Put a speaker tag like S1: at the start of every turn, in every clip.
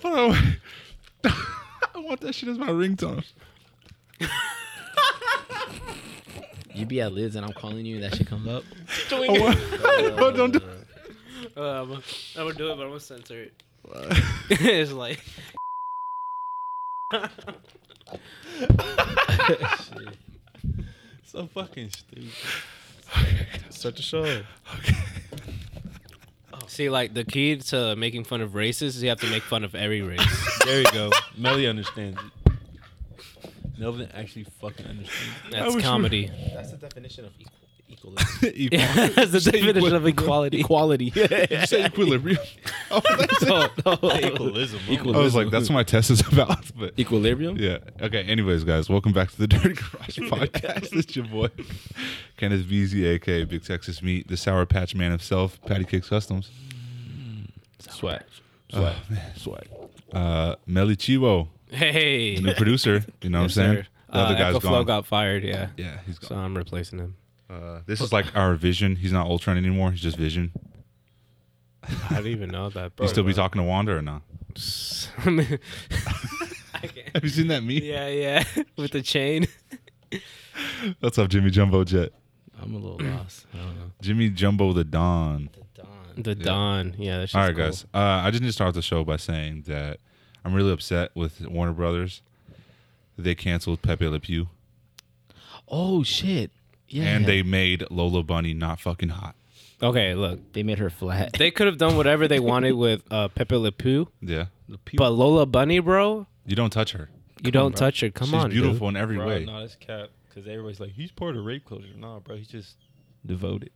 S1: Bro, Oh, I want that shit as my ringtone.
S2: You be at Lids and I'm calling you and that shit comes up.
S3: Oh,
S1: I want, bro, don't do
S3: Uh, I'm, gonna- I'm gonna do it, but I'm gonna censor it. it's like
S4: So fucking stupid. Start the show.
S3: see, like the key to making fun of races is you have to make fun of every race.
S4: There you go. Melly understands it. Melvin actually fucking understands.
S3: That's
S1: wish we-
S3: comedy.
S2: That's the definition of equal. equality.
S3: Yeah, that's the definition of equality.
S2: equality.
S1: Did you say equilibrium? I was like-
S4: Equalism.
S1: I was like, that's what my test is about. But
S4: equilibrium.
S1: yeah. Okay. Anyways, guys, welcome back to the Dirty Garage Podcast. it's your boy, Kenneth BZ, aka Big Texas Meat, the Sour Patch Man himself, Patty Cakes Customs.
S2: Sweat.
S1: Swag. swag. Uh, Melly Chivo,
S3: Hey,
S1: new producer. You know what I'm saying?
S3: sir.
S1: The other
S3: Uh,
S1: guy's
S3: Echo Flow
S1: gone.
S3: got fired. Yeah,
S1: yeah, he's gone.
S3: so I'm replacing him.
S1: Uh, this is like our Vision. He's not Ultron anymore. He's just Vision.
S3: I don't even know that.
S1: You still be talking to Wanda or not?
S3: talking. I can't.
S1: Have you seen that meme?
S3: Yeah, yeah, with the chain.
S1: What's up, Jimmy Jumbo Jet?
S2: I'm a little lost. I don't know.
S1: Jimmy Jumbo the Don.
S2: Don.
S3: The Don. Yeah, that's just
S1: All right, guys. Uh, I just need to start off the show by saying that I'm really upset with Warner Brothers. They canceled Pepe Le Pew
S2: Oh shit. Yeah.
S1: and they made Lola Bunny not fucking hot.
S3: Okay, look.
S2: they made her flat.
S3: They could have done whatever they wanted with uh, Pepe Le Pew,
S1: Yeah.
S3: but Lola Bunny, bro,
S1: You don't touch her.
S3: you don't touch her. Come
S1: She's
S3: on,
S1: beautiful
S3: Dude.
S1: in every
S4: Bro,
S1: way.
S4: no, that's cap. Because everybody's like, he's part of rape culture. Nah, bro, he's just devoted.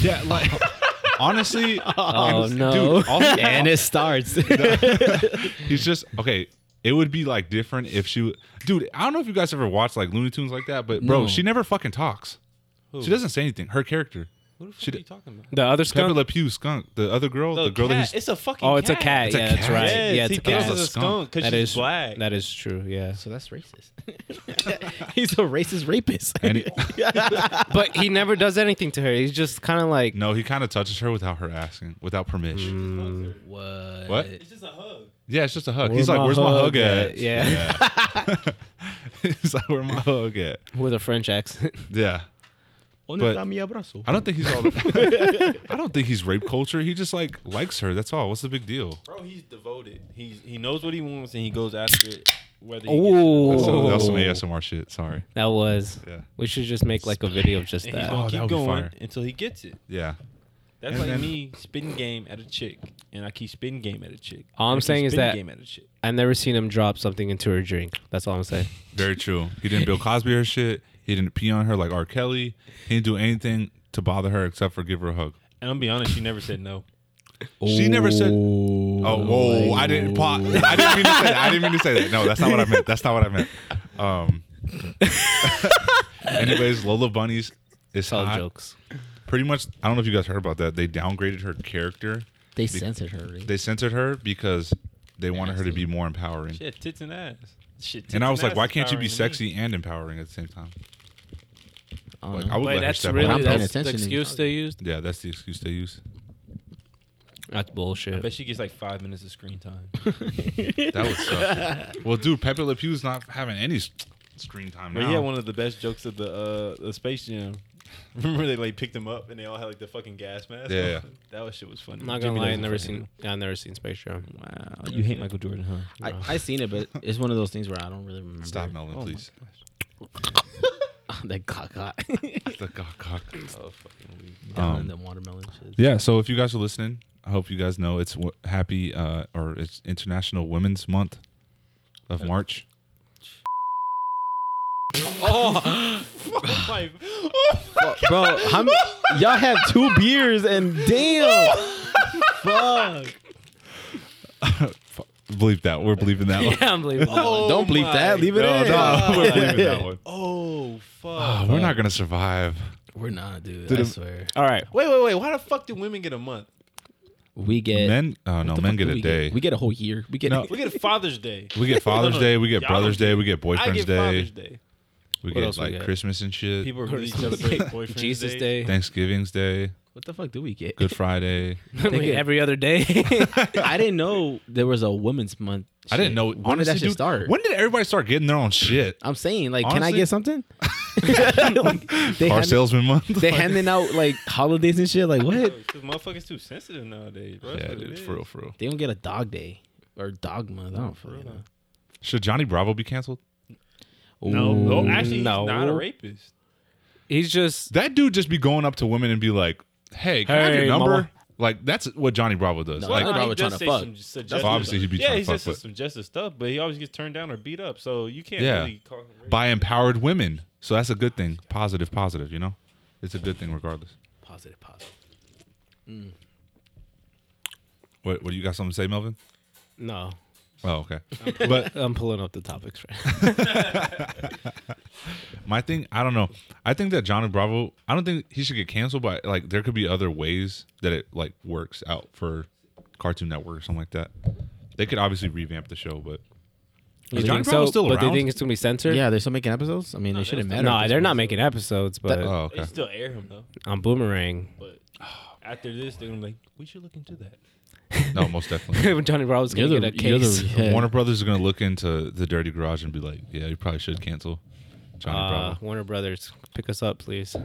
S1: Yeah, like honestly,
S2: Oh
S1: dude,
S2: no.
S1: all he-
S2: and it starts.
S1: he's just okay. It would be like different if she, w- dude. I don't know if you guys ever watched like Looney Tunes like that, but bro,
S2: No.
S1: she never fucking talks.
S4: Who?
S1: She doesn't say anything. Her character,
S4: Who the fuck
S1: She
S4: are
S1: d-
S4: you talking about?
S3: The other
S1: Pepe
S3: skunk.
S1: Le Pew, skunk, the other girl, the,
S4: No,
S1: girl that
S4: cat.
S1: he's
S4: It's a fucking.
S3: Oh, it's a cat.
S1: It's a
S3: yeah, that's
S1: cat.
S3: right.
S4: Yes,
S3: yeah, it's
S4: he
S3: a
S4: thinks
S3: cat.
S4: it's a skunk because
S3: That
S4: she's
S3: is-
S4: black.
S3: That is true. Yeah,
S2: so that's racist. He's a racist rapist.
S1: And he-
S3: but he never does anything to her. He's just kind of like
S1: no, he kind of touches her without her asking, without permission.
S4: Mm.
S3: Mm.
S2: what?
S1: What?
S4: it's just a hug.
S1: Yeah, it's just a hug.
S2: Where
S1: he's like,
S2: my
S1: "Where's my
S2: hug
S1: hug at?"
S2: at? Yeah.
S1: he's like, "Where my hug at?"
S3: with a French accent.
S1: Yeah.
S4: Onde está mi abrazo?
S1: I don't think he's all. The- I don't think he's rape culture. He just like likes her. That's all. What's the big deal?
S4: Bro, he's devoted. He's he knows what he wants and he goes after it. Whether he gets it or
S3: Oh,
S1: That's some, that's some ASMR shit. Sorry.
S3: that was.
S1: Yeah.
S3: We should just make like a video of just
S4: not. And he's
S3: that.
S1: Oh,
S4: gonna
S1: that
S4: keep
S1: would be
S4: going
S1: fire.
S4: until he gets it.
S1: Yeah.
S4: That's
S1: And
S4: like
S1: then-
S4: me spitting game at a chick, and I keep spitting game at a chick.
S3: All
S4: and
S3: I'm
S4: I keep
S3: saying is
S4: spitting
S3: that-
S4: game at a chick.
S3: I've never seen him drop something into her drink. That's all I'm saying.
S1: Very true. He didn't Bill Cosby her shit. He didn't pee on her like R. Kelly. He didn't do anything to bother her except for give her a hug.
S4: And I'm gonna be honest, she never said no.
S1: She never said. Oh, whoa!
S2: like-
S1: I didn't. Pa- I didn't mean to say that. I didn't mean to say that. No, that's not what I meant. That's not what I meant. Um. anyways, Lola Bunny's is
S3: It's all
S2: Uh-huh.
S1: hot.
S3: jokes.
S1: Pretty much. I don't know if you guys heard about that. They downgraded her character.
S2: They censored her. Right?
S1: They censored her because they wanted her to be more empowering.
S4: Shit, tits and ass. Shit. Tits
S1: And I was
S4: ass
S1: like, why
S4: is
S1: can't you be
S4: powering to me.
S1: sexy and empowering at the same time?
S2: I don't
S1: Like,
S2: know.
S1: I would let
S3: Wait,
S1: her
S3: that's
S1: step
S2: I'm
S3: really
S1: on.
S2: paying
S3: that's the
S2: attention to you.
S3: excuse they used.
S1: Yeah, that's the excuse they use.
S3: That's
S4: I bet
S3: bullshit.
S4: she gets like five minutes of screen time.
S1: That would suck. well, dude, Pepe Le Pew's not having any s- screen time
S4: But
S1: now.
S4: he had one of the best jokes of the uh the Space Jam. Remember they like picked him up and they all had like the fucking gas mask.
S1: Yeah, yeah.
S4: on? that was shit was funny.
S3: I'm not
S4: Jimmy
S3: gonna lie, I've
S4: doesn't
S3: never
S4: fucking
S3: seen. Yeah, I've never seen Space Jam.
S4: know. Wow, you hate Michael Jordan, huh?
S2: I, I seen it, but it's one of those things where I don't really remember.
S1: Stop, Melvin, please.
S2: that caca.
S1: The cock, cock.
S4: Oh fucking weak.
S2: Down
S1: Um,
S2: in the watermelon shit.
S1: Yeah, so if you guys are listening, I hope you guys know it's w- happy uh, or it's International Women's Month of March.
S2: Bro, how m- y'all have two beers and damn. Fuck.
S1: Believe that. We're believing that one.
S3: Yeah, I'm leaving. that one.
S2: Don't bleep that. Leave it
S1: No,
S2: in.
S1: no, we're believing that one.
S4: Oh fuck.
S1: Oh, we're not gonna survive.
S2: We're not, dude.
S1: Dude,
S2: I
S1: if-
S2: swear.
S3: All right.
S4: Wait, wait, wait. Why the fuck do women get a month?
S2: We get
S1: Men, oh no,
S2: what the
S1: men
S2: fuck
S1: get
S2: do
S1: a
S2: we
S1: day.
S2: We get a whole year. We get
S1: No.
S4: We get a Father's Day.
S1: We get Father's
S4: No, no,
S1: Day, we get
S4: y'all
S1: Brother's
S4: don't
S1: Day, we get
S4: I
S1: Boyfriend's
S4: get Father's
S1: Day,
S4: Day.
S1: we
S3: What else
S1: get
S3: we
S1: like
S3: get?
S1: Christmas and shit,
S4: People are really celebrating boyfriend's
S3: Jesus Day.
S1: Thanksgiving's Day.
S2: What the fuck do we get?
S1: Good Friday.
S3: Like
S2: it.
S3: every other day.
S2: I didn't know there was a women's month.
S1: I didn't
S2: shit.
S1: know.
S2: When
S1: honestly,
S2: did that shit
S1: dude,
S2: start?
S1: When did everybody start getting their own shit?
S2: I'm saying, like, can I
S1: Honestly-
S2: get something? Like, they
S1: Car
S2: hand-
S1: salesman month.
S2: they handing out like holidays and shit. Like, what?
S4: Cause motherfuckers too sensitive nowadays, bro. That's
S1: yeah,
S4: what it
S1: dude,
S4: is.
S1: for real, for real.
S2: They don't get a dog day or dog month. I don't fucking know.
S1: Should Johnny Bravo be canceled?
S3: No, no,
S2: Ooh.
S4: Actually, he's
S3: No.
S4: not a rapist.
S3: He's just
S1: That dude just be going up to women and be like, "Hey, can I have your
S3: Hey,
S1: number?"
S3: mama.
S1: Like that's what Johnny Bravo does.
S2: No,
S1: like,
S2: Johnny
S4: he
S2: Bravo
S4: does
S2: tryna
S4: say
S2: fuck.
S4: some suggestive
S1: That's obviously he'd be
S4: Yeah,
S1: tryna
S4: he
S1: fuck,
S4: says some
S1: but-
S4: suggestive stuff, but he always gets turned down or beat up. So you can't
S1: Yeah.
S4: really call him rapist.
S1: by empowered women. So that's a good thing. Positive, positive. You know, it's a good thing regardless.
S2: Positive, positive.
S1: What? What? You got something to say, Melvin?
S3: no.
S1: Oh, okay. but
S3: I'm pulling up the topics right.
S1: my thing, I don't know. I think that Johnny Bravo. I don't think he should get canceled, but like there could be other ways that it like works out for Cartoon Network or something like that. They could obviously revamp the show, but
S3: You
S1: Is Johnny
S3: think
S1: Bravo still
S3: but
S1: around?
S3: they think it's gonna be censored.
S2: Yeah, they're still making episodes. I mean, they
S4: they're
S2: shouldn't
S4: still-
S2: matter. at
S3: No,
S2: this
S3: they're
S2: point.
S3: not making episodes, but
S1: oh,
S2: uh,
S1: okay.
S4: They still air him though,
S3: on Boomerang,
S4: but after this, they're gonna be like, we should look into that.
S1: No, most definitely.
S3: Johnny Bravo's
S2: You're
S3: gonna
S2: the,
S3: get a
S2: you're the-
S3: case.
S2: yeah.
S1: Warner Brothers is gonna look into the Dirty Garage and be like, "Yeah, you probably should cancel Johnny
S3: Uh,
S1: Bravo."
S3: Warner Brothers, pick us up, please.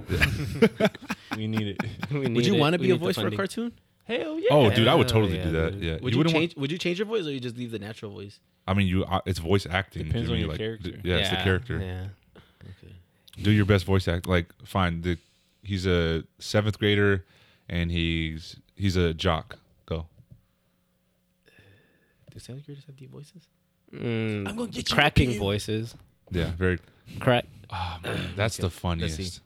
S4: We need it.
S3: We
S2: Would
S3: need
S2: you
S3: it.
S2: want to
S3: We
S2: be a
S3: need the
S2: voice for a
S3: funding.
S2: cartoon?
S4: Hell yeah.
S1: Oh, dude, I would
S3: Hell
S1: totally
S3: yeah,
S1: do that.
S3: dude.
S1: Yeah,
S2: Would you,
S1: wouldn't want-
S2: change? would you change your voice, or you just leave the natural voice?
S1: I mean, you. Uh, it's voice acting.
S4: Depends
S1: Jimmy,
S4: on your
S1: like,
S4: character.
S1: d- yeah, it's the character.
S3: Yeah.
S2: Okay.
S1: Do your best voice act. Like, fine. The, he's a seventh grader, and he's he's a jock. Go.
S2: Do sound creators have deep voices?
S3: Mm,
S4: I'm gonna get you,
S3: cracking
S4: Peter.
S3: voices.
S1: Yeah, very.
S3: Crack.
S1: Oh man, that's the funniest.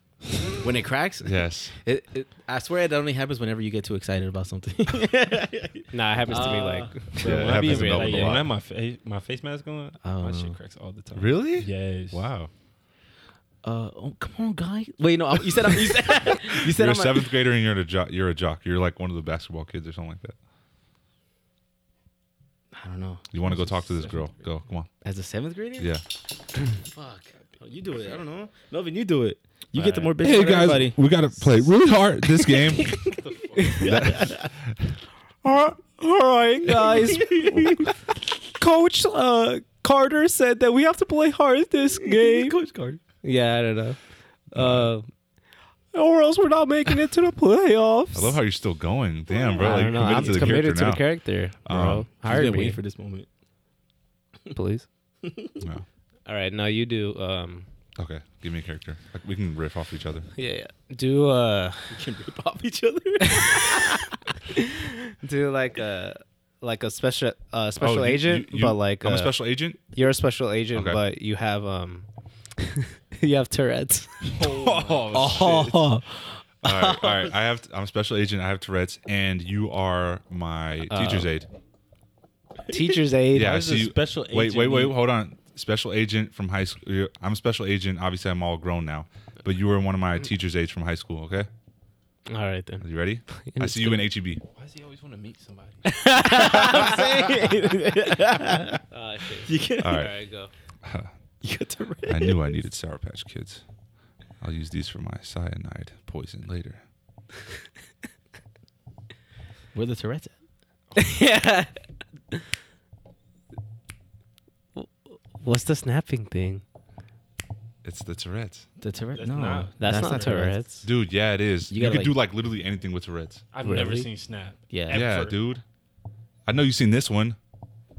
S2: When it cracks,
S1: Yes.
S2: it, it, I swear that only happens whenever you get too excited about something.
S3: Nah, it happens to me
S2: Uh,
S3: like
S1: Yeah,
S4: Bro,
S1: it
S4: when I be
S1: happens
S4: in
S1: to
S4: bed,
S1: Melvin
S4: like,
S1: a
S4: when I
S1: lot. Um,
S4: have my fa- my face mask on,
S2: I don't
S4: my
S2: know.
S4: shit cracks all the time.
S1: Really?
S4: Yes.
S1: Wow.
S2: Uh, oh, come on, guy. Wait, no, I- you said I'm. You said, you said
S1: You're a
S2: I'm.
S1: seventh grader, and you're a jock. You're a jock. You're like one of the basketball kids or something like that.
S2: I I don't know.
S1: You want to go talk to this girl? Go. Come on.
S2: As a seventh grader?
S1: Yeah.
S2: Fuck. Oh, you do it. I don't know. Melvin, you do it. You get the more bitches.
S1: Hey
S2: out of
S1: guys,
S2: everybody.
S1: we gotta play really hard this game.
S3: All right, guys. Coach uh, Carter said that we have to play hard this game.
S2: Coach card.
S3: Yeah, I don't know. Uh, or else we're not making it to the playoffs.
S1: I love how you're still going. Damn, bro.
S3: I
S1: Like,
S3: don't know.
S1: committed
S3: I'm
S1: to the
S3: committed to
S1: character
S3: the character, bro.
S1: Um,
S2: I've
S3: Hire
S2: been
S3: me,
S2: waiting for this moment.
S3: please.
S1: now. No.
S3: All right, now you do. Um,
S1: Okay, give me a character. Like, we can riff off each other.
S3: yeah, yeah. Do uh,
S2: We can rip off each other.
S3: do like a like a special uh special
S1: Oh, you-
S3: agent,
S1: you- you-
S3: but like
S1: I'm
S3: uh,
S1: a special agent.
S3: you're a special agent,
S1: Okay.
S3: but you have um, you have Tourette's.
S1: Oh,
S3: Oh,
S1: all right, all right. I have. t- I'm a special agent. I have Tourette's, and you are my teacher's aide.
S3: teacher's aide.
S1: Yeah, I
S4: does a
S1: see you.
S4: special
S1: Wait,
S4: agent
S1: wait, wait.
S4: need-
S1: Hold on. Special agent from high school. I'm a special agent. Obviously, I'm all grown now, but you were one of my teacher's aides from high school. Okay,
S3: All right
S1: are
S3: then.
S1: you ready? I see you in E HEB.
S4: Why does he always want to meet somebody?
S2: I'm saying.
S3: Uh,
S2: you get,
S1: All
S3: All
S1: right.
S3: right, go.
S2: you get the
S1: I
S2: red.
S1: knew I needed Sour Patch Kids. I'll use these for my cyanide poison later.
S2: Where the Tourette's at?
S3: yeah. What's the snapping thing?
S1: It's the Tourette's,
S2: The Tourette's?
S4: That's
S2: no.
S4: not-
S3: That's, not,
S2: Tourette's.
S3: Tourette's.
S1: dude. Yeah, it is.
S2: You
S1: You,
S2: gotta,
S1: could
S2: like-
S1: do like literally anything with Tourette's.
S4: I've
S3: Really?
S4: never seen Snap.
S2: Yeah.
S4: Ever.
S1: Yeah, dude. I know you've seen this one.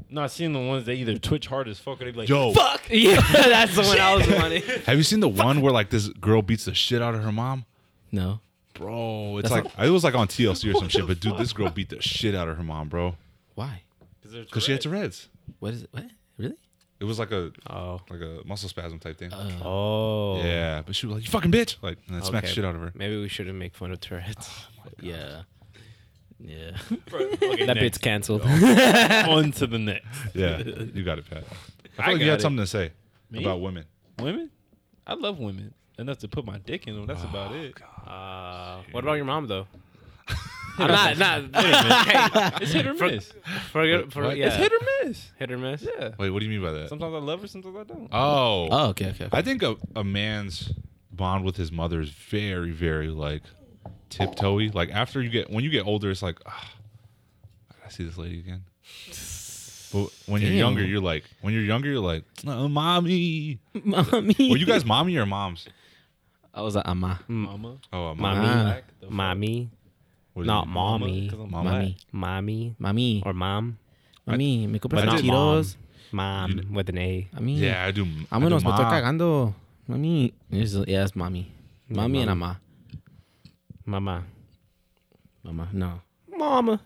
S4: No, I've seen the ones that either twitch hard as fuck or they be like,
S1: Yo,
S3: Fuck. Yeah, that's the one I was wanting.
S1: have you seen the one where like this girl beats the shit out of her mom?
S2: No.
S1: Bro, it's
S2: That's
S1: like it was like on TLC or some shit. But dude, this girl beat the shit out of her mom, bro,
S2: Why?
S1: because she had Tourette's.
S2: What is it? What? Really?
S1: It was like a
S3: Oh.
S1: like a muscle spasm type thing.
S3: Oh.
S1: yeah, but she was like, "You fucking bitch!" Like, and it smacked the
S3: Okay.
S1: shit out of her.
S3: Maybe we shouldn't make fun of Tourette's.
S1: Oh,
S2: Yeah. Yeah.
S4: Okay,
S3: that bit's
S4: next.
S3: canceled.
S4: on to the next.
S1: Yeah, you got it, Pat. I
S4: I
S1: feel like you
S4: got
S1: had
S4: it.
S1: something to say
S4: Me?
S1: about women.
S4: Women? I love women enough to put my dick in them. That's about it. Ah.
S3: Uh, Oh, what about your mom though? I'm not not
S4: It's hit or miss.
S3: for, for,
S1: What?
S3: yeah.
S4: It's hit or miss.
S3: Hit or miss.
S4: Yeah.
S1: Wait, what do you mean by that?
S4: Sometimes I love her, sometimes I don't.
S1: Oh,
S2: Oh, okay, okay. okay.
S1: I think a, a man's bond with his mother is very, very like tiptoey. Like after you get when you get older, it's like ah, I gotta see this lady again. But when you're
S5: Damn.
S1: younger, you're like when you're younger, you're like "Uh, mommy.
S5: Mommy.
S1: Were you guys mommy or moms?
S5: I was like, ama.
S4: Mama.
S1: Oh, uh,
S4: Mommy.
S5: Ah,
S4: Black, the fuck?
S3: mommy,
S1: What is
S3: not
S1: it?
S3: mommy,
S4: Cause I'm
S1: Mama.
S3: mommy, mommy,
S5: Mami.
S3: or mom,
S5: Mami, me compras
S1: But
S5: unos
S1: not
S5: Cheetos.
S3: mom with an A.
S5: Mami.
S1: Yeah, I do. I do
S5: Vámonos, me estoy
S1: mom.
S5: cagando. Mami. Yes, yes mami. Mami and ama.
S3: Mama,
S5: Mama. No.
S3: mama.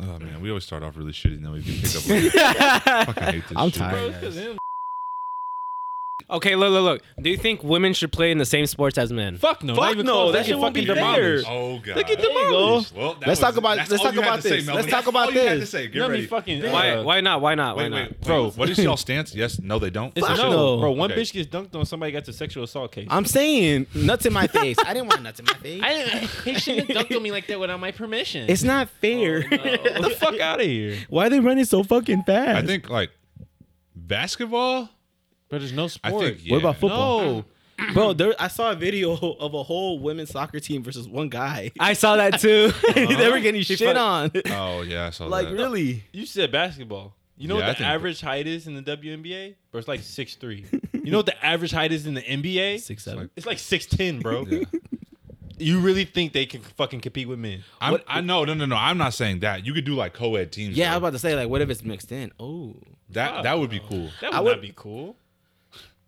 S1: Oh man, we always start off really shitty, and then we can pick up. Like, fucking hate this
S5: I'm
S1: shit.
S5: tired.
S4: Cause him.
S3: Okay, look, look, look. Do you think women should play in the same sports as men?
S4: Fuck no.
S2: Fuck no, that shit won't be fair.
S1: Oh god.
S2: Look at the go.
S1: Well, that
S2: Let's
S1: was-
S2: talk about-
S1: that's
S2: let's
S1: all
S2: talk
S1: you had to
S2: about
S1: say,
S2: this.
S1: Melvin.
S2: Let's
S1: That's
S2: talk about
S1: all you had to
S2: this.
S1: say. Get
S4: Let
S1: ready.
S4: me fucking.
S3: Why?
S4: uh,
S3: why not? Why not? Why
S1: Wait,
S3: not?
S1: wait, bro. What is y'all stance? Yes, no, they don't.
S4: It's a
S2: Fuck
S4: no,
S2: no.
S4: bro. One
S1: Okay.
S4: bitch gets dunked on, somebody gets a sexual assault case.
S2: I'm saying nuts in my face. I didn't want nuts in my face.
S3: I didn't.
S4: he shouldn't have dunked on me like that without my permission. Oh,
S2: It's not fair.
S1: Oh,
S4: Get the fuck out of here.
S2: Why are they running so fucking fast?
S1: I think like basketball.
S4: But there's no
S1: I
S4: sport.
S1: think yeah.
S2: What about football?
S4: No.
S2: Bro, there, I saw a video of a whole women's soccer team versus one guy.
S5: I saw that too.
S2: they were getting shit
S4: fuck-
S2: on.
S1: Oh yeah, I saw
S2: Uh-huh. like
S1: that.
S2: really?
S4: You said basketball. You know
S1: Yeah, I
S4: what the
S1: think-
S4: average height is in the WNBA? Bro, it's like 6'3. you know what the average height is in the NBA?
S2: Six seven.
S4: It's like 6'10, bro.
S1: Yeah.
S4: You really think they can fucking compete with men?
S1: I'm, I know, no, no, no. I'm not saying that. You could do like co-ed teams.
S2: Yeah, I was
S1: though.
S2: about to say like, what if it's mixed in? Oh,
S1: that that would be cool.
S4: That would,
S2: I would-
S4: not be cool.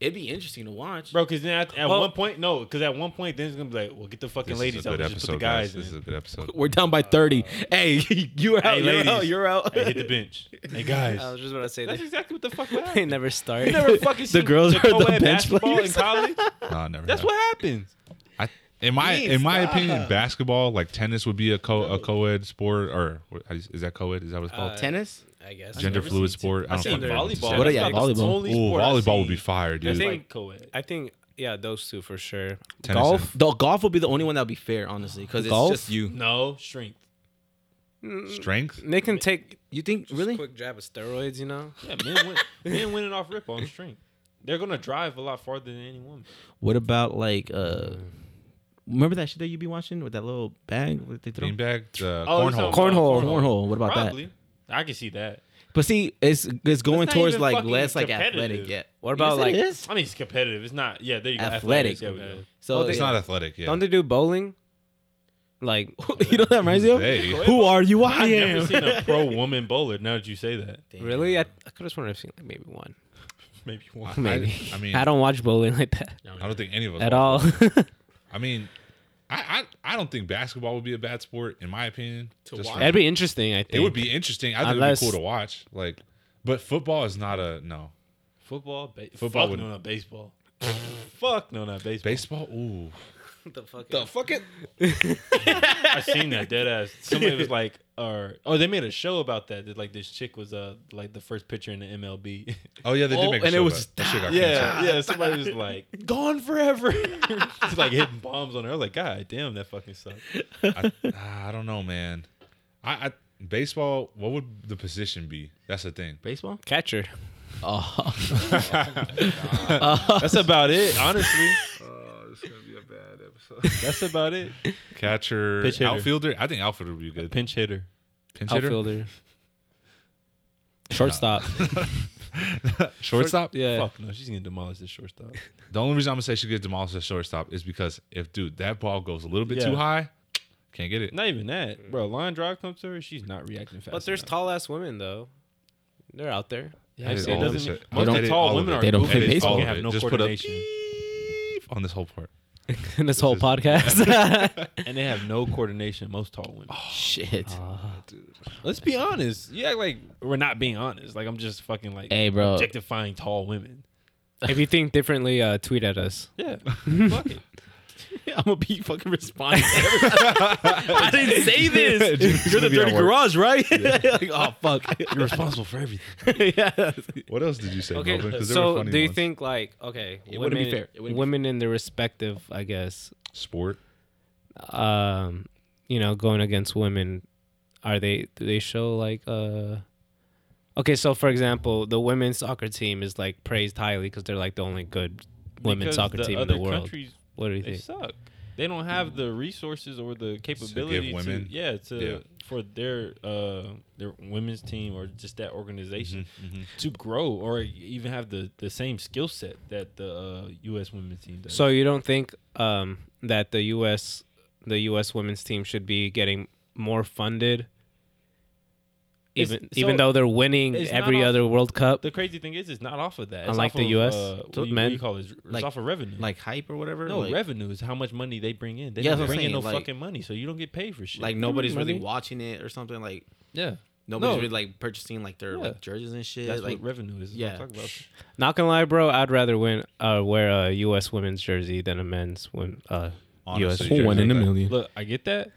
S2: it'd be interesting to watch.
S4: Bro, because then at, at
S3: Well-
S4: one point, no, because at one point, then it's going to be like, well, get the fucking ladies out. Just put the guys,
S1: This is
S4: in.
S1: a good episode.
S2: We're down by thirty. hey, you are out.
S4: Hey,
S2: you're
S4: ladies.
S2: out. You're out.
S4: Hey, hit the bench. Hey, guys.
S3: I was just about to say
S4: That's
S3: that.
S4: exactly what the fuck would
S3: They
S4: happen.
S3: never start.
S4: You never fucking seen
S2: girls are the
S4: co-ed
S2: bench
S4: basketball
S2: players.
S4: in college.
S1: Nah, never.
S4: That's
S1: have.
S4: what happens.
S1: I, in my in my opinion, basketball like tennis would be a co a co-ed sport or what- how do you- is that co-ed? Is that what it's
S4: Uh,
S1: called?
S2: Tennis.
S3: I guess.
S1: Gender fluid sport. I
S4: I
S1: don't
S4: seen
S1: fucking know what to
S4: volleyball.
S1: say.
S2: What are
S4: That's
S2: y'all,
S4: about the
S2: volleyball?
S4: only
S1: Ooh,
S4: sport I've
S1: volleyball would be
S4: seen
S1: fire, dude.
S4: that's
S3: think-
S4: like co-ed.
S3: I think yeah, those two for sure.
S1: Tennis
S2: golf. The golf will be the only one that would be fair, honestly, because it's
S5: Golf?
S2: just you.
S4: No strength.
S1: and strength.
S3: They can take
S2: You think
S3: really
S2: really?
S3: quick jab of steroids, you know.
S4: Yeah, men, win, men winning off rip on strength. They're gonna drive a lot farther than any woman.
S2: What about like uh? Remember that shit that you be watching with that little bag? What they throw?
S1: Beanbag, the
S4: Oh, it's
S1: cornhole.
S4: not-
S2: Cornhole.
S4: Cornhole.
S2: Cornhole. What about that?
S4: Probably. I can see that.
S2: But see, it's it's going
S4: not
S2: towards
S4: even
S2: like
S4: fucking
S2: less like
S4: competitive.
S2: athletic. Yeah.
S3: What about
S2: Yes,
S3: like?
S2: it is.
S4: I mean, it's competitive. It's not. Yeah, there you go. Athletics,
S2: Athletic.
S4: yeah, yeah.
S2: So
S3: Well,
S1: It's
S2: yeah.
S1: not athletic. Yeah.
S3: Don't they do bowling? Like
S2: you know what that reminds you of?
S1: Hey.
S2: Who are you? I
S4: I've never
S2: am.
S4: seen a pro woman bowler. Now that you say that,
S3: really? I, I could have sworn I've seen like maybe one.
S4: maybe one.
S3: Maybe.
S1: I, I mean,
S3: I
S1: I don't,
S3: don't watch bowling like that
S1: think any of us
S3: at all.
S1: I mean, I, I I don't think basketball would be a bad sport in my opinion. Just
S2: watch?
S1: for-
S3: That'd be interesting. I think
S1: it would be interesting. I think
S3: Unless-
S1: it'd be cool to watch. Like, but football is not a no.
S4: Football. Ba-
S1: Football
S4: football.
S1: would-
S4: Fuck no, not baseball. Fuck no, not baseball.
S1: Baseball, ooh,
S3: the Oh, fuck.
S4: I seen that dead ass. Somebody was like, or oh, they made a show about that. That like this chick was uh like the first pitcher in the MLB.
S1: oh yeah, they did
S2: Oh,
S1: make a
S2: and
S1: show
S2: it
S1: about
S2: was-
S1: That shit got
S4: yeah,
S1: canceled.
S4: yeah. Somebody was like gone forever. She's like hitting bombs on her. I was like, God damn, that fucking sucked.
S1: I, ah, I don't know, man. I, I baseball. What would the position be? That's the thing.
S2: Baseball?
S3: Catcher.
S2: Oh.
S4: That's about it, honestly. Oh, it's gonna be a bad episode. That's about it.
S1: Catcher,
S4: Pitch hitter.
S1: outfielder. I think outfielder would be good.
S4: Pinch hitter.
S1: Pinch hitter,
S3: Outfielder. Shortstop.
S1: shortstop.
S3: Yeah.
S4: Fuck no, she's gonna demolish this shortstop.
S1: The only reason I'm gonna say she gets demolished at shortstop is because if dude that ball goes a little bit
S4: Yeah.
S1: too high, can't get it.
S4: Not even that, bro. Line drive comes to her, she's not reacting fast.
S3: But there's
S4: enough.
S3: tall ass women though. They're out there.
S4: I've
S1: Edit
S4: seen-
S1: all of
S4: doesn't-
S1: this shit.
S4: most
S2: They
S4: of
S2: don't-
S4: the
S1: all
S4: tall
S1: of
S4: women
S1: it.
S4: are
S2: They don't play
S4: goofy.
S2: baseball.
S4: They have no
S1: Just put a-
S4: coordination,
S1: on this whole part.
S3: In this whole podcast.
S4: and they have no coordination. Most tall women.
S2: Shit.
S4: Oh, Uh, Let's be honest. You act like we're not being honest. Like I'm just fucking like
S2: Hey, bro.
S4: objectifying tall women.
S3: if you think differently, uh, tweet at us.
S4: Yeah, fuck it.
S2: I'm gonna be fucking responsible. I didn't say this. You're the dirty garage, right? like, oh fuck.
S4: You're responsible for everything.
S2: yeah.
S1: What else did you say,
S3: Okay,
S1: Melvin? 'Cause there were
S3: so
S1: funny
S3: do you
S1: ones.
S3: think like okay,
S2: It
S3: women,
S2: wouldn't be fair. It wouldn't be
S3: women in their respective, I guess,
S1: sport?
S3: um, you know, going against women, are they do they show like uh, okay, so for example, the women's soccer team is like praised highly because they're like the only good women's
S4: Because
S3: soccer
S4: the
S3: team in
S4: other
S3: the world.
S4: Countries,
S3: What do you
S4: they
S3: think?
S4: suck. they don't
S2: Mm.
S4: have the resources or the capability
S1: women-
S4: to yeah to
S1: Yeah.
S4: for their uh their women's team or just that organization
S1: Mm-hmm,
S2: Mm-hmm.
S4: to grow or even have the the same skill set that the uh, U.S. women's team does.
S3: So you don't think um, that the U.S. the U.S. women's team should be getting more funded,
S4: It's-
S3: even
S4: so
S3: even though they're winning
S4: it's not
S3: every
S4: off-
S3: other World Cup?
S4: the crazy thing is, it's not off of that. It's
S3: Unlike
S4: off
S3: the
S4: of,
S3: US,
S4: uh, what
S3: so
S4: do you, what
S3: men-
S4: do you call it? It's
S2: like-
S4: off of revenue.
S2: like hype or whatever.
S4: no
S2: like,
S4: revenue is how much money they bring in. They
S2: Yeah,
S4: don't
S2: that's what I'm
S4: bring in no
S2: saying, like-
S4: fucking money, so you don't get paid for shit.
S2: Like nobody's really
S3: Money.
S2: watching it or something. Like
S4: yeah, No.
S2: nobody's really like purchasing like their
S4: Yeah.
S2: like jerseys and shit.
S4: that's
S2: like
S4: what revenue is. is what I'm
S2: yeah.
S4: talking about.
S3: Not gonna lie, bro. I'd rather win uh, wear a U.S. women's jersey than a men's win, uh, U.S.
S1: Honestly,
S3: jersey.
S1: One in a
S5: million.
S4: Look, I get that,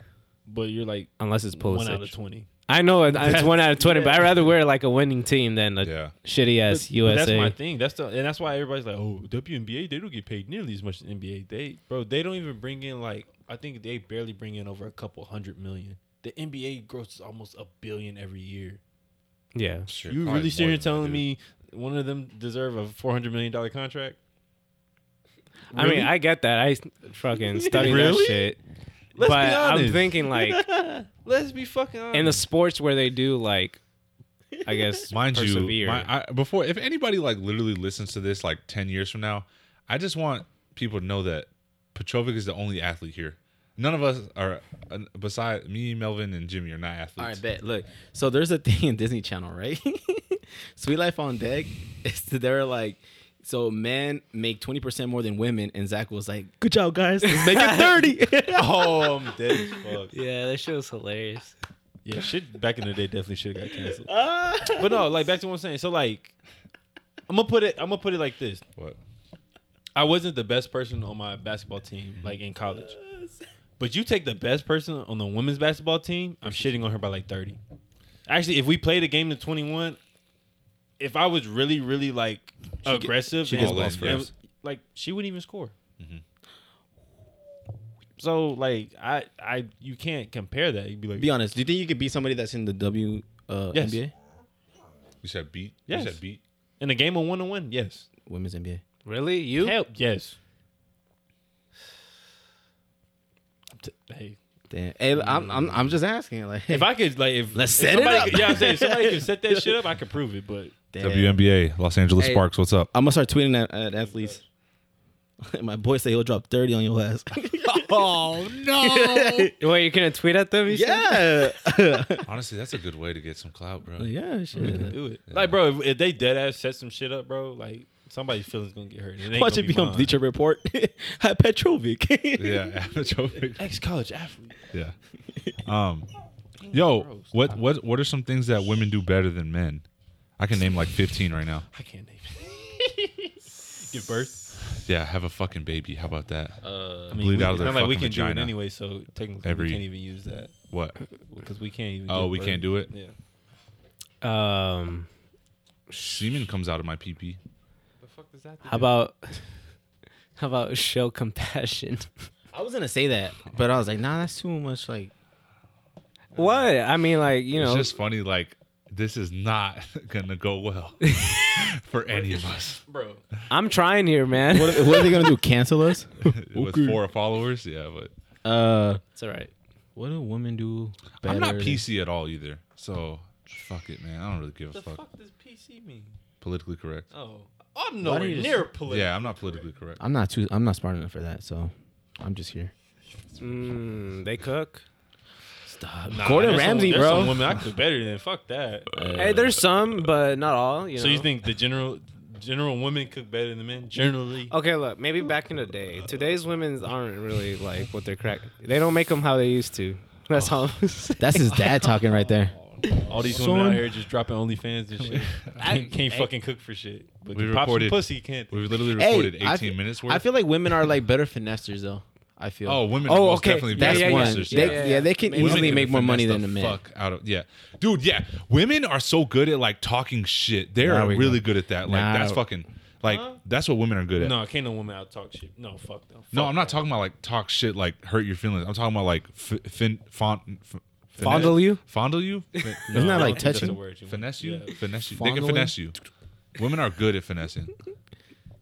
S4: but you're like
S3: unless it's
S4: one out of
S3: Pulisic.
S4: twenty.
S3: I know it- it's one out of twenty, but I'd rather wear like a winning team than a
S1: Yeah.
S3: shitty ass
S4: But- but
S3: USA.
S4: That's my thing. That's the and that's why everybody's like, oh, WNBA they don't get paid nearly as much as NBA. They bro, they don't even bring in like I think they barely bring in over a couple hundred million. The NBA grosses almost a billion every year.
S3: yeah,
S1: Shit,
S4: You
S1: probably
S4: really serious
S1: more
S4: telling
S1: than that,
S4: me one of them deserve a four hundred million dollar contract?
S3: I mean, I get that. I fucking study
S4: Really?
S3: that shit.
S4: Let's
S3: but
S4: be
S3: I'm
S4: honest.
S3: thinking like
S4: Let's be fucking honest.
S3: in the sports where they do like, I guess,
S1: dude. mind
S3: persevere.
S1: you, my, I, before if anybody like literally listens to this like ten years from now, I just want people to know that Petrovic is the only athlete here. None of us are, uh, beside me, Melvin, and Jimmy, are not athletes.
S2: All right, bet. Look, so there's a thing in Disney Channel, right? Sweet Life on Deck. It's they're like, so men make twenty percent more than women, and Zach was like, "Good job, guys. Let's make it 30.
S4: oh, I'm dead as fuck.
S3: yeah, that shit was hilarious.
S4: Yeah, shit back in the day definitely should have got canceled. but no, like back to what I'm saying. So like I'm gonna put it I'm gonna put it like this.
S1: What?
S4: I wasn't the best person on my basketball team, like in college. But you take the best person on the women's basketball team, I'm shitting on her by like 30. Actually, if we played a game to 21, if I was really, really like aggressive,
S1: she
S4: and-
S1: gets balls
S4: and-
S1: first. Mm-hmm.
S4: like she wouldn't even score. So like I, I, you can't compare that. You'd be like,
S2: Be honest. Do you think you could be somebody that's in the W uh,
S4: Yes.
S2: NBA,
S1: You said beat.
S4: Yes.
S1: You said beat.
S4: in a game of one on one, yes,
S2: women's NBA?
S3: Really, you?
S4: help, yes. I'm t- Hey,
S2: Damn. Hey, I'm, I'm I'm just asking. Like,
S4: If I could, like, if
S2: Let's
S4: if
S2: set it
S4: somebody
S2: up.
S4: Could, yeah, I'm saying if somebody could set that shit up. I could prove it, but
S2: damn.
S1: WNBA, Los Angeles
S2: Hey.
S1: Sparks. What's up?
S2: I'm gonna start tweeting at, at athletes. My boy say he'll drop thirty on your ass.
S1: Oh no!
S3: Wait, you're gonna tweet at them? You said?
S2: yeah,
S1: Honestly, that's a good way to get some clout, bro.
S2: yeah, shit.
S4: do it. Like, bro, if, if they dead ass set some shit up, bro, like somebody's feelings gonna get hurt. It ain't
S2: Watch
S4: gonna
S2: it be on
S4: mine.
S2: Bleacher Report. Hi, Petrovic.
S1: Yeah, Petrovic.
S4: ex-college athlete.
S1: Yeah. Um, yo, what what what are some things that women do better than men? I can name like 15 right now.
S4: I can't name it. Give birth.
S1: Yeah, have a fucking baby. How about that?
S4: Uh, I
S1: Bleed
S4: we,
S1: out of
S4: it's
S1: their
S4: not like we
S1: fucking
S4: can do
S1: vagina.
S4: it anyway, so technically
S1: Every-
S4: we can't even use that
S1: What?
S4: because we can't even.
S1: Oh,
S4: give
S1: we
S4: birth.
S1: can't do it.
S4: Yeah.
S3: Um,
S1: Semen comes out of my pee pee.
S4: The fuck does that?
S3: how about how about show compassion?
S2: I was gonna say that, but I was like, nah, that's too much. Like,
S3: what? I mean, like you
S1: It's
S3: know,
S1: just funny. Like this is not gonna go well for any of us.
S4: bro?
S3: I'm trying here, man.
S2: what, what are they gonna do? Cancel us?
S1: With
S2: Okay.
S1: four followers, yeah, but
S2: Uh,
S3: it's all right.
S2: what do women do?
S1: I'm not
S2: better?
S1: PC at all either. So fuck it, man. I don't really give a
S4: The
S1: fuck.
S4: fuck does PC mean?
S1: Politically correct.
S4: Oh, I'm
S2: Why
S4: nowhere
S2: don't you just-
S4: near political.
S1: Yeah, I'm not politically correct.
S2: I'm not too. I'm not smart enough for that. So, I'm just here.
S3: Mm, they cook.
S2: Stop.
S4: Nah,
S2: Gordon
S4: there's some-
S2: Ramsay,
S4: there's Some
S2: bro.
S4: women I could better than. Fuck that.
S3: hey, there's some, but not all. You know.
S4: So you think the general general women cook better than men generally?
S3: Okay, look, maybe back in the day, today's women aren't really like what they're crack. They don't make them how they used to. That's
S1: Oh.
S3: all.
S2: That's his dad talking right there.
S4: All these
S2: Son.
S4: women out here just dropping OnlyFans and shit. can't can't
S3: I-
S4: fucking cook for shit. But
S1: We
S4: we pop some
S1: reported-
S4: pussy can't.
S1: We've literally
S2: Hey,
S1: recorded
S2: I
S1: 18
S2: fe-
S1: minutes worth.
S2: I feel like women are like better finessers though. I feel.
S1: oh, women.
S3: Oh,
S1: are most
S3: okay.
S1: Definitely
S3: Yeah,
S2: that's
S1: best
S3: yeah, yeah.
S2: one.
S1: masters.
S2: They,
S3: Yeah, yeah.
S2: yeah, they can
S3: Women
S2: easily
S1: can
S2: make more
S1: finesse
S2: money
S1: the
S2: than a man.
S1: Fuck out of yeah, dude. Yeah, women are so good at like talking shit. They're
S2: Now we go.
S1: really good at that. Like
S2: Now-
S1: that's fucking like
S4: Huh?
S1: that's what women are good at. No,
S4: No, can't no woman out talk shit. No, fuck them.
S1: I'm not talking about like talk shit like hurt your feelings. I'm talking about like f- fin font. F- finesse-
S3: Fondle you?
S1: fondle you, Fin-
S2: Isn't that like
S4: touch
S2: touching?
S1: finesse you,
S4: Yeah.
S1: finesse you. They
S2: Fondling?
S1: can finesse you. Women are good at finessing.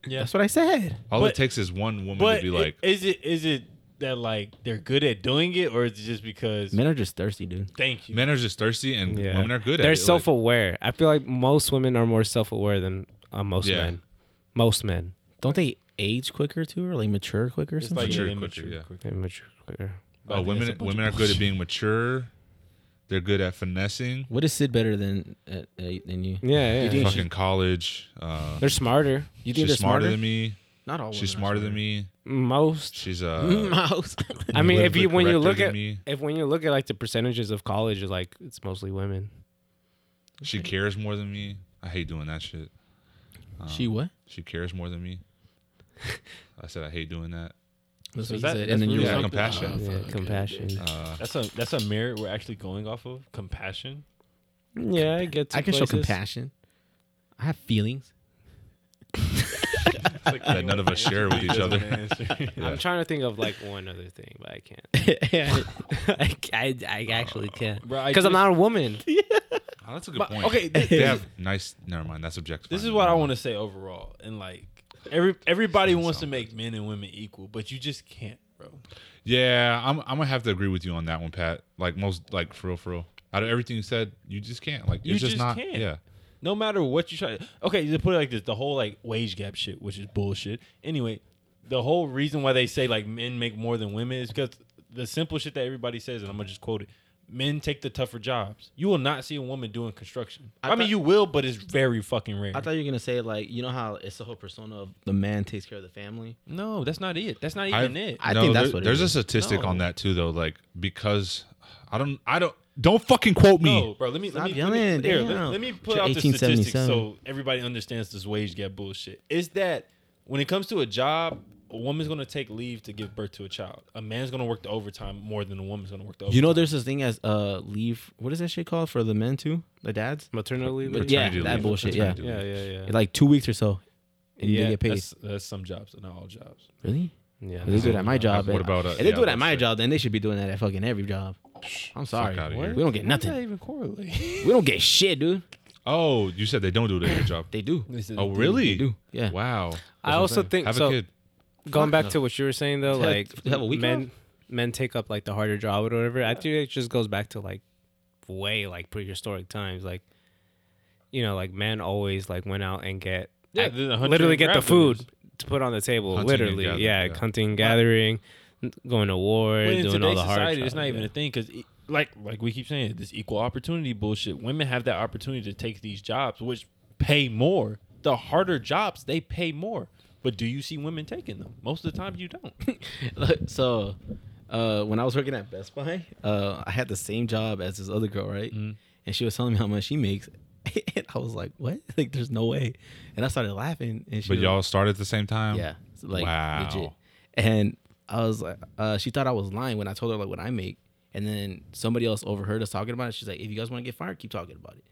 S2: That's what I said.
S1: All it
S4: But-
S1: takes is one woman
S4: But
S1: to be like,
S4: is it is it that like they're good at doing it, or is it just because?
S2: Men are just thirsty, dude.
S4: thank you.
S1: Men are just thirsty and
S3: Yeah.
S1: women are good at
S3: They're
S1: it.
S3: self aware. I feel like most women are more self aware than uh, most
S1: Yeah.
S3: men. Most men.
S2: Don't they age quicker too, or like mature quicker? Or
S4: It's
S2: something?
S4: like
S1: Mature
S4: yeah,
S1: quicker, yeah.
S4: immature quicker.
S3: They're mature quicker.
S4: But I
S1: Like, uh,
S4: think
S1: women
S4: that's a bunch
S1: women are
S4: of
S1: good at
S4: bullshit.
S1: being mature. They're good at finessing.
S2: what is Sid better than at, at- than you?
S3: Yeah, yeah.
S2: think
S1: Fucking college. Uh,
S3: They're smarter.
S2: You
S1: she's
S2: think they're
S1: smarter,
S2: smarter? Oh,
S1: than me.
S2: Not Mm-hmm. all.
S1: She's smarter than me.
S3: Most.
S1: She's uh.
S2: Mouse.
S3: I mean, if
S1: politically
S3: you when you
S1: correcter
S3: look
S1: than
S3: at
S1: me.
S3: if when you look at like the percentages of college, it's like it's mostly women.
S1: She cares more than me. I hate doing that shit. Uh,
S2: she what?
S1: she cares more than me. I said I hate doing that.
S2: That's
S4: So is
S2: what he
S4: that-
S2: said.
S4: that's
S2: And then
S4: what
S2: you
S4: you
S2: were
S1: like
S2: like,
S1: compassion.
S2: "Oh,
S3: yeah,
S2: fuck,
S3: compassion.
S1: Uh,
S4: That's a that's a mirror we're actually going off of compassion.
S3: yeah, I get. To
S2: I can show
S3: places.
S2: compassion. I have feelings.
S4: It's like
S1: That none of us share with each other.
S3: I'm trying to think of like one other thing, but I can't. I, I, I actually can't
S4: Bro, I
S3: because I'm
S4: just-
S3: not a woman.
S1: oh, that's a good
S4: But-
S1: point.
S4: okay,
S1: they have nice. Never mind. That's objective.
S4: This is what I want to say overall, and like every everybody wants to make men and women equal, but you just can't, bro.
S1: Yeah, I'm. I'm gonna have to agree with you on that one, Pat. Like most, like for real, for real. Out of everything you said, you just can't. Like
S4: You
S1: it's just,
S4: just
S1: not.
S4: can't.
S1: Yeah.
S4: No matter what you try. Okay, to put it like this, the whole like wage gap shit, which is bullshit. Anyway, the whole reason why they say like men make more than women is because the simple shit that everybody says, and I'm gonna just quote it: men take the tougher jobs. You will not see a woman doing construction. I,
S2: I
S4: mean,
S2: thought-
S4: you will, but it's very fucking rare.
S2: I thought you were gonna say like you know how it's the whole persona of the man takes care of the family.
S4: no, that's not it. That's not
S1: I-
S4: even it.
S2: I think that's
S1: there-
S2: what it
S1: there's a
S2: is.
S1: statistic
S4: No.
S1: on that too, though. Like because I don't, I don't, don't fucking quote me.
S4: No, Oh, bro. Let me
S2: Stop
S4: let me,
S2: yelling,
S4: Let me, here, let,
S2: damn.
S4: let me
S2: It's
S4: put
S2: your
S4: out the statistics
S2: 1877.
S4: so everybody understands this wage gap bullshit. Is that when it comes to a job, a woman's gonna take leave to give birth to a child. A man's gonna work the overtime more than a woman's gonna work the overtime.
S2: You know, there's this thing as uh leave. What is that shit called for the men too? The dads?
S3: Maternally leave.
S2: Yeah,
S1: Paternity
S2: that
S1: leave.
S2: bullshit,
S1: Paternity
S3: yeah,
S1: leave.
S3: yeah, yeah.
S2: Like two weeks or so, and
S3: Yeah,
S2: they get paid.
S4: that's, that's some jobs, not all jobs.
S2: Really?
S3: yeah.
S2: If They do it at my job.
S1: What
S2: and-
S1: about, uh,
S2: if they
S1: yeah,
S2: do it at
S1: about
S2: my
S1: shit.
S2: job, then they should be doing that at fucking every job. I'm sorry.
S1: outta here.
S2: We don't get
S4: How does
S2: nothing.
S4: that even correlate?
S2: We don't get shit, dude.
S1: Oh, you said they don't do it at your job.
S2: They do.
S1: oh, really?
S2: They do. Yeah.
S1: Wow.
S3: I also think
S1: Have
S3: so.
S1: a kid.
S3: Going
S2: Fuck
S3: back
S2: no.
S3: to what you were saying though,
S2: Have a-
S3: like
S2: have a week
S3: men
S2: off?
S3: men take up like the harder job or whatever. I think it just goes back to like way like prehistoric times. Like you know, like men always like went out and get
S4: Yeah,
S3: like,
S4: they're the hunter
S3: literally
S4: and
S3: get the
S4: gatherers.
S3: food to put on the table.
S1: Hunting and
S3: literally,
S1: gathering,
S3: yeah,
S1: yeah.
S3: hunting, gathering, n- going to war,
S4: But in
S3: doing all
S4: today's
S3: the hard.
S4: society, it's
S3: jobs,
S4: not even
S3: yeah.
S4: a thing because, like, like we keep saying, this equal opportunity bullshit. Women have that opportunity to take these jobs, which pay more. The harder jobs, they pay more. But do you see women taking them? Most of the time, you don't.
S2: Look, so uh, when I was working at Best Buy, uh, I had the same job as this other girl, right?
S1: Mm-hmm.
S2: And she was telling me how much she makes. and I was like, what? Like, there's no way. And I started laughing. And she
S1: But
S2: was
S1: y'all start at the same time.
S2: like, yeah, it's like
S1: Wow.
S2: legit. And I was like, uh, she thought I was lying when I told her like what I make. And then somebody else overheard us talking about it. She's like, if you guys want to get fired, keep talking about it.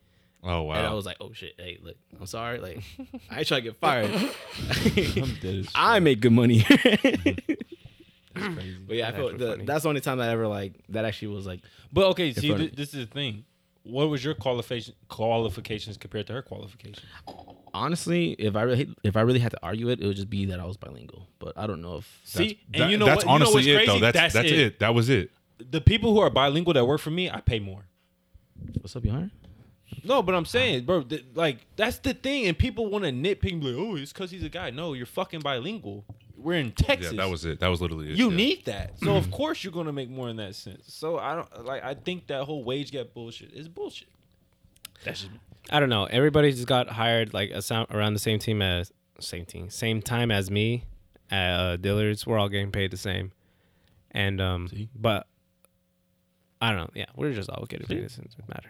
S1: Oh wow.
S2: And I was like, oh shit, hey, look, I'm sorry. Like, I ain't trying to get fired.
S4: I'm dead as
S2: I make good money.
S4: shit, crazy.
S2: But yeah, I
S3: That's
S2: felt
S3: actually
S2: the,
S3: funny.
S2: that's the only time I ever like that actually was like
S4: But okay, see,
S2: front of
S4: th- this is the thing. What was your qualification qualifications compared to her qualifications?
S2: honestly, if I really if I really had to argue it, it would just be that I was bilingual. But I don't know if
S4: See, and
S1: That-
S4: you know
S1: that's
S4: what?
S1: honestly
S4: you know
S1: it
S4: what's crazy?
S1: though. That's that's, it. That was it.
S4: The people who are bilingual that work for me, I pay more.
S2: what's up, Yohar?
S4: No, but I'm saying, bro, th- like that's the thing, and people want to nitpick, like, oh, it's because he's a guy. No, you're fucking bilingual. We're in
S1: Yeah,
S4: Texas.
S1: that was it. That was literally it.
S4: You
S1: yeah.
S4: need that, so of course you're gonna make more in that sense. So I don't like. I think that whole wage gap bullshit is bullshit. That's just me.
S3: I don't know. Everybody just got hired like a sound, around the same team as same team, same time as me at uh, Dillard's. We're all getting paid the same, and um,
S4: See?
S3: but I don't know. Yeah, we're just all getting paid. It doesn't matter.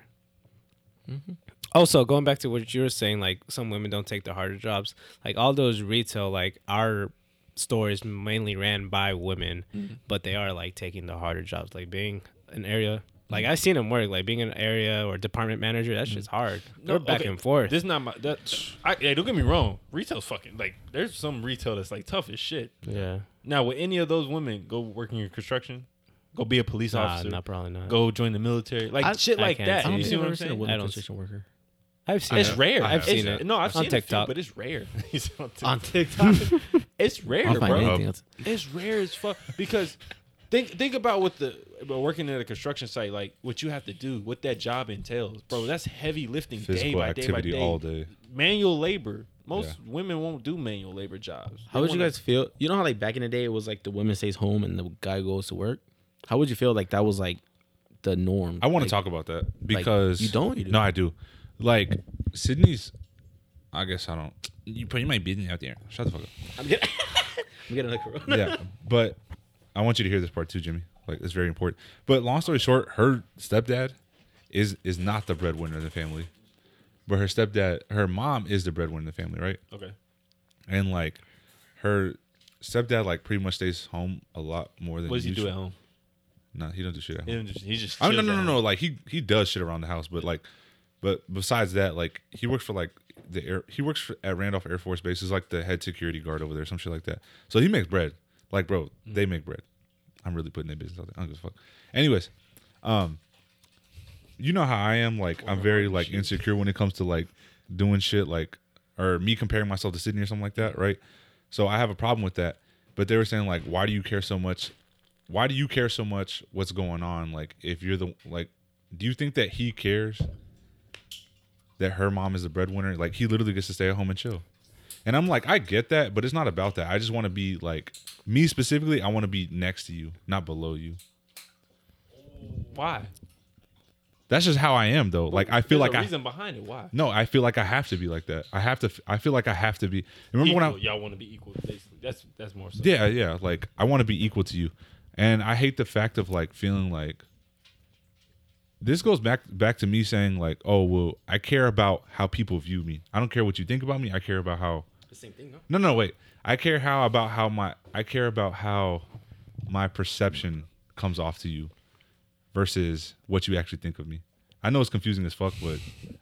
S4: Mm-hmm.
S3: Also, going back to what you were saying, like some women don't take the harder jobs. Like all those retail, like our stores mainly ran by women,
S4: Mm-hmm.
S3: but they are like taking the harder jobs, like being an area. Like I've seen them work, like being an area or department manager. That shit's hard.
S4: Mm-hmm. No,
S3: We're back
S4: okay,
S3: and forth.
S4: This is not my. That, I, hey, don't get me wrong. Retail's fucking like. There's some retail that's like tough as shit.
S3: yeah,
S4: Now, with any of those women, go work in your construction. Go be a police
S3: nah,
S4: officer.
S3: not probably not.
S4: Go join the military. Like
S2: I-
S4: shit
S3: I
S4: like
S3: can't
S4: that.
S3: see
S4: You
S3: it.
S4: see what I'm saying?
S3: woman I don't
S2: construction worker
S3: I've seen
S4: It's
S3: it.
S4: rare.
S3: I've
S4: It's-
S3: seen it.
S4: No, I've
S3: On
S4: seen it, a few,
S3: TikTok.
S4: but it's rare. It's on
S2: on
S4: TikTok.
S2: TikTok.
S4: it's rare,
S2: I'll find
S4: bro.
S2: anything else.
S4: It's rare as fuck because Think think about what the about working at a construction site, like what you have to do, what that job entails, bro. That's heavy lifting day
S1: Physical
S4: by day by
S1: activity
S4: day.
S1: all day.
S4: Manual labor. Most
S1: Yeah.
S4: women won't do manual labor jobs.
S2: How
S4: They
S2: would you
S4: wanna-
S2: guys feel? You know how like back in the day it was like the woman stays home and the guy goes to work. How would you feel like that was like the norm?
S1: I want
S2: Like,
S1: to talk about that because
S2: you don't, you do.
S1: No, I do. Like Sydney's. I guess I don't. You probably might be out there. Shut the fuck up.
S2: I'm getting, I'm getting like corona.
S1: yeah, but I want you to hear this part too, Jimmy. Like it's very important. But long story short, her stepdad is is not the breadwinner in the family, but her stepdad, her mom is the breadwinner in the family, right?
S4: Okay.
S1: And like her stepdad, like pretty much stays home a lot more than
S4: What does he do
S1: usual.
S4: at home?
S1: No, he don't do shit at home.
S4: He don't just, he just
S1: Oh no
S4: chills
S1: no
S4: at
S1: no
S4: home.
S1: no! Like he he does shit around the house, but like, but besides that, like he works for like the air. He works for, at Randolph Air Force Base. He's like the head security guard over there, some shit like that. So he makes bread. Like bro, they make bread. I'm really putting their business out there. I don't give a fuck. Anyways, um, you know how I am. Like I'm very like insecure when it comes to like doing shit like or me comparing myself to Sydney or something like that, right? So I have a problem with that. But they were saying like, why do you care so much why do you care so much what's going on like if you're the like do you think that he cares that her mom is the breadwinner like he literally gets to stay at home and chill and i'm like i get that but it's not about that i just want to be like me specifically i want to be next to you not below you
S4: Why?
S1: that's just how i am though like i feel
S4: There's
S1: like
S4: a
S1: i
S4: reason behind it. Why?
S1: no i feel like i have to be like that i have to f- i feel like i have to be remember when i
S4: Equal. y'all want to be equal? Basically, that's that's more so.
S1: Yeah, yeah. Like I want to be equal to you, and I hate the fact of like feeling like. This goes back back to me saying like, oh well, I care about how people view me. I don't care what you think about me. I care about how.
S2: The same thing, no?
S1: No, no, wait. I care how about how my I care about how my perception comes off to you versus what you actually think of me. I know it's confusing as fuck, but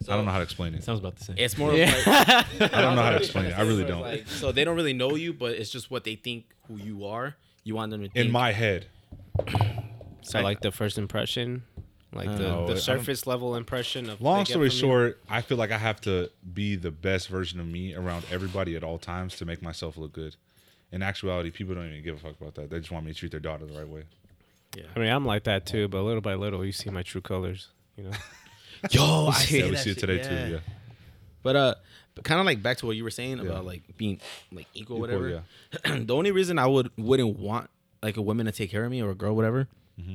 S1: I don't know how to explain it.
S4: sounds about the same.
S2: It's more of like
S1: I don't know how to explain it. I really
S2: It's
S1: don't.
S2: like- so they don't really know you, but it's just what they think who you are. You want them to think
S1: In my head,
S3: So like the first impression, like the,
S1: know. I
S3: the
S1: don't-
S3: surface level impression of.
S1: Long
S3: they get
S1: story
S3: from you?
S1: short, I feel like I have to be the best version of me around everybody at all times to make myself look good. In actuality, people don't even give a fuck about that. They just want me to treat their daughter the right way.
S3: I mean, I'm like that too, but little by little, you see my true colors. You know,
S2: yo, I say
S1: Yeah, we
S2: that
S1: see it
S2: shit,
S1: today
S2: yeah.
S1: too. Yeah,
S2: But uh, but kind of like back to what you were saying about like being like equal, whatever. the only reason I would wouldn't want like a woman to take care of me or a girl, whatever,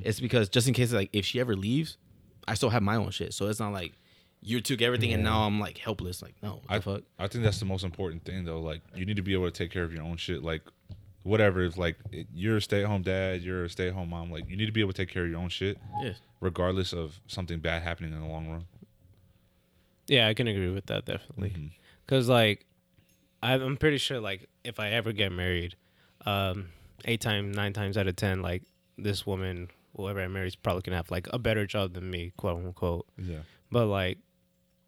S2: it's because just in case like if she ever leaves, I still have my own shit. So it's not like you took everything and now I'm like helpless. Like no, what the
S1: I
S2: fuck.
S1: I think that's the most important thing though. Like you need to be able to take care of your own shit. Like whatever. If like it- you're a stay at home dad, you're a stay at home mom. Like you need to be able to take care of your own shit,
S2: Yeah.
S1: regardless of something bad happening in the long run.
S3: yeah, I can agree with that definitely, because like, I- I'm pretty sure like if I ever get married, um, eight times, nine times out of ten, like this woman, whoever I marry, is probably gonna have like a better job than me, quote unquote.
S1: Yeah.
S3: But like,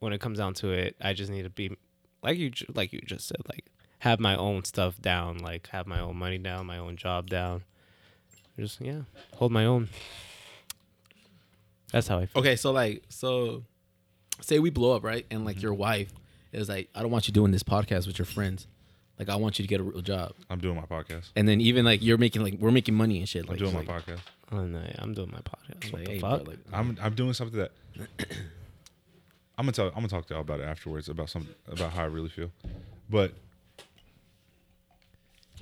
S3: when it comes down to it, I just need to be like you, ju- like you just said, like have my own stuff down, like have my own money down, my own job down. Just yeah, hold my own. That's how I feel.
S2: Okay, so like so, say we blow up, right? And like your wife is like, I don't want you doing this podcast with your friends. Like I want you to get a real job.
S1: I'm doing my podcast.
S2: And then even like you're making like we're making money and shit.
S1: I'm
S2: Like
S1: doing
S2: like,
S1: my podcast.
S3: Oh, no, I'm doing my podcast. What
S2: like,
S3: the
S2: hey, bro,
S3: fuck?
S2: like,
S1: I'm I'm doing something that I'm gonna tell I'm gonna talk to y'all about it afterwards about some about how I really feel, but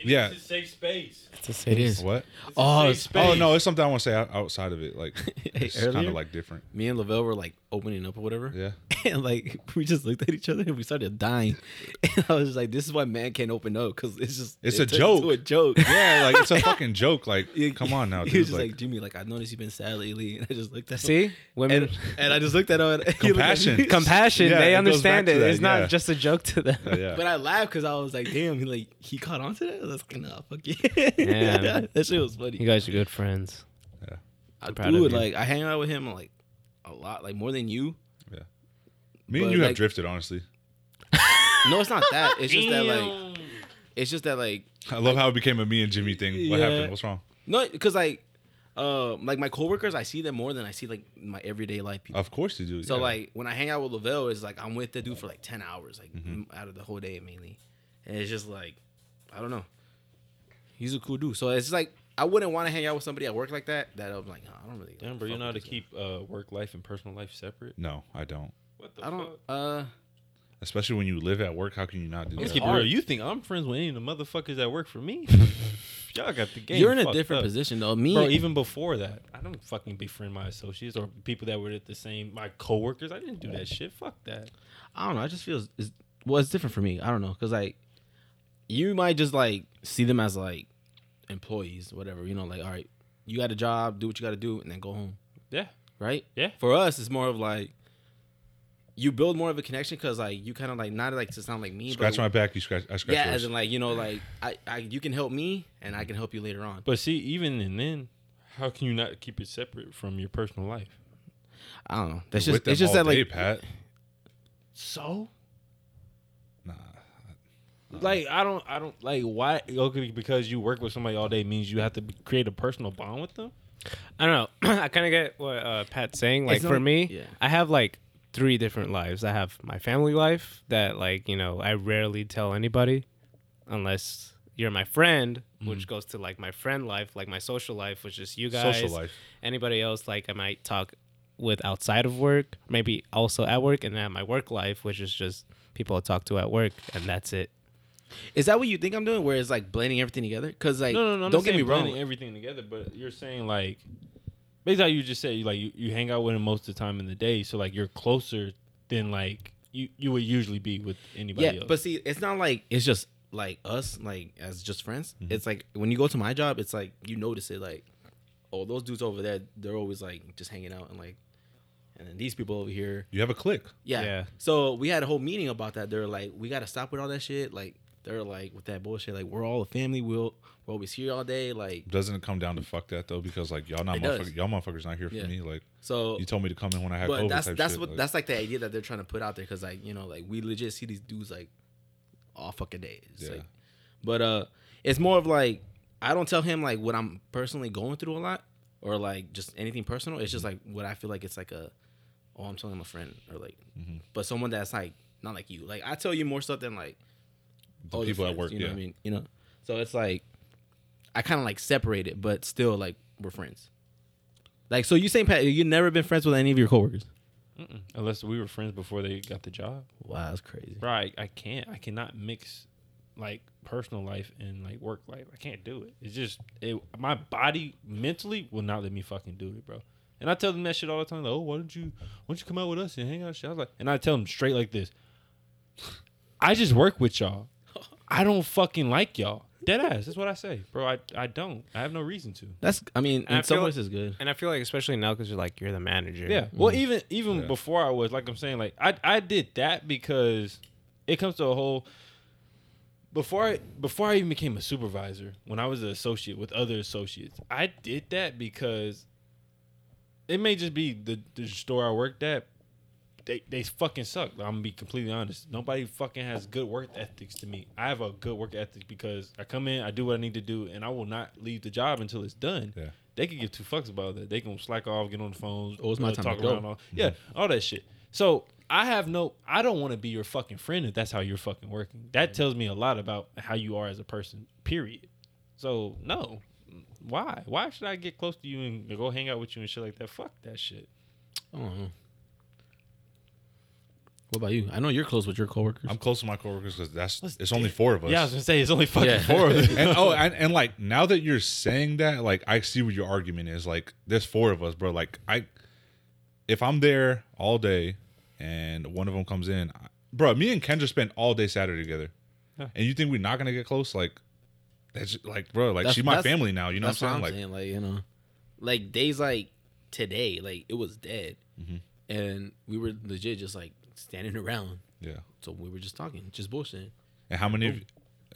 S1: yeah.
S4: It's a safe space.
S2: it is.
S1: What?
S2: Oh,
S4: Safe
S2: it's-
S4: space.
S1: Oh no, it's something I want to say out- outside of it. Like it's kind
S2: earlier?
S1: of like different.
S2: me and Lavelle were like opening up or whatever.
S1: Yeah.
S2: And like we just looked at each other and we started dying. And I was just like, this is why man can't open up because it's just
S1: It's
S2: it
S1: a
S2: turns
S1: joke.
S2: into a joke.
S1: Yeah, like it's a fucking joke. Like come on now,
S2: He
S1: dude.
S2: was just like,
S1: Like,
S2: Jimmy, like I noticed you've been sad lately, and I just looked at him.
S3: See, women,
S2: and, and I just looked at him. And he looked at
S1: Compassion.
S2: me.
S3: compassion.
S1: Yeah,
S3: they
S1: it goes
S3: understand
S1: back
S3: it.
S1: to that,
S3: It's
S1: yeah.
S3: not just a joke to them.
S1: uh, yeah.
S2: But I laughed because I was like, damn, he like he caught on to that. I was like, nah, fuck yeah.
S3: Damn.
S2: that shit was funny.
S3: You guys are good friends.
S2: I,
S3: proud
S2: dude,
S3: of you.
S2: like I hang out with him like a lot, like more than you.
S1: Me and
S2: but,
S1: you have
S2: like-
S1: drifted, honestly.
S2: No, it's not that. It's just that like it's just that like
S1: I love how it became a me and Jimmy thing. What
S2: Yeah.
S1: happened? What's wrong?
S2: No, because like, um, like my coworkers, I see them more than I see like my everyday life people.
S1: Of course you
S4: Oh,
S1: do.
S2: so
S1: yeah.
S2: like when I hang out with Lavelle, it's like I'm with the dude for like ten hours, like
S4: Mm-hmm.
S2: m out of the whole day mainly, and it's just like, I don't know, he's a cool dude. So it's like I wouldn't want to hang out with somebody at work like that. That I'm like, no, I don't really.
S4: Damn, bro, you
S2: fuck
S4: know how to
S2: with this
S4: keep uh, work life and personal life separate?
S1: No, I don't.
S4: What
S2: guy. I don't. Uh,
S1: Especially when you live at work, how can you not do
S4: Let's
S1: that?
S4: keep it real. You think I'm friends with any of the motherfuckers that work for me? Y'all got the game.
S2: you're in a
S4: fucked
S2: different
S4: up.
S2: position though. Me,
S4: Bro, even before that, I don't fucking befriend my associates or people that were at the same my coworkers. I didn't do that shit. Fuck that.
S2: I don't know. I just feel it's, well, it's different for me. I don't know because like you might just like see them as like employees, whatever. You know, like all right, you got a job, do what you got to do, and then go home.
S4: Yeah.
S2: Right.
S4: Yeah.
S2: For us, it's more of like you build more of a connection because like you kind of like not like to sound like me,
S1: Scratch my
S2: but
S1: back, you scratch. I scratch
S2: yeah,
S1: yours.
S2: as in like you know like I, I you can help me and I can help you later on.
S4: But see, even and then, how can you not keep it separate from your personal life?
S2: I don't know. That's
S1: With
S2: just
S1: them
S2: it's just
S1: all
S2: that like
S1: day, Pat.
S4: So?
S1: Nah,
S4: Like I don't I don't like why okay, because you work with somebody all day means you have to be- create a personal bond with them?
S3: I don't know. I kind of get what uh, Pat's saying. Like
S2: It's
S3: for
S2: not-
S3: me,
S2: yeah.
S3: I have like three different lives. I have my family life that like you know I rarely tell anybody, unless you're my friend, which goes to like my friend life, like my social life, which is you guys.
S1: Social life.
S3: Anybody else like I might talk with outside of work, maybe also at work, and then I have my work life, which is just people I talk to at work, and that's it.
S2: is that what you think I'm doing? Where it's like blending everything together? Because like
S4: No, no, no. I'm
S2: don't get me wrong.
S4: Everything together, but you're saying like, basically how you just said, you like you, you hang out with him most of the time in the day, so like you're closer than like you you would usually be with anybody
S2: yeah,
S4: else.
S2: but see, it's not like it's just like us, like as just friends. It's like when you go to my job, it's like you notice it, like oh, those dudes over there, they're always like just hanging out and like, and then these people over here,
S1: you have a click.
S2: yeah.
S3: Yeah.
S2: So we had a whole meeting about that. They're like, we gotta stop with all that shit. Like they're like with that bullshit. Like we're all a family. We'll we're always here all day. Like
S1: Doesn't it come down to fuck that though? Because like y'all not
S2: It does.
S1: motherfuckers, y'all motherfuckers not here for
S2: Yeah.
S1: me. Like
S2: so.
S1: you told me to come in when I had
S2: but
S1: COVID.
S2: that's
S1: type
S2: that's
S1: shit,
S2: what
S1: like-
S2: that's like the idea that they're trying to put out there because like you know like we legit see these dudes like all fucking days It's
S1: Yeah.
S2: like but uh it's more of like i don't tell him like what i'm personally going through a lot or like just anything personal it's just like what i feel like it's like a oh i'm telling my friend or like
S1: Mm-hmm.
S2: but someone that's like not like you like i tell you more stuff than like
S1: The
S2: older
S1: people at work,
S2: you know
S1: yeah.
S2: what i mean you know so it's like i kind of like separate it but still like we're friends like so you saying pat you never been friends with any of your coworkers
S4: Mm-mm. unless we were friends before they got the job,
S2: Wow, that's crazy.
S4: bro. I, I can't. I cannot mix like personal life and like work life. I can't do it. It's just it, my body mentally will not let me fucking do it, bro. And I tell them that shit all the time. Like, oh, why don't you why don't you come out with us and hang out? Shit, I was like, and I tell them straight like this. I just work with y'all. I don't fucking like y'all. Dead ass. That's what I say, bro. I, I don't. I have no reason to.
S2: That's I mean,
S3: I
S2: in some
S3: feel-
S2: ways it's good.
S3: And I feel like especially now because you're like you're the manager.
S4: Yeah. Well, even even
S1: Yeah.
S4: before I was like I'm saying, like I I did that because it comes to a whole. Before I before I even became a supervisor, when I was an associate with other associates, I did that because it may just be the, the store I worked at. They, they fucking suck. I'm gonna be completely honest. Nobody fucking has good work ethics to me. I have a good work ethic because I come in, I do what I need to do, and I will not leave the job until it's done
S1: Yeah.
S4: they could give two fucks about that. They can slack off, get on the phones,
S2: Oh, it's my
S4: uh,
S2: time
S4: talk
S2: to go. Mm-hmm.
S4: around, all, yeah, all that shit. So I have no, I don't want to be your fucking friend if that's how you're fucking working. That tells me a lot about how you are as a person. Period. So no, why? Why should I get close to you and go hang out with you and shit like that? Fuck that shit.
S2: I don't know. What about you? I know you're close with your coworkers.
S1: I'm close to my coworkers because that's it's only four of us.
S4: Yeah, I was gonna say it's only fucking
S2: Yeah.
S4: four of them.
S1: and oh, and, and like now that you're saying that, like I see what your argument is. Like there's four of us, bro. Like I, if I'm there all day, and one of them comes in, I, bro, me and Kendra spent all day Saturday together,
S4: Yeah.
S1: and you think we're not gonna get close? Like that's like, bro, like
S2: That's-
S1: she's my
S2: that's-
S1: family now. You know what I'm saying? like
S2: like you know, like days like today, like it was dead,
S1: Mm-hmm.
S2: and we were legit just like standing around.
S1: yeah.
S2: So we were just talking, just bullshitting.
S1: And how many of,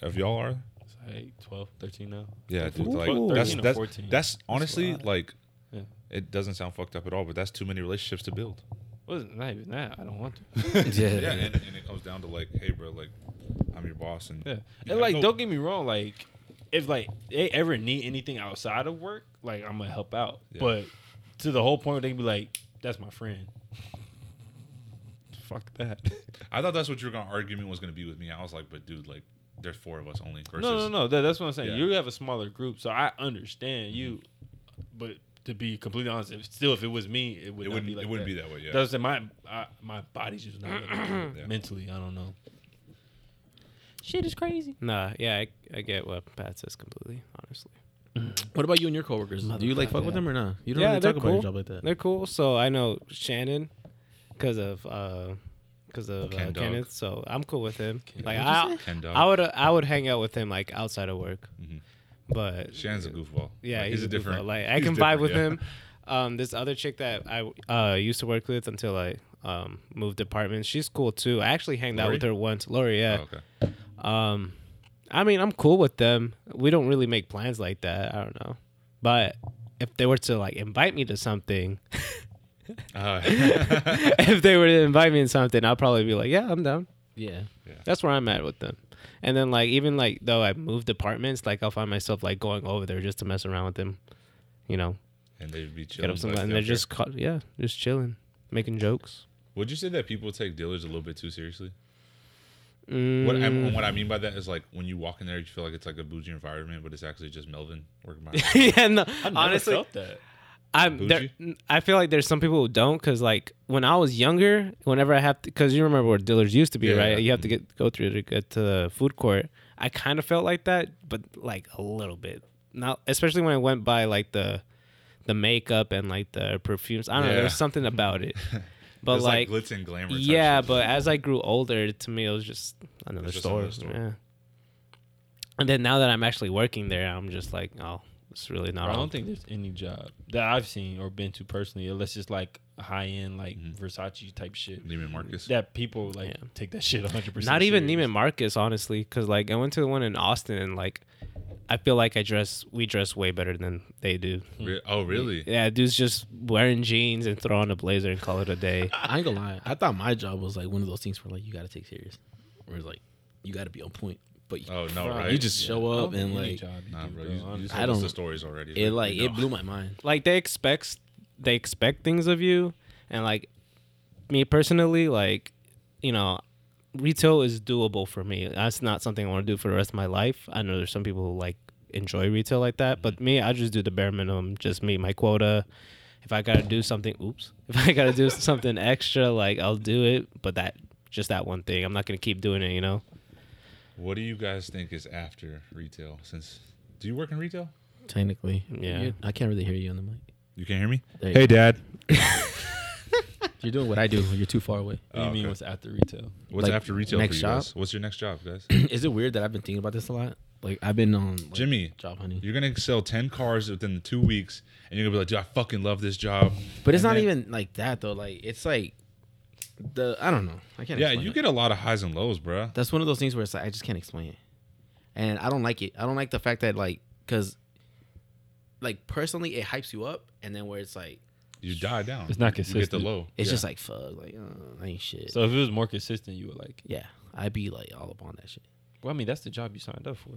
S1: of y'all are?
S4: It's like 12, 13 now.
S1: Yeah, dude.
S4: Ooh.
S1: Like
S4: Fuck,
S1: that's
S4: 13 or
S1: that's
S4: 14.
S1: that's honestly
S4: lot.
S1: like.
S4: Yeah.
S1: It doesn't sound fucked up at all, but that's too many relationships to build.
S4: Wasn't not even that. I don't want to.
S1: Yeah, and, and it comes down to like, hey, bro, like, I'm your boss, and
S4: Yeah.
S1: You
S4: And
S1: have
S4: like,
S1: no-
S4: don't get me wrong, like if like they ever need anything outside of work, like I'm gonna help out.
S1: Yeah.
S4: But to the whole point where they can be like, that's my friend. Fuck that.
S1: I thought that's what you were gonna argument was gonna be with me. I was like, but dude, like, there's four of us only. Versus,
S4: No, no, no. That, that's what I'm saying.
S1: Yeah.
S4: You have a smaller group, so I understand you. But to be completely honest, if, still, if it was me, it
S1: Mm-hmm. It
S4: would not
S1: wouldn't.
S4: be like
S1: it wouldn't be that way. Yeah.
S4: That's my I, my body's just not gonna do
S1: Yeah.
S4: it. mentally. I don't know.
S3: Nah, yeah, I, I get what Pat says completely, honestly.
S2: What about you and your coworkers? Do you like fuck with them or not? You don't
S3: Yeah,
S2: really
S3: they're
S2: talk about your
S3: cool.
S2: job like that.
S3: They're cool. So I know Shannon because of uh because of
S1: Ken
S3: uh,
S1: Dog.
S3: Kenneth. So I'm cool with him. Like
S1: What'd
S3: I,
S1: Ken Dog.
S3: I would uh, I would hang out with him like outside of work,
S1: Mhm.
S3: but
S1: Shannon's a goofball.
S3: yeah,
S1: Like,
S3: he's, a different. Like I
S1: he's
S3: can
S1: different,
S3: vibe with
S1: yeah.
S3: him. Um, this other chick that I uh, used to work with until I um, moved department, she's cool too. I actually hanged out
S1: Lori?
S3: with her once, Lori.
S1: Oh,
S3: Yeah.
S1: okay.
S3: Um, I mean, I'm cool with them. We don't really make plans like that. I don't know, but if they were to like invite me to something,
S1: Uh,
S3: if they were to invite me to something, I'll probably be like, yeah, I'm down.
S2: Yeah.
S3: That's where I'm at with them. And then like even like though I moved departments, like I'll find myself like going over there just to mess around with them. You know,
S1: and they'd be
S3: get
S1: chilling.
S3: up some
S1: like,
S3: and they're
S1: out there.
S3: just caught, yeah, just chilling, making jokes.
S1: Would you say that people take dealers a little bit too seriously?
S3: Mm,
S1: What I, and what I mean by that is like when you walk in there, you feel like it's like a bougie environment, but it's actually just Melvin working behind. the counter.
S3: yeah, no.
S4: never
S3: Honestly,
S4: felt that.
S3: I'm there, I feel like there's some people who don't because like when I was younger, whenever I have to, because you remember where dealers used to be,
S1: Yeah,
S3: right?
S1: yeah. Mm-hmm.
S3: You have to get go through to get to the food court. I kind of felt like that, but like a little bit. Now, especially when I went by like the the makeup and like the perfumes. I don't know.
S1: Yeah.
S3: There's something about it, but
S1: It's
S3: like,
S1: glitz and glamour. type
S3: yeah.
S1: shit.
S3: But as I grew older, to me it was just another
S1: It's just
S3: store.
S1: another store.
S3: Yeah. And then now that I'm actually working there, I'm just like, oh, it's really not.
S4: I
S3: all-
S4: don't think there's any job that I've seen or been to personally, unless it's like high end, like
S1: Mhm.
S4: Versace type shit.
S1: Neiman Marcus.
S4: That people like
S3: Yeah.
S4: take that shit 100. percent
S3: Not even Neiman Marcus, honestly, because like I went to the one in Austin and like I feel like I dress we dress way better than they do.
S1: Re- oh, really?
S3: Yeah, dudes just wearing jeans and throw on a blazer and call it a day.
S2: I ain't gonna lie. I thought my job was like one of those things where like you gotta take serious, where it's like you gotta be on point, but you,
S1: Oh no, right?
S2: you just show up and like
S1: nah, bro. You, you
S2: I
S1: I don't. The
S2: don't-
S1: stories already.
S2: it like
S1: you
S2: it
S1: know.
S2: blew my mind.
S3: like they expect they expect things of you, and like me personally, like you know, retail is doable for me. That's not something I want to do for the rest of my life. I know there's some people who like enjoy retail like that, but me, I just do the bare minimum, just meet my quota. If I gotta do something, oops. If I gotta do something extra, like I'll do it. But that just that one thing, I'm not gonna keep doing it. You know,
S1: What do you guys think is after retail? Since do you work in retail?
S2: Technically,
S3: Yeah.
S2: You- I can't really hear you on the mic.
S1: You can't hear me.
S2: There you go.
S1: Dad.
S2: You're doing what I do. You're too far away.
S4: What do you
S1: Oh,
S4: mean
S1: okay.
S4: what's after retail?
S1: What's
S2: Like,
S1: after retail
S2: next
S1: for you
S2: job?
S1: guys? What's your next job, guys?
S2: Is it weird that I've been thinking about this a lot? Like I've been on like,
S1: Jimmy,
S2: job hunting.
S1: you're gonna sell ten cars within the two weeks, and you're gonna be like, "Dude, I fucking love this job."
S2: But it's
S1: And
S2: not
S1: then-
S2: even like that though. Like it's like the I don't know. I can't.
S1: Yeah,
S2: explain
S1: you
S2: it.
S1: get a lot of highs and lows, bruh.
S2: That's one of those things where it's like I just can't explain it, and I don't like it. I don't like the fact that like because like personally it hypes you up, and then where it's like
S1: You die down.
S4: It's not
S1: You get the
S4: consistent.
S1: low.
S2: it's
S1: Yeah.
S2: just like fuck, like uh, I ain't shit.
S4: So if it was more consistent, you would like. it.
S2: yeah, I'd be like all up on that shit.
S4: Well, I mean that's the job you signed up for.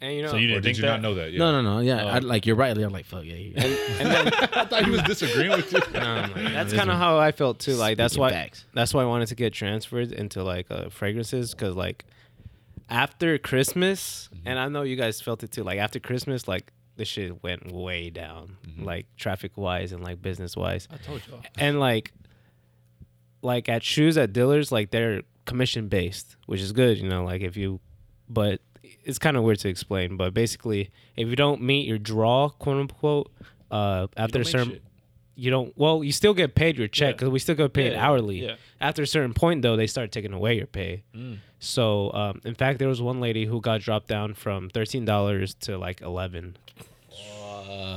S3: and you know,
S4: So you
S1: Or
S4: didn't
S1: did
S4: think
S1: you
S4: that?
S1: not know that? Yeah.
S2: No, no, no. Yeah,
S4: Oh.
S2: I, like you're right. I'm like fuck yeah. You're,
S1: I thought he was disagreeing with you.
S3: that's kind of how I felt too. Like that's
S2: Speaking
S3: why
S2: facts.
S3: that's why I wanted to get transferred into like uh, fragrances because like after Christmas,
S4: Mm-hmm.
S3: and I know you guys felt it too. Like after Christmas, like this shit went way down, like traffic wise and like business wise,
S4: Mm-hmm. I told y'all.
S3: and like like at shoes at dealers, like they're commission based, which is good, you know. Like if you, but it's kind of weird to explain. But basically, if you don't meet your draw, quote unquote, uh, after a
S4: make
S3: certain
S4: shit.
S3: you don't well you still get paid your check
S4: Yeah.
S3: because we still get paid
S4: Yeah,
S3: hourly
S4: yeah. Mm.
S3: after a certain point though they start taking away your pay so um, in fact there was one lady who got dropped down from $13 to like 11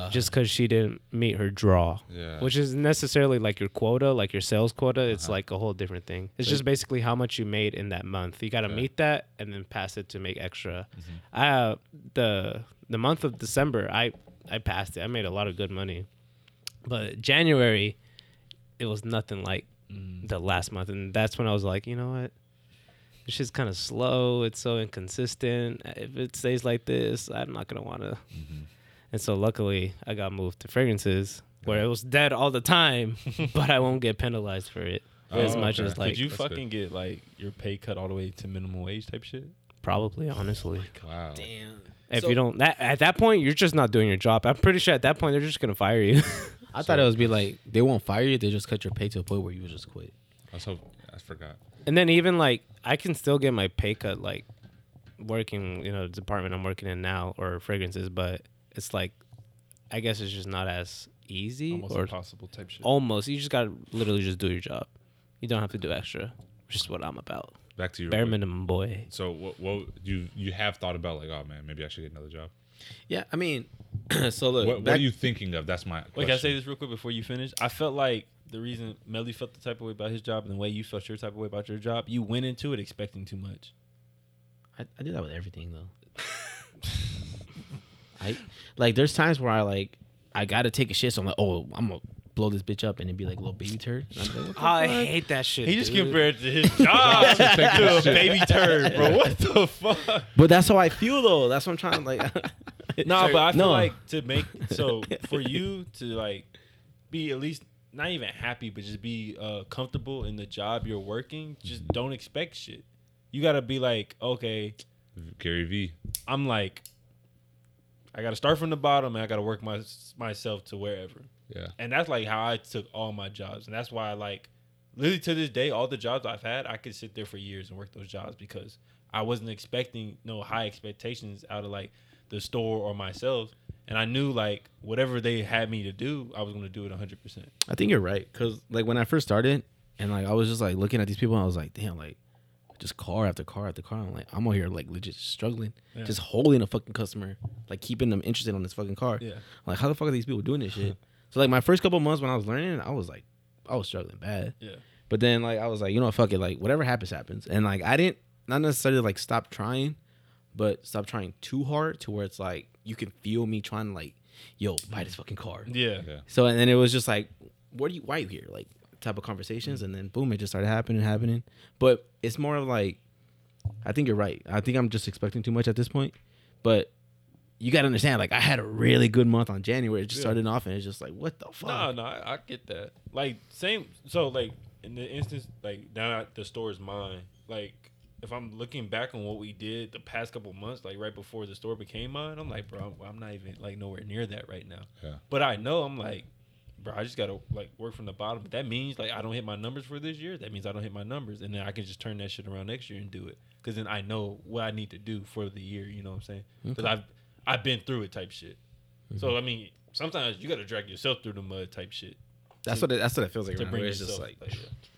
S3: just because she didn't meet her draw
S1: Yeah.
S3: which is necessarily like your quota like your sales quota it's like a whole different thing it's just basically how much you made in that month you got to meet that and then pass it to make extra I, uh, the the month of december i i passed it i made a lot of good money but January, it was nothing like the last month, and that's when I was like, you know what, this shit's kind of slow. It's so inconsistent. If it stays like this, I'm not gonna wanna. And so luckily, I got moved to fragrances where it was dead all the time, but I won't get penalized for it. as
S1: Oh,
S3: much
S1: okay.
S3: as like
S4: Could you
S1: That's
S4: fucking get like your pay cut all the way to minimum wage type shit?
S3: probably honestly.
S1: Wow.
S2: Damn.
S3: If
S2: So-
S3: you don't that at that point you're just not doing your job. I'm pretty sure at that point they're just gonna fire you.
S2: I thought it was be like they won't fire you. They just cut your pay to a point where you would just quit.
S1: I was hoping, I forgot.
S3: and then even like I can still get my pay cut like working, you know, the department I'm working in now or fragrances, but it's like I guess it's just not as easy
S4: Almost
S3: or
S4: impossible type shit.
S3: almost. You just gotta literally just do your job. You don't have to do extra, which is what I'm about.
S1: Back to your
S3: Bare minimum, boy.
S1: So what? What you you have thought about? Like, oh man, maybe I should get another job.
S2: Yeah, I mean, so look.
S1: What, what
S2: back-
S1: are you thinking of? That's my.
S4: Wait, can I say
S1: question.
S4: this real quick before you finish? I felt like the reason Melly felt the type of way about his job and the way you felt your type of way about your job, you went into it expecting too much.
S2: I, I do that with everything though. I like there's times where I like I gotta take a shit, so I'm like, oh, I'm gonna blow this bitch up and it'd be like little baby turd. And I'm like, what the
S3: I
S2: fuck?
S3: hate that shit.
S4: He just
S3: dude.
S4: compared to his job to a
S1: shit.
S4: baby turd, bro. What the fuck?
S2: But that's how I feel though. That's what I'm trying to like.
S4: No, but I feel
S2: No.
S4: like to make so for you to like be at least not even happy, but just be uh, comfortable in the job you're working. Just don't expect shit. You gotta be like, okay,
S1: Gary V.
S4: I'm like, I gotta start from the bottom and I gotta work my myself to wherever.
S1: Yeah.
S4: And that's like how I took all my jobs, and that's why I like literally to this day, all the jobs I've had, I could sit there for years and work those jobs because I wasn't expecting no high expectations out of like the store or myself. And I knew like whatever they had me to do, I was gonna do it 100. percent
S2: I think you're right because like when I first started and like I was just like looking at these people, and I was like, damn, like just car after car after car. I'm like, I'm out here like legit struggling,
S4: Yeah.
S2: just holding a fucking customer, like keeping them interested on this fucking car.
S4: Yeah.
S2: Like, how the fuck are these people doing this shit? so like my first couple months when I was learning, I was like, I was struggling bad.
S4: Yeah.
S2: But then like I was like, you know, what, fuck it, like whatever happens, happens. And like I didn't not necessarily like stop trying, but stop trying too hard to where it's like you can feel me trying to like, yo, buy this fucking car.
S4: Yeah.
S1: Yeah.
S2: So and then it was just like, what are you? Why are you here? Like type of conversations, and then boom, it just started happening, happening. But it's more of like, I think you're right. I think I'm just expecting too much at this point. But you gotta understand, like I had a really good month on January. It just
S4: Yeah.
S2: started off, and it's just like, what the fuck?
S4: No, no, I, I get that. Like same, so like in the instance, like now that the store is mine. Like if I'm looking back on what we did the past couple months, like right before the store became mine, I'm like, bro, I'm, I'm not even like nowhere near that right now.
S1: Yeah.
S4: But I know I'm like, bro, I just gotta like work from the bottom. That means like I don't hit my numbers for this year. That means I don't hit my numbers, and then I can just turn that shit around next year and do it. Cause then I know what I need to do for the year. You know what I'm saying? Cause I've I've been through it type shit. So I mean, sometimes you gotta drag yourself through the mud type shit
S2: that's what it, that's what it feels like.
S4: to
S2: Right now.
S4: bring
S2: It's
S4: yourself.
S2: just like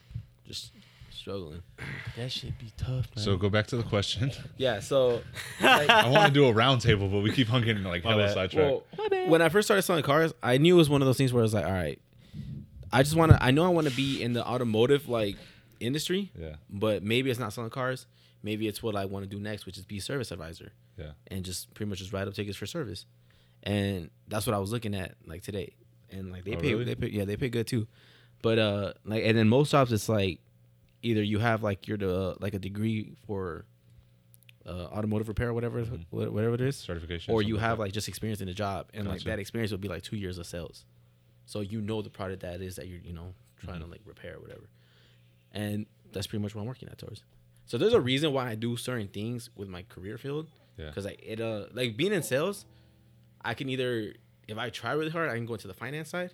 S2: just struggling.
S4: that shit be tough, man.
S1: So go back to the question.
S2: Yeah. So
S1: I want to do a roundtable, but we keep on getting like
S4: My
S1: hella
S4: bad.
S1: sidetracked.
S2: well, when I first started selling cars, I knew it was one of those things where I was like, all right, I just want to. I know I want to be in the automotive like industry.
S1: yeah.
S2: but maybe it's not selling cars. Maybe it's what I want to do next, which is be a service advisor
S1: Yeah.
S2: and just pretty much just write up tickets for service. And that's what I was looking at like today. And like they
S1: Oh,
S2: pay,
S1: really?
S2: they pay, yeah, they pay good too. But uh, like, and then most jobs it's like either you have like you're the like a degree for uh, automotive repair or whatever,
S1: Mm-hmm.
S2: wha- whatever it is,
S1: Certification.
S2: or you
S1: something
S2: have like just experience in the job, and like
S1: Gotcha.
S2: that experience will be like two years of sales, so you know the product that is that you're you know trying
S1: Mm-hmm.
S2: to like repair or whatever, and that's pretty much what I'm working at towards. So there's a reason why I do certain things with my career field,
S1: Yeah.
S2: because like it uh like being in sales, I can either if I try really hard I can go into the finance side,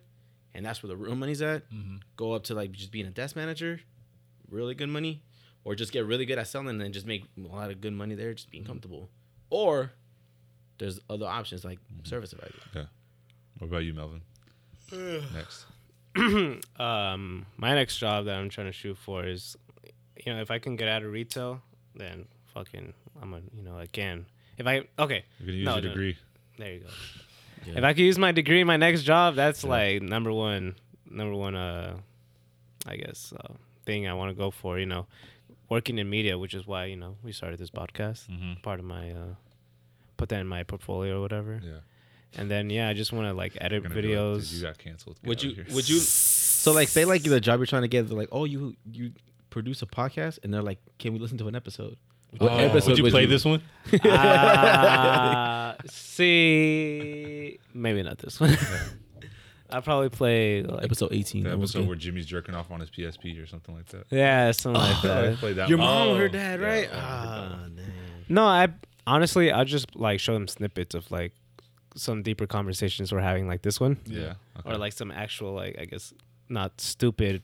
S2: and that's where the real money's at.
S1: Mm-hmm.
S2: Go up to like just being a desk manager, really good money, or just get really good at selling and then just make a lot of good money there, just
S1: Mm-hmm.
S2: being comfortable. Or there's other options like service advisor.
S1: What about you, Melvin? Next.
S3: um my next job that I'm trying to shoot for is you know, if I can get out of retail, then fucking I'm a you know, again. If I okay.
S1: You're gonna use
S3: No,
S1: your
S3: no.
S1: degree.
S3: There you go.
S2: Yeah.
S3: If I could use my degree in my next job, that's like number one, number one, uh, I guess, uh, thing I want to go for. You know, working in media, which is why you know we started this podcast.
S2: Mm-hmm.
S3: Part of my, uh, put that in my portfolio or whatever.
S1: Yeah.
S3: And then yeah, I just want to like edit
S1: Gonna be like, "Dude,
S3: videos.
S1: you got canceled. Get
S2: Would
S1: out
S2: you
S1: of here."
S2: would you so like say like the job you're trying to get they're like oh you you produce a podcast and they're like can we listen to an episode? What
S1: Oh.
S2: episode
S4: Um, Would you play this one?
S3: Ah, see, maybe not this one. I probably play like
S2: episode 18.
S1: The
S2: that was
S1: episode
S2: good.
S1: where Jimmy's jerking off on his PSP or something like that.
S3: yeah something like
S2: Oh,
S1: I
S3: that.
S1: played that.
S2: Your
S1: one.
S2: mom or her
S4: Oh,
S2: dad,
S1: yeah,
S2: right?
S1: I
S2: Ah,
S1: remember
S2: man.
S3: No, I honestly I just like show them snippets of like some deeper conversations we're having like this one
S1: Yeah. okay.
S3: or like some actual like I guess not stupid,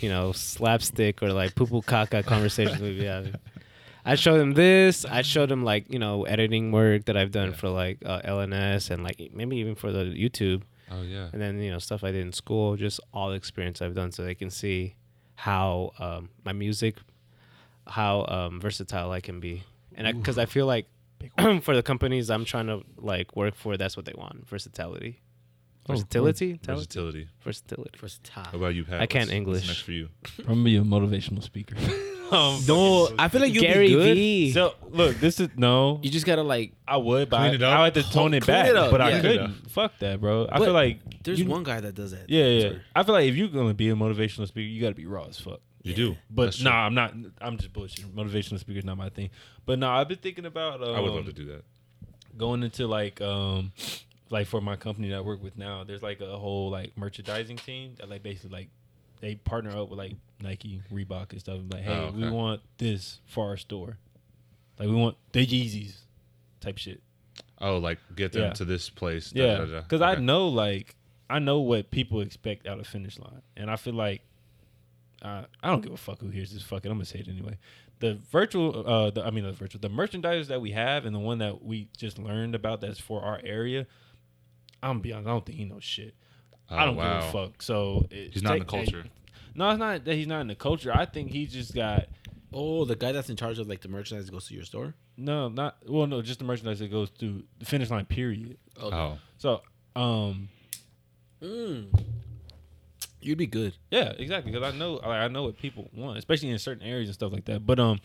S3: you know, slapstick or like poo poo caca conversations we'd be having. I showed them this. I showed them like you know editing work that I've done
S1: Yeah.
S3: for like uh, LNS and like e, maybe even for the YouTube
S1: Oh yeah.
S3: and then you know stuff I did in school, just all the experience I've done, so they can see how um, my music, how um, versatile I can be, and because I, feel like for the companies I'm trying to like work for, that's what they want: versatility, versatility, Tal-
S1: Versatility.
S3: versatility.
S2: First
S1: How
S2: time.
S1: about you, Pat?
S3: I can't
S1: What's- what's
S3: English.
S1: next for you.
S4: I'm gonna be a motivational speaker. um,
S2: No, I feel like you'll
S3: Gary
S2: be good.
S3: V.
S4: so look, this is no.
S2: You just gotta like.
S4: I would, but
S1: Clean
S4: I,
S1: it up.
S4: I would have to tone it
S2: Clean
S4: back.
S2: it up,
S4: but
S2: yeah.
S4: I couldn't. Fuck that, bro. I
S2: But
S4: feel like
S2: There's
S4: you-
S2: one guy that does that.
S4: Yeah, yeah. I feel like if you're gonna be a motivational speaker, you gotta be raw as fuck.
S1: You do.
S4: But
S1: That's
S4: nah, I'm not. I'm just bullshitting. Motivational speaker's not my thing. But nah, I've been thinking about. Um,
S1: true. I would love to do that.
S4: going into like um like for my company that I work with now, there's like a whole like merchandising team that like basically like they partner up with like Nike, Reebok and stuff. Like, hey,
S1: Oh, okay.
S4: we want this for our store. Like we want the Yeezys type shit.
S1: Oh, like get them
S4: Yeah.
S1: to this place. da, da, da.
S4: Yeah, because I
S1: Okay.
S4: know like I know what people expect out of finish line, and I feel like I I don't give a fuck who hears this. Fuck it, I'm gonna say it anyway. The virtual, uh, the, I mean the virtual, the merchandisers that we have, and the one that we just learned about that's for our area. I'm gonna be honest, I don't think he knows shit.
S1: Oh,
S4: I don't
S1: wow.
S4: give a fuck. So it,
S1: He's not in the
S4: take- take-
S1: culture.
S4: no, it's not that he's not in the culture. I think he just got
S2: Oh, the guy that's in charge of like the merchandise that goes to your store.
S4: no, not well, no, just the merchandise that goes through the finish line. Period.
S1: Oh,
S4: So, um,
S2: Mm. You'd be good.
S4: Yeah, exactly. Because I know, like, I know what people want, especially in certain areas and stuff like that. But um,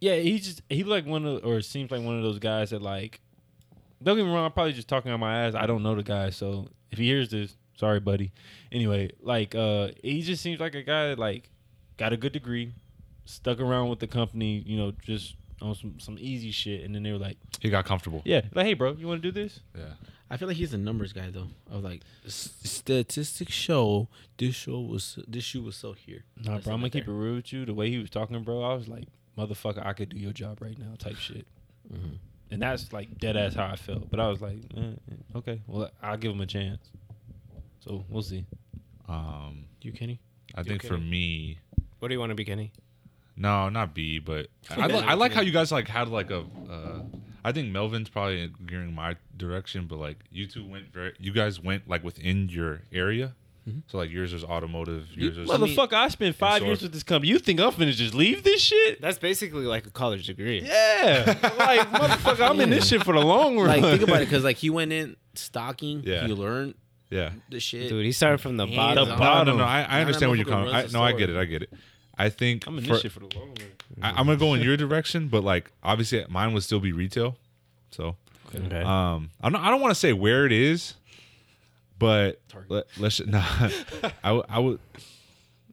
S4: yeah, he just he like one of, or seems like one of those guys that like. Don't get me wrong. I'm probably just talking out my ass. I don't know the guy, so if he hears this, sorry, buddy. Anyway, like, uh, he just seems like a guy that like got a good degree, stuck around with the company, you know, just on some some easy shit, and then they were like,
S1: he got comfortable.
S4: yeah, like, hey, bro, you want to do this?
S1: Yeah.
S2: I feel like he's a numbers guy though. Of like s- statistics show this show was this shoe was sold here.
S4: Nah, bro, I'm gonna keep it real with you. The way he was talking, bro, I was like, motherfucker, I could do your job right now, type shit. Mm-hmm.
S2: Mhm.
S4: And that's like dead ass how I felt. But I was like, eh, eh, okay, well, I'll give him a chance. So we'll see.
S1: Um,
S2: You Kenny?
S1: I think for me,
S3: What do you want to be, Kenny?
S1: no, not B, but I, li- I like how you guys like had like a. Uh, I think Melvin's probably gearing my direction, but like you two went very. You guys went like within your area,
S4: Mm-hmm.
S1: so like yours was automotive. Yours was
S4: motherfucker, I spent five
S1: sort-
S4: years with this company. You think I'm finna just leave this shit?
S3: That's basically like a college degree.
S4: Yeah, like motherfucker, I'm in this shit for the long run.
S2: Like think about it, because like he went in stocking.
S1: Yeah.
S2: He learned
S1: yeah.
S2: the shit.
S3: Dude, he started from the
S2: Hands
S3: bottom.
S4: up.
S1: No,
S4: bottom.
S1: no, no. I, I
S2: Nah,
S1: understand where you're
S2: motherfucker
S1: coming. I,
S2: runs the
S1: no, I
S2: store.
S1: get it. I get it. I think
S4: I'm in
S1: for-
S4: this shit for the long run.
S1: I, I'm gonna go in your direction, but like obviously mine would still be retail. So
S3: Okay.
S1: um, I'm not, I don't want to say where it is, but let, us nah. I would- I would.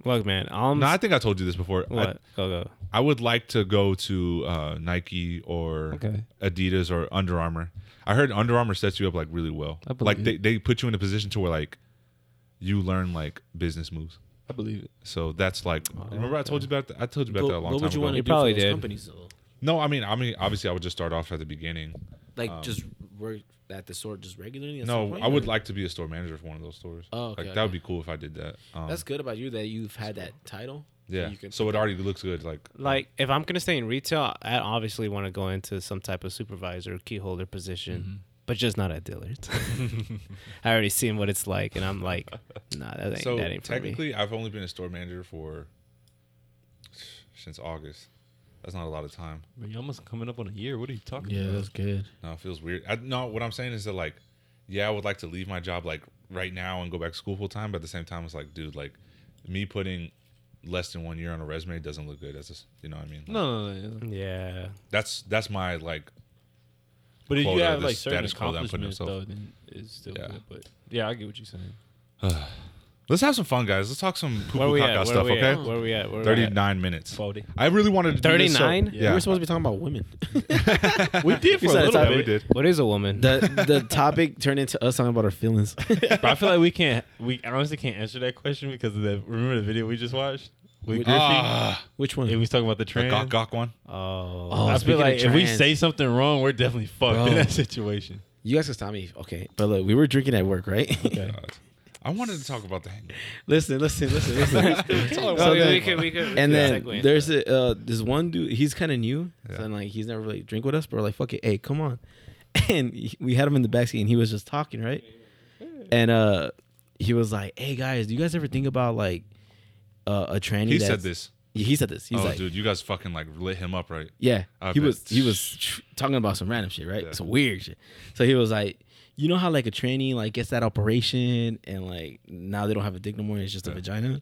S3: Look, man, I'm
S1: No, I think I told you this before. I,
S3: what? go go.
S1: I would like to go to uh, Nike or
S4: Okay.
S1: Adidas or Under Armour. I heard Under Armour sets you up like really well.
S4: I
S1: Like
S4: believe it.
S1: they, they put you in a position to where like you learn like business moves.
S4: I believe it.
S1: So that's like remember I told you about that. I told you about
S2: Oh, Go-
S1: that a long
S2: what
S1: time
S2: would you
S1: ago.
S2: want to
S3: You
S2: do
S3: probably
S2: for those
S3: did.
S2: companies though?
S1: no, I mean, I mean, obviously, I would just start off at the beginning.
S2: Like just work at the store just regularly. at some
S1: Um, No,
S2: point,
S1: I would
S2: or-
S1: like to be a store manager for one of those stores.
S2: Oh, okay,
S1: like that would be
S2: okay.
S1: cool if I did that. Um,
S2: That's good about you that you've had that title.
S1: yeah.
S2: you can-
S1: so it already looks good. Like
S3: Like, if I'm gonna stay in retail, I obviously want to go into some type of supervisor, key holder position,
S1: Mm-hmm.
S3: but just not at Dillard's. I already seen what it's like, and I'm like, nah, that ain't
S1: so
S3: that ain't for me.
S1: technically, I've only been a store manager for since August. That's not a lot of time.
S4: But you almost coming up on a year. What are you talking about?
S2: that's good.
S1: No, it feels weird. I, no, what I'm saying is that like, yeah, I would like to leave my job like right now and go back to school full time. But at the same time, it's like, dude, like me putting less than one year on a resume doesn't look good. That's just you know what I mean.
S4: No, no, no. no.
S3: Yeah,
S1: That's that's my like
S4: But if you
S1: Quota,
S4: have
S1: the
S4: like certain
S1: status quo that I'm putting
S4: accomplishments
S1: myself-
S4: though, then it's still
S1: Yeah.
S4: good. But yeah, I get what you're saying.
S1: Let's have some fun, guys. Let's talk some poo
S3: Where
S1: poo
S3: we at?
S1: caca
S3: Where
S1: stuff,
S3: we at?
S1: okay?
S3: Where we at? Where we at?
S1: 39 minutes.
S4: Forty.
S1: I really wanted to do this, so-
S3: 39?
S1: Yeah.
S4: We were supposed to be talking about women. we did for
S2: We
S4: a
S2: said
S4: little
S2: topic.
S1: yeah,
S4: bit.
S1: we did.
S3: What is a woman?
S2: The the topic turned into us talking about our feelings.
S4: But I feel like we can't. We honestly can't answer that question because of the remember the video we just watched with Griffey.
S1: Ah,
S2: Which one?
S4: and we was talking about the
S1: the
S4: trans.
S1: gawk gawk one.
S3: oh.
S2: Oh,
S4: I
S2: speaking
S4: feel
S2: of
S4: like if we
S2: trans,
S4: say something wrong, we're definitely fucked
S2: Bro.
S4: in that situation.
S2: you guys can stop me. Okay, but look, we were drinking at work, right?
S1: God. Uh, I wanted to talk about the hangover.
S2: listen, listen, listen, listen.
S3: Oh,
S2: So
S3: we- we
S2: then-
S3: could- we could- we could
S2: And then
S3: segue.
S2: there's a, uh, this one dude. He's kind of new,
S1: Yeah.
S2: so I'm like he's never really drink with us. But we're like, fuck it, hey, come on. And he- we had him in the backseat, and he was just talking, right? And uh, he was like, "Hey guys, do you guys ever think about like uh, a tranny?"
S1: He
S2: that's-
S1: said this.
S2: Yeah, He said this. He's
S1: oh,
S2: like,
S1: dude, you guys fucking like lit him up, right?
S2: Yeah,
S1: I
S2: he
S1: bet.
S2: was he was tr- talking about some random shit, right?
S1: Yeah.
S2: Some weird shit. So he was like, you know how like a tranny like gets that operation and like now they don't have a dick no more, it's just a
S1: Yeah.
S2: vagina.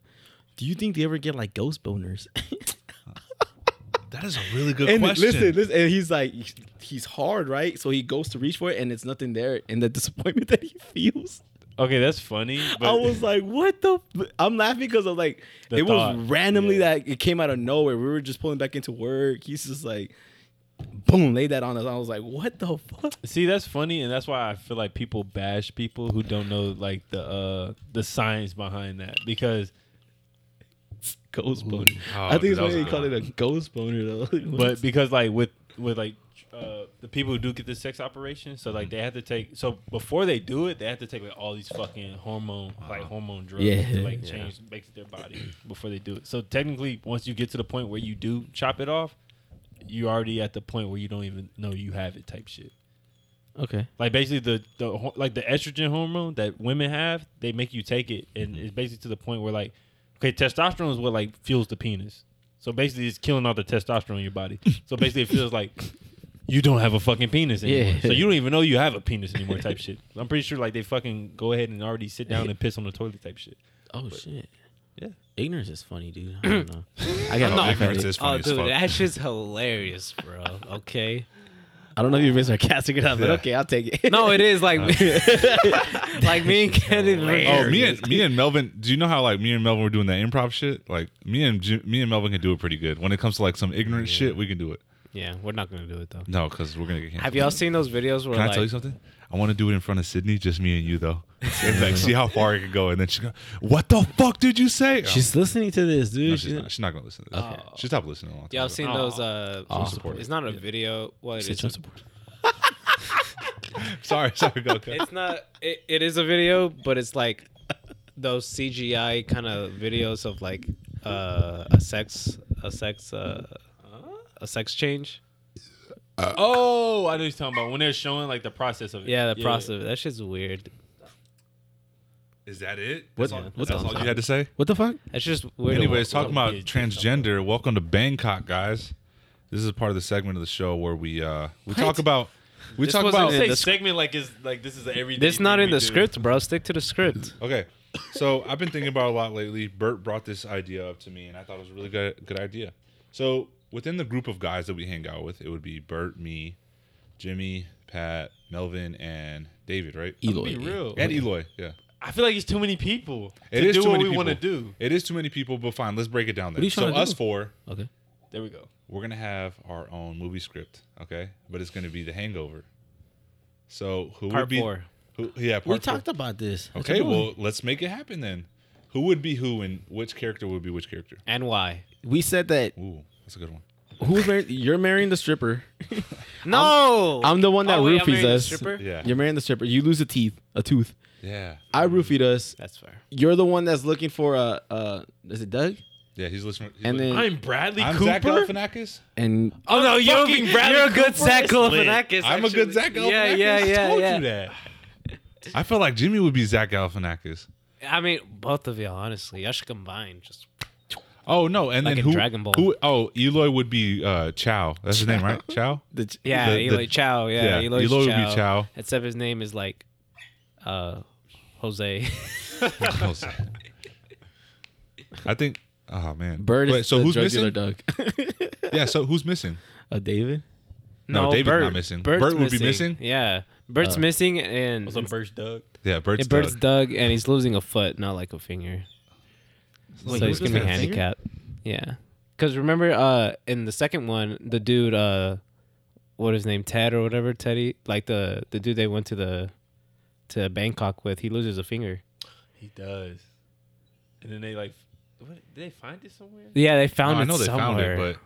S2: Do you think they ever get like ghost boners?
S1: That is a really good
S2: and
S1: question.
S2: listen, listen, and he's like, he's hard, right? So he goes to reach for it and it's nothing there, and the disappointment that he feels.
S4: Okay, that's funny. But
S2: I was like, what the? F-? I'm laughing because of like,
S4: The
S2: it was
S4: thought,
S2: randomly
S4: yeah.
S2: that it came out of nowhere. We were just pulling back into work. He's just like, boom, laid that on us. I was like, what the fuck?
S4: see, that's funny, and that's why I feel like people bash people who don't know like the uh the science behind that because.
S2: Ghost boner.
S1: Oh,
S2: I think
S1: dude,
S2: it's
S1: that
S2: why
S1: was a
S2: they
S1: good
S2: call
S1: one.
S2: it a ghost boner though.
S4: but because like with with like uh, the people who do get the sex operation, so like they have to take so before they do it, they have to take like all these fucking hormone like hormone drugs
S2: Yeah.
S4: to like change makes their body before they do it. So technically, once you get to the point where you do chop it off, you already at the point where you don't even know you have it type shit.
S2: okay,
S4: Like basically the the ho- like the estrogen hormone that women have, they make you take it, and
S3: Mm-hmm.
S4: it's basically to the point where like, okay, testosterone is what like fuels the penis. So basically, it's killing all the testosterone in your body. So basically, it feels like you don't have a fucking penis anymore.
S2: Yeah.
S4: So you don't even know you have a penis anymore, type shit. I'm pretty sure like they fucking go ahead and already sit down and piss on the toilet, type shit.
S2: oh shit,
S4: Yeah.
S2: ignorance is funny, dude. I don't know. I
S1: Oh,
S2: got
S1: ignorance is funny
S3: Oh,
S1: as
S3: dude,
S1: fuck.
S3: that shit's hilarious, bro. Okay.
S2: I don't know if you've been sarcastic or not, but
S1: Yeah.
S2: okay, I'll take it.
S3: No, it is like, like me and Kenny.
S1: Oh, me and me and Melvin. Do you know how like me and Melvin were doing that improv shit? Like me and Ju- me and Melvin can do it pretty good. When it comes to like some ignorant shit, we can do it.
S3: Yeah, we're not gonna do it though.
S1: No, because we're gonna get canceled.
S3: Have y'all seen those videos where
S1: Can I
S3: like,
S1: tell you something? I want to do it in front of Sydney, just me and you though. And, like, see how far it can go, and then she go, "What the fuck did you say?" Oh,
S2: she's listening to this, dude.
S1: no,
S2: She-
S1: she's not. She's not gonna listen to this.
S3: Oh.
S1: She stopped listening a long time.
S3: y'all
S1: ago.
S3: seen those? Uh,
S1: support.
S3: it's not a video. Well, it
S2: Sit
S3: is.
S2: down,
S3: a-
S2: support.
S1: Sorry, sorry. Go. go.
S3: It's not. It, it is a video, but it's like those CGI kind of videos of like uh, a sex, a sex, uh, a sex change.
S4: Oh, I know what you're talking about when they're showing like the process of it.
S3: Uh, Yeah, the process. of it. That shit's weird.
S1: Is that it?
S2: What-
S1: That's all,
S2: what
S1: that's
S2: the
S1: all
S2: fuck?
S1: you had to say?
S2: What the fuck?
S3: That's just weird.
S1: Anyways, talking about
S4: Yeah, yeah.
S1: transgender. Welcome to Bangkok, guys. This is part of the segment of the show where we uh we talk about we talk
S3: wasn't
S1: about
S3: in
S4: Say
S3: the sc-
S4: segment like is like this is the everyday.
S3: This
S4: thing
S3: not in
S4: we
S3: the
S4: do.
S3: script, bro. Stick to the script.
S1: Okay. So I've been thinking about it a lot lately. Bert brought this idea up to me, and I thought it was a really good good idea. So within the group of guys that we hang out with, it would be Bert, me, Jimmy, Pat, Melvin, and David, right?
S4: Be real.
S1: And Eloy, yeah.
S4: I feel like it's too many people
S1: It
S4: to
S1: is
S4: do
S1: too
S4: what
S1: many
S4: we want to
S1: people.
S4: do.
S1: It is too many people, but fine. Let's break it down. Then.
S2: are you
S1: so
S2: trying to
S1: us
S2: do?
S1: four,
S2: Okay.
S4: There we go.
S1: we're gonna have our own movie script, okay? But it's gonna be The Hangover. So who
S3: Part
S1: would be?
S3: four.
S1: Who, yeah, part
S2: We
S1: four.
S2: talked about this.
S1: Okay, well, let's make it happen then. Who would be who, and which character would be which character?
S3: And why?
S2: we said that
S1: Ooh, that's a good one.
S2: who's married? You're marrying the stripper.
S3: No.
S2: I'm the one that
S3: Oh, wait, I'm
S2: roofies
S3: marrying the
S2: us.
S3: stripper?
S1: Yeah.
S2: You're marrying the stripper. You lose a teeth, a tooth.
S1: Yeah,
S2: I roofied us.
S3: That's fair.
S2: You're the one that's looking for a. Uh, is it Doug?
S1: yeah, he's listening. He's
S2: And
S1: listening.
S2: then
S4: I'm Bradley
S1: I'm
S4: Cooper.
S1: Zach Galifianakis.
S2: and
S3: Oh no, you're,
S4: fucking Bradley
S3: you're a good
S4: Cooper
S3: Zach
S4: is lit.
S3: Galifianakis.
S1: I'm a good Zach
S3: actually. Yeah,
S1: Galifianakis.
S3: yeah, yeah,
S1: Told
S3: yeah.
S1: you that. I feel like Jimmy would be Zach Galifianakis.
S3: I mean, both of y'all, honestly, y'all should combine. Just
S1: Oh no, and
S3: Like
S1: then
S3: in
S1: who?
S3: Dragon Ball.
S1: Who? Oh, Eloy would be uh, Chow. That's his name, right? Chow.
S2: the,
S3: yeah,
S1: The-
S3: Eloy
S1: the-
S3: Chow. Yeah,
S1: yeah,
S3: Eloy's
S1: Eloy would be
S3: Chow,
S1: Chow.
S3: Except his name is like, uh, Jose.
S1: Oh, I think. Oh man,
S2: bird. Is
S1: Wait, so
S2: the
S1: who's
S2: drug
S1: missing?
S2: dealer Doug?
S1: Yeah, so who's missing?
S2: uh, David.
S1: No, David's not missing. Bert would be missing?
S3: Yeah, Bert's missing, and
S4: What's up, first Doug?
S1: Yeah, Bert's,
S3: and Bert's
S1: dug.
S3: dug, and he's losing a foot, not like a finger. so he's gonna be handicapped. Yeah, because remember, uh, in the second one, the dude, uh, what his name, Ted or whatever, Teddy, like the the dude they went to the to Bangkok with, he loses a finger.
S4: He does. And then they like, what, did they find it somewhere?
S3: Yeah, they
S1: No,
S3: found
S1: I
S3: it
S1: know they
S3: somewhere.
S1: found it,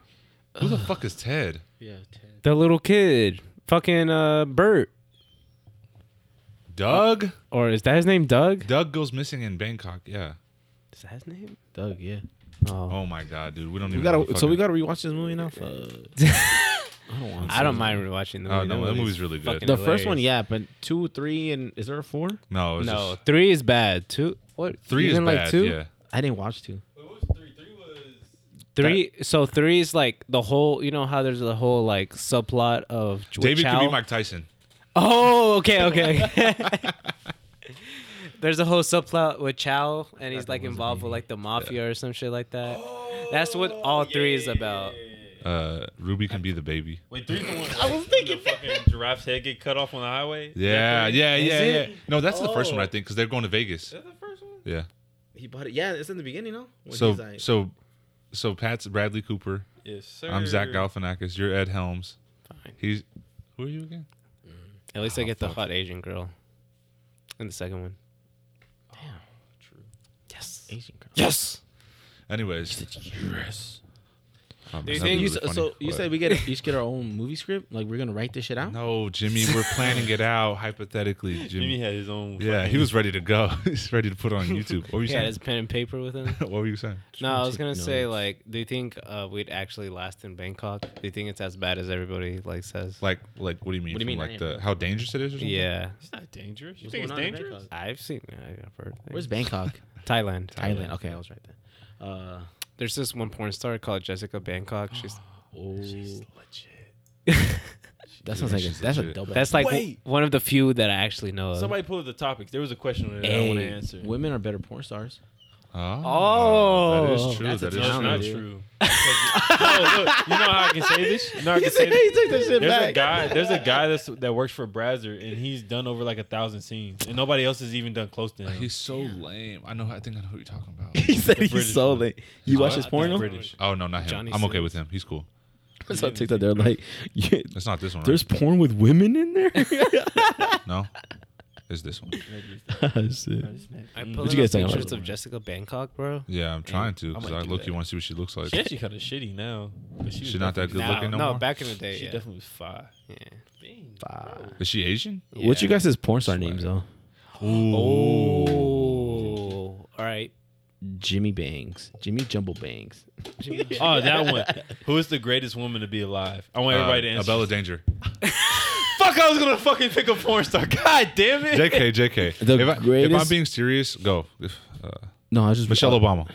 S1: but who the fuck is Ted?
S4: Yeah, Ted.
S3: the little kid, fucking uh, Bert,
S1: Doug.
S3: or is that his name, Doug?
S1: Doug goes missing in Bangkok. Yeah.
S3: Is that his name?
S2: Doug, yeah.
S3: Oh,
S1: Oh my god, dude, we don't
S2: We
S1: even. know
S2: gotta,
S1: the
S2: so we
S1: fucking-
S2: gotta rewatch this movie now. Fuck. I don't want.
S3: I don't mind rewatching the movie.
S1: Oh no, that movie's really
S3: fucking-
S1: good.
S2: The first one,
S3: Hilarious.
S2: yeah, but two, three, and is there a four?
S1: No, it's
S3: No,
S1: just
S3: three is bad. Two, what?
S1: three is
S3: Even like
S1: bad.
S3: two?
S1: Yeah.
S2: I didn't watch two.
S4: What was three? Three was.
S3: Three. so three is like the whole. You know how there's the whole like subplot of Ch-
S1: David
S3: Chow?
S1: could be Mike Tyson.
S3: Oh, okay, okay. there's a whole subplot with Chow, and he's like involved with like the mafia or some shit like that.
S1: Oh,
S3: That's what all three is about.
S1: Uh, Ruby can be the baby.
S4: Wait, three's the one. I was thinking the fucking giraffe's head get cut off on the highway.
S1: Yeah, yeah, yeah, yeah.
S3: it?
S1: No, that's the first one
S4: Oh.
S1: I think because they're going to Vegas.
S4: Is that the first one?
S1: Yeah.
S2: He bought it. Yeah, it's in the beginning, no? When
S1: so
S2: he's like-
S1: so so Pat's Bradley Cooper.
S4: Yes, sir.
S1: I'm Zach Galifianakis. You're Ed Helms. He's who are you again?
S3: At least I get the hot Asian girl in the second one.
S2: yes, Asian girl.
S1: Yes. Anyways. Oh, man,
S3: you
S1: that'd
S3: think
S1: be
S2: You
S1: really
S2: s-
S1: funny.
S2: so you
S1: What?
S2: said we get each get our own movie script? Like we're gonna write this shit out?
S1: No, Jimmy, we're planning it out hypothetically,
S4: Jimmy
S1: Jimmy.
S4: had his own.
S1: Yeah, he was ready to go. He's ready to put it on YouTube. What were you
S3: Yeah,
S1: saying?
S3: his pen and paper with him.
S1: what were you saying?
S3: No, I was
S2: take
S3: gonna say
S2: notes.
S3: like, do you think uh, we'd actually last in Bangkok? Do you think it's as bad as everybody like says?
S1: Like, like, what do you mean?
S2: What do you
S1: From,
S2: mean, I
S1: Like
S2: am-
S1: the how dangerous it is? Or something?
S3: Yeah,
S4: It's not dangerous. You
S2: What's
S4: think it's
S2: going on in
S4: dangerous?
S2: Bangkok?
S3: I've seen. I've heard. things.
S2: Where's Bangkok?
S3: Thailand?
S2: Thailand. Okay, I was right there. Uh,
S3: There's this one porn star called Jessica Bangkok. She's
S2: oh,
S4: Legit.
S2: that sounds like a, that's a
S1: legit.
S2: double.
S3: that's like
S4: Wait.
S3: one of the few that I actually know of.
S4: Somebody pull up the topics. There was a question on it that I want to
S2: hey,
S4: answer.
S2: women are better porn stars.
S1: Oh, Ah, that
S3: Oh.
S1: is true.
S2: That's a
S1: that is true.
S4: No, it's not
S2: dude.
S4: true. Because- no, look, you know how I can say this? You know how I can say this?
S2: took the shit
S4: There's a guy. There's a guy that's that works for Brazzer, and he's done over like a thousand scenes, and nobody else has even done close to him.
S1: He's so lame. I know. I think I know who you're talking about.
S2: he said
S4: The British
S2: he's so
S4: one.
S2: late. You watch
S1: I
S2: his
S1: think
S2: porno?
S4: British.
S1: oh no, not him.
S3: Johnny
S1: I'm okay
S3: Sins.
S1: with him. He's cool.
S2: That's on TikTok. They're like, yeah,
S1: It's not this one.
S2: there's porn with women in there.
S1: right? no. It's this one.
S2: Shit.
S3: I
S4: Mm.
S3: pulled
S2: What
S3: up
S2: you guys talking
S3: pictures
S2: about?
S3: of Jessica Bangkok, bro.
S1: Yeah, I'm trying to
S3: I
S1: because
S3: might
S1: I
S3: do
S1: look.
S3: that.
S1: You want to see what she looks like?
S4: She's actually kind of shitty now. But she was
S1: She's not that
S4: definitely-
S1: Good
S3: Nah,
S1: looking no
S3: no,
S1: more?
S3: back in the day,
S4: She
S3: yeah.
S4: definitely was fire.
S3: yeah.
S1: Is she Asian?
S2: What you
S3: Yeah.
S2: guys' is porn star names though?
S3: Oh, all right.
S2: Jimmy Bangs, Jimmy Jumble Bangs.
S4: Oh, that one. Who is the greatest woman to be alive? I want everybody to
S1: Uh,
S4: answer.
S1: Abella Danger.
S4: Fuck, I was gonna fucking pick a porn star. God damn it.
S1: JK, JK.
S2: The
S1: if, I, if I'm
S2: greatest-
S1: being serious, go. If, uh,
S2: No, I was just
S1: Michelle
S2: uh,
S1: Obama.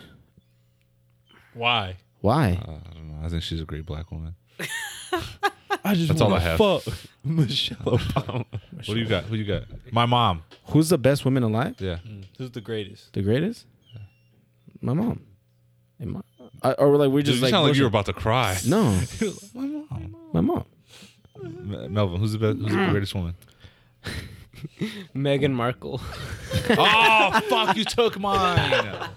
S4: Why?
S2: Why?
S1: Uh, I don't know. I think she's a great black woman.
S2: I just
S1: That's all I
S2: wanna
S1: have.
S2: Fuck Michelle Obama.
S1: What do you got? Who you got? My mom.
S2: Who's the best woman alive?
S1: Yeah.
S4: Who's the greatest?
S2: The greatest? My mom. And my, I, or like we're
S1: Dude,
S2: just
S1: you
S2: like,
S1: sound like you were
S2: bullshit.
S1: about to cry.
S2: no,
S1: My mom.
S2: my mom.
S1: Me- Melvin, who's the best? Who's the greatest woman?
S3: Meghan Markle.
S1: oh fuck! You took mine.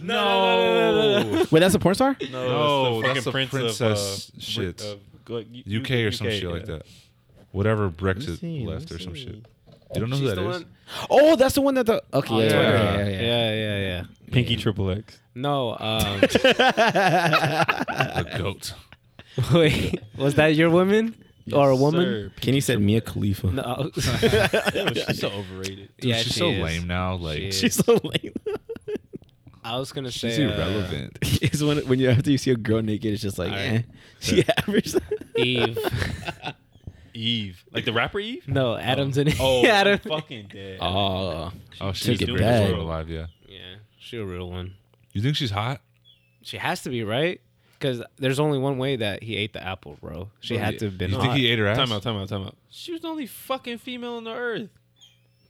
S1: No.
S2: Wait, that's a porn star?
S1: No, that's
S4: fucking
S1: the
S4: prince
S1: princess
S4: of, uh,
S1: shit.
S4: Brit- of- like, U-
S1: UK or some shit like
S4: yeah.
S1: that. Whatever
S2: me
S1: Brexit
S2: see, let
S1: left
S2: me
S1: or some shit.
S2: see.
S1: You don't know who that is?
S2: Oh, that's the one that the okay, yeah,
S1: Twitter.
S2: yeah,
S3: yeah,
S2: yeah, yeah,
S3: yeah, yeah, yeah.
S4: Pinky Triple X.
S3: No, um,
S1: The goat.
S3: wait, was that your woman or a woman?
S2: Kenny said Mia Khalifa.
S3: No,
S4: she's so overrated.
S1: Dude,
S3: yeah,
S1: she's
S3: she
S1: so
S3: is.
S1: lame now. Like
S3: is.
S2: She's so lame.
S3: I was gonna say
S1: she's
S3: uh,
S1: irrelevant.
S2: it's when when you after you see a girl naked, it's just like,
S3: All
S2: eh,
S3: right.
S2: she average.
S3: Eve.
S4: Eve, like the rapper Eve.
S3: No, Adam's in it.
S4: Oh,
S3: Adam.
S4: fucking dead.
S2: Oh,
S1: Oh, she's
S2: Took
S1: the
S2: it
S1: greatest
S2: back.
S1: woman alive. Yeah.
S3: Yeah, she a real one.
S1: You think she's hot?
S3: She has to be right because there's only one way that he ate the apple, bro. She had to have been.
S1: You think he ate her ass?
S4: Time out, time out, time out. She was the only fucking female on the earth.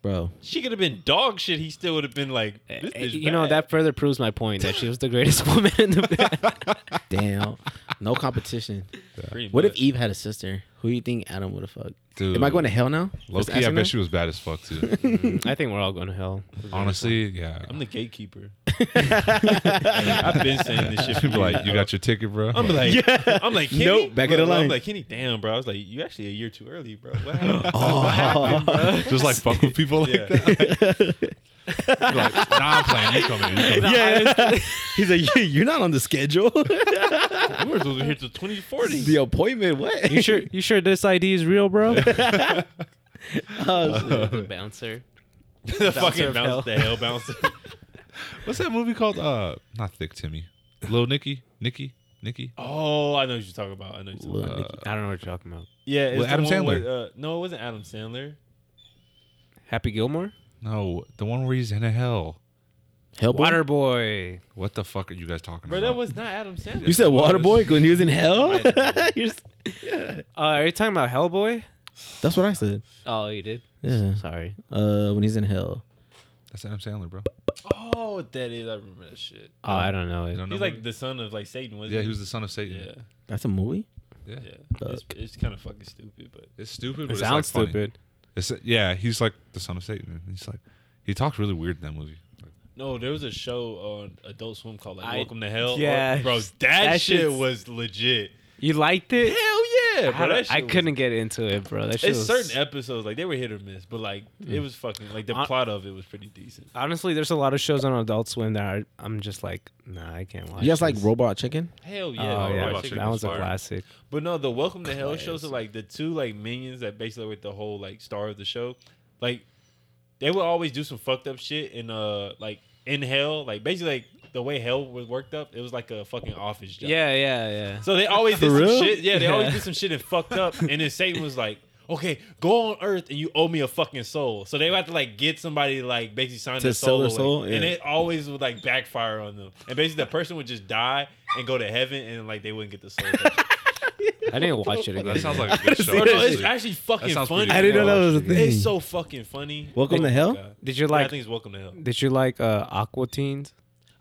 S2: bro.
S4: She could have been dog shit. He still would have been like, this
S3: Uh,
S4: bitch
S3: you know
S4: bad.
S3: that further proves my point that she was the greatest woman in the.
S2: Damn, no competition.
S1: that.
S4: Pretty
S2: What if E-
S4: much.
S2: Eve had a sister? Who do you think Adam would have fucked?
S1: Dude,
S2: Am I going to hell now?
S1: Low
S2: Just
S1: key, I
S2: asking
S1: bet
S2: that?
S1: she was bad as fuck too.
S3: I think we're all going to hell.
S1: Honestly, yeah.
S4: I'm the gatekeeper? I've been saying this shit for
S1: People like, you got your ticket, bro.
S4: I'm like, I'm like, Kenny,
S2: Nope, back of the
S4: Bro, I'm
S2: line.
S4: like, Kenny, damn, bro. I was like, you actually a year too early, bro. What happened?
S1: just like fuck with people like
S4: Yeah.
S1: that. You're like, nah, I'm playing. You coming? You coming?
S2: yeah. He's like, "You- you're not on the schedule.
S4: we were supposed to be here till 2040.
S2: the appointment. What?
S3: You sure? You sure this ID is real, bro? Uh,
S2: Oh, shit.
S3: bouncer.
S4: the fucking
S3: of
S4: bounce, the hell bouncer.
S1: What's that movie called? Uh, not Thick Timmy. Little Nicky. Nicky. Nicky.
S4: Oh, I know what you're talking about. I know what you're talking about.
S2: Look,
S1: Uh,
S3: I don't know what you're talking about.
S4: Yeah, it's
S1: With
S4: the
S1: Adam
S4: one
S1: Sandler.
S4: with, uh, no, it wasn't Adam Sandler.
S3: Happy Gilmore.
S1: No, the one where he's in a hell.
S2: Hellboy?
S3: Waterboy.
S1: What the fuck are you guys talking
S4: Bro,
S1: about?
S4: that was not Adam Sandler.
S2: You said Waterboy when he was in hell?
S4: Right.
S2: You're s-
S3: Uh, are you talking about Hellboy?
S2: That's what I said.
S3: Oh, you did.
S2: Yeah.
S3: Sorry.
S2: Uh, when he's in hell.
S1: That's Adam Sandler, bro.
S4: Oh, that is. I remember that shit.
S3: Oh, I don't know.
S1: You don't know
S4: He's like
S1: him?
S4: the son of like Satan, wasn't
S1: yeah,
S4: he?
S1: he was the son of Satan.
S4: Yeah,
S2: That's a movie?
S1: Yeah.
S4: yeah.
S2: Fuck.
S4: It's, it's kind of fucking stupid, but
S1: It's stupid. But
S3: it
S1: it's
S3: sounds
S1: like, funny.
S3: stupid.
S1: It's yeah. He's like the son of Satan. He's like, he talks really weird in that movie. Like,
S4: no, there was a show on Adult Swim called like
S3: I-
S4: Welcome to Hell. Oh,
S3: Yeah.
S4: bro, that,
S3: That
S4: shit
S3: shit's-
S4: was legit.
S3: You liked it?
S4: Hell yeah,
S3: I,
S4: bro.
S3: don't-
S4: That shit
S3: I
S4: was-
S3: couldn't get into it, bro. That shit
S4: It's
S3: was-
S4: certain episodes like they were hit or miss, but like it
S3: Hmm.
S4: was fucking like the
S3: Hon-
S4: plot of it was pretty decent.
S3: Honestly, there's a lot of shows on Adult Swim that are, I'm just like, nah, I can't watch.
S2: You guys like
S3: this.
S2: Robot Chicken?
S4: Hell yeah,
S3: Oh,
S4: bro,
S3: yeah.
S4: that
S1: Robot
S4: shit
S1: Chicken
S3: that
S4: was
S3: was a
S4: fire.
S3: classic.
S4: But no, the Welcome to Hell shows are like the two like minions that basically were the whole like star of the show. Like they would always do some fucked up shit in uh like in hell. Like basically like the way hell was worked up, it was like a fucking office job.
S3: Yeah, yeah, yeah.
S4: So they always did
S2: For
S4: some
S2: real?
S4: shit. Yeah, they always
S3: Yeah.
S4: did some shit and fucked up. And then Satan was like, Okay, go on earth and you owe me a fucking soul. So they would have to like get somebody to like basically sign
S2: To
S4: their
S2: sell
S4: soul.
S2: their
S4: away.
S2: soul?
S4: And
S2: Yeah.
S4: it always would like backfire on them. And basically the person would just die and go to heaven and like they wouldn't get the soul. back.
S3: I didn't watch it again.
S1: that sounds like a good show.
S4: Bro, no, it's
S1: actually.
S4: actually
S1: That
S4: fucking
S1: sounds
S4: funny.
S1: pretty I didn't know
S2: that was a thing.
S4: It's so fucking funny.
S2: Welcome
S4: Oh
S2: to
S4: my
S2: Hell?
S4: God.
S3: Did you
S4: Yeah, I
S3: like?
S4: think it's Welcome to Hell.
S3: Did you like uh, Aqua Teens?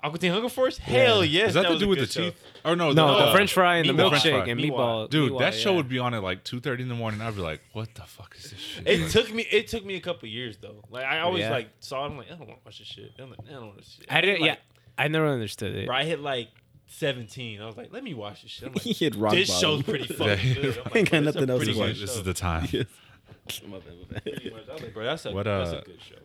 S4: Aquatine Hunger Force? Hell yes.
S1: Is that,
S4: was
S1: to do
S4: a
S1: with the
S4: good show.
S1: teeth? Or no,
S3: No,
S1: the,
S3: the French fry and the
S1: Meatball.
S3: milkshake and
S4: Meatball.
S3: meatball.
S1: Dude,
S3: meatball,
S1: that show
S3: yeah.
S1: would be on at like two thirty in the morning. I'd be like, "What the fuck is this shit?"
S4: It
S1: Like,
S4: took me. It took me a couple years though. Like I always
S3: Yeah.
S4: like saw. It, I'm like I don't want to watch this shit. I'm like, I don't want to shit.
S3: I didn't.
S4: Like,
S3: yeah, I never understood it.
S4: Bro, I hit like 17. I was like, let me watch this shit. I'm
S2: He
S4: like,
S2: hit rock
S4: this
S2: bottom.
S4: show's pretty fucking good. I'm like,
S2: Ain't got
S4: bro, this
S2: nothing
S4: a
S2: else
S1: this, is,
S4: pretty
S2: to
S4: good
S1: like,
S2: watch.
S1: this
S4: show.
S1: is the time,
S4: Pretty much. I was like, bro, that's a,
S1: What,
S4: that's
S1: uh,
S4: a good show.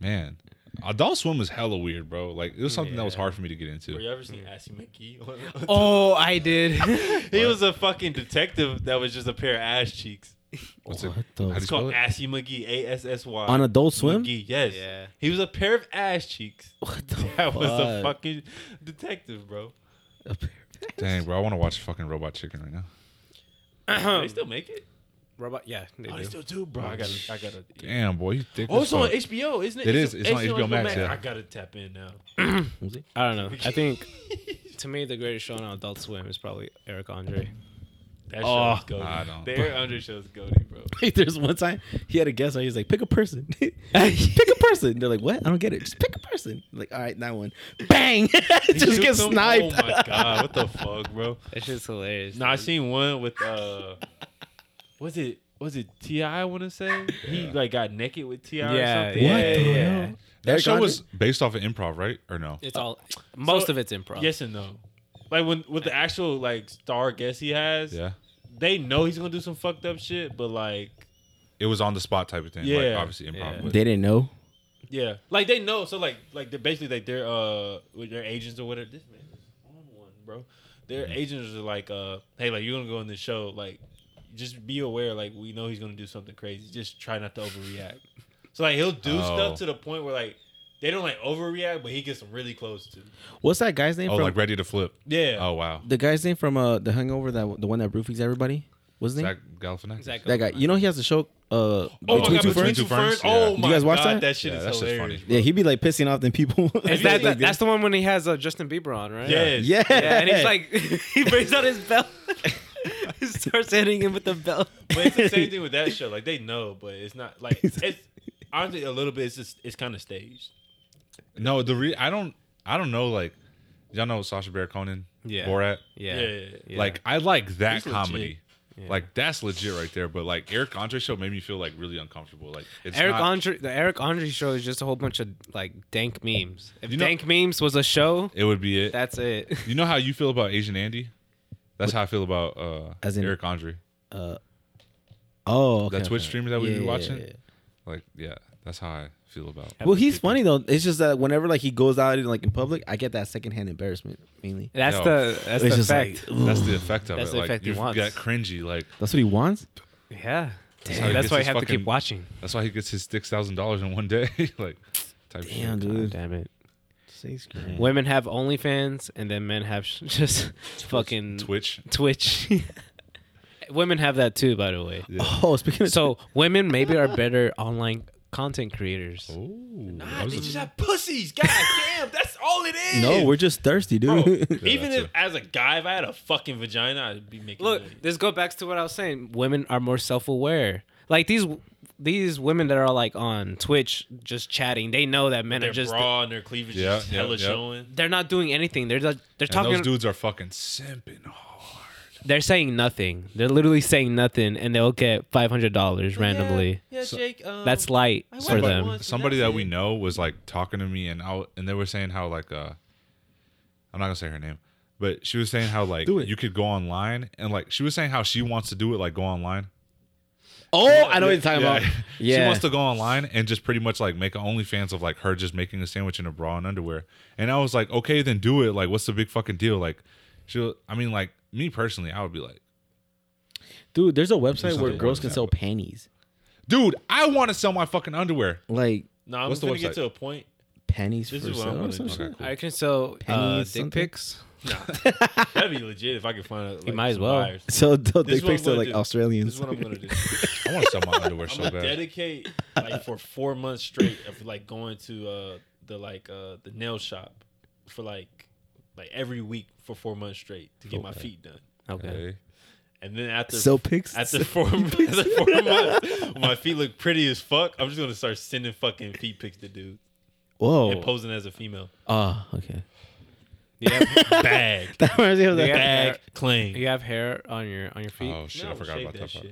S1: man. Adult Swim was hella weird, bro. Like it was something that was
S3: Yeah.
S1: hard for me to get
S4: Bro,
S1: into.
S4: you ever seen Assy McGee?
S3: oh, I did.
S4: he was a fucking detective that was just a pair of ass cheeks.
S1: What's
S2: What
S1: it?
S2: the-
S1: How do you
S4: It's
S1: spell
S4: called
S1: it?
S4: Assy McGee. A S S Y.
S2: On Adult Swim?
S4: McGee, yes.
S3: Yeah.
S4: He was a pair of ass cheeks.
S2: What the
S4: That was a
S2: fuck?
S4: fucking detective, bro.
S1: Dang, bro, I want to watch fucking Robot Chicken right now.
S4: Do they still make it?
S3: Robot. Yeah, they
S4: Oh, they
S3: do.
S4: still do, bro. I gotta, I gotta.
S1: Damn, boy, you thick.
S4: Oh,
S1: as
S4: it's on
S1: fuck.
S4: HBO, isn't it?
S1: It is. It's on HBO Max, yeah.
S4: I gotta tap in now.
S3: I don't know. I think to me the greatest show on Adult Swim is probably Eric Andre.
S4: That
S3: Oh,
S4: show's goaty.
S1: I don't-
S4: Their under show's goaty, bro.
S2: There's one time he had a guest on. He was like, "Pick a person, pick a person." They're like, "What? I don't get it. Just pick a person." like, all right, that one. Bang! Just
S4: Shoot
S2: get
S4: them-
S2: sniped.
S4: Oh my god, what the fuck, bro?
S3: It's just hilarious.
S4: No, I seen one with uh, was it was it Ti? I want to say he like got naked with Ti or
S3: Yeah,
S4: something.
S3: yeah,
S2: What
S3: yeah.
S2: the
S3: Uh,
S2: hell?
S1: That
S2: Eric
S1: show
S2: Andre-
S1: was based off of improv, right? Or no?
S3: It's all most of it's improv.
S4: Yes and no. Like when with the actual like star guest he has,
S1: Yeah.
S4: they know he's gonna do some fucked up shit, but like
S1: It was on the spot type of thing. Like
S4: Yeah.
S1: obviously improv.
S3: Yeah.
S1: but-
S2: They didn't know.
S4: yeah, like they know. So like like they're basically like their uh with their agents or whatever. This man is on one, bro. Their agents are like uh hey like you're gonna go on this show like just be aware like we know he's gonna do something crazy. Just try not to overreact. So like he'll do
S1: Oh.
S4: stuff to the point where like. They don't like overreact, but he gets them really close to.
S2: What's that guy's name
S1: Oh,
S2: from?
S1: like ready to flip.
S4: Yeah.
S1: Oh wow.
S2: the guy's name from uh, the Hangover. That the one that roofies everybody. What's his name?
S1: Zach Galifianakis.
S3: Zach-
S2: That guy. You know he has a show. Uh,
S4: Oh
S2: Between
S4: my god,
S2: Two
S4: between
S2: Ferns?
S4: two ferns.
S1: Yeah.
S4: Oh
S1: You
S4: my
S2: guys watch
S4: god,
S2: that?
S4: that, shit
S1: Yeah,
S4: is
S1: that's just
S4: hilarious.
S1: funny.
S2: Yeah, he'd be like pissing off them people.
S3: Is that the, that's the one when he has uh, Justin Bieber on, right?
S4: Yes.
S2: yeah.
S3: Yeah, and he's like, he brings out his belt, he starts hitting him with the belt.
S4: but it's the same thing with that show. Like they know, but it's not like it's honestly a little bit. It's just it's kind of staged.
S1: No, the re- I don't I don't know like y'all know Sasha Baron Cohen,
S3: Yeah.
S1: Borat.
S3: Yeah.
S4: Yeah, yeah, yeah.
S1: Like I like that
S4: He's legit.
S1: comedy. Like that's legit right there. But like Eric Andre show made me feel like really uncomfortable. Like it's
S3: Eric
S1: not,
S3: Andre, the Eric Andre show is just a whole bunch of like dank memes. If
S1: You know-
S3: dank memes was a show,
S1: It would be it.
S3: that's it.
S1: you know how you feel about Asian Andy? That's how I feel about uh
S2: As in-
S1: Eric Andre.
S2: Oh, okay,
S1: That Twitch
S2: okay.
S1: streamer that we
S2: Yeah,
S1: be
S2: yeah,
S1: watching.
S2: yeah, yeah.
S1: Like yeah, that's how I feel about.
S2: Well, he's funny though. It's just that whenever like he goes out in like in public, I get that secondhand embarrassment mainly.
S3: That's
S1: Yo.
S3: the that's
S2: It's
S3: the
S2: just like,
S3: fact.
S1: That's the effect of
S3: That's
S1: it.
S3: the
S1: like
S3: effect he
S1: you
S3: wants.
S1: get cringy. Like
S2: That's what he wants.
S3: yeah. That's,
S1: how he gets
S3: why you
S1: his
S3: have to
S1: fucking-
S3: keep watching.
S1: that's why he gets his six thousand dollars in one day. like type shit.
S3: God
S2: Damn, dude.
S3: damn it.
S2: Six
S3: Women have OnlyFans, and then men have sh- just fucking
S1: Twitch.
S3: Twitch. women have that too, by the way.
S2: Oh, speaking of
S3: So women maybe are better online content creators.
S1: Oh,
S4: They just have pussies. God damn, that's all it is.
S2: no, we're just thirsty,
S4: Bro,
S2: dude.
S4: even
S1: that
S4: if
S1: too.
S4: as a guy, if I had a fucking vagina, I'd be making.
S3: Look,
S4: millions.
S3: this go back to what I was saying. Women are more self-aware. Like these these women that are like on Twitch just chatting, they know that men
S4: their
S3: are just
S4: bra and their cleavage
S1: Yeah,
S4: is
S1: yeah,
S4: hella
S1: yeah.
S4: showing.
S3: they're not doing anything. They're just, they're
S1: and
S3: talking
S1: those dudes are fucking simping hard.
S3: they're saying nothing. They're literally saying nothing and they'll get $500 randomly.
S4: Yeah, Jake. Um,
S3: That's light
S4: I
S3: for
S4: went
S3: them.
S4: once.
S1: Somebody
S4: That's
S1: that we
S4: it.
S1: know was like talking to me, and I and they were saying how like uh, I'm not gonna say her name, but she was saying how like
S2: Do it.
S1: you could go online and like she was saying how she wants to do it, like go online.
S2: oh, I know what you're talking
S1: Yeah.
S2: about. Yeah,
S1: She wants to go online and just pretty much like make OnlyFans of like her just making a sandwich in a bra and underwear. And I was like, okay, then do it. Like, what's the big fucking deal? Like, she'll. I mean, like me personally, I would be like,
S2: dude. There's a website where
S1: something
S2: girls
S1: like
S2: can
S1: that,
S2: sell panties,
S1: dude, I want to sell my fucking underwear.
S2: like
S4: No, I'm
S1: What's the
S4: gonna get
S1: website?
S4: to a point.
S2: panties
S4: This
S2: for
S4: is what I'm
S2: sale.
S4: gonna
S2: or some
S4: do.
S2: shit.
S1: Okay, cool.
S3: I can sell
S2: Pennies,
S3: uh, dick
S2: something?
S3: pics.
S4: That'd be legit if I could find. Like,
S3: You might as
S4: some
S3: well.
S4: buyers.
S2: So they'll
S4: This is what
S2: dick
S4: I'm
S2: pics to
S4: gonna
S2: like
S4: do. This
S2: Australians.
S4: is what I'm gonna do.
S1: I want to sell my underwear
S4: I'm
S1: so
S4: gonna
S1: bad.
S4: dedicate like for four months straight of like going to uh the like uh the nail shop for like like every week for four months straight to get my feet done.
S3: Okay.
S1: Hey.
S4: And then after
S2: Sell pics.
S4: after four after four months, when my feet look pretty as fuck. I'm just gonna start sending fucking feet pics to dudes and
S2: Whoa.
S4: posing as a female.
S2: Oh, okay.
S4: Bag,
S2: That reminds me of that.
S3: Yeah.
S4: bag, claim.
S3: You have hair on your on your feet?
S1: Oh shit, I forgot about that. part.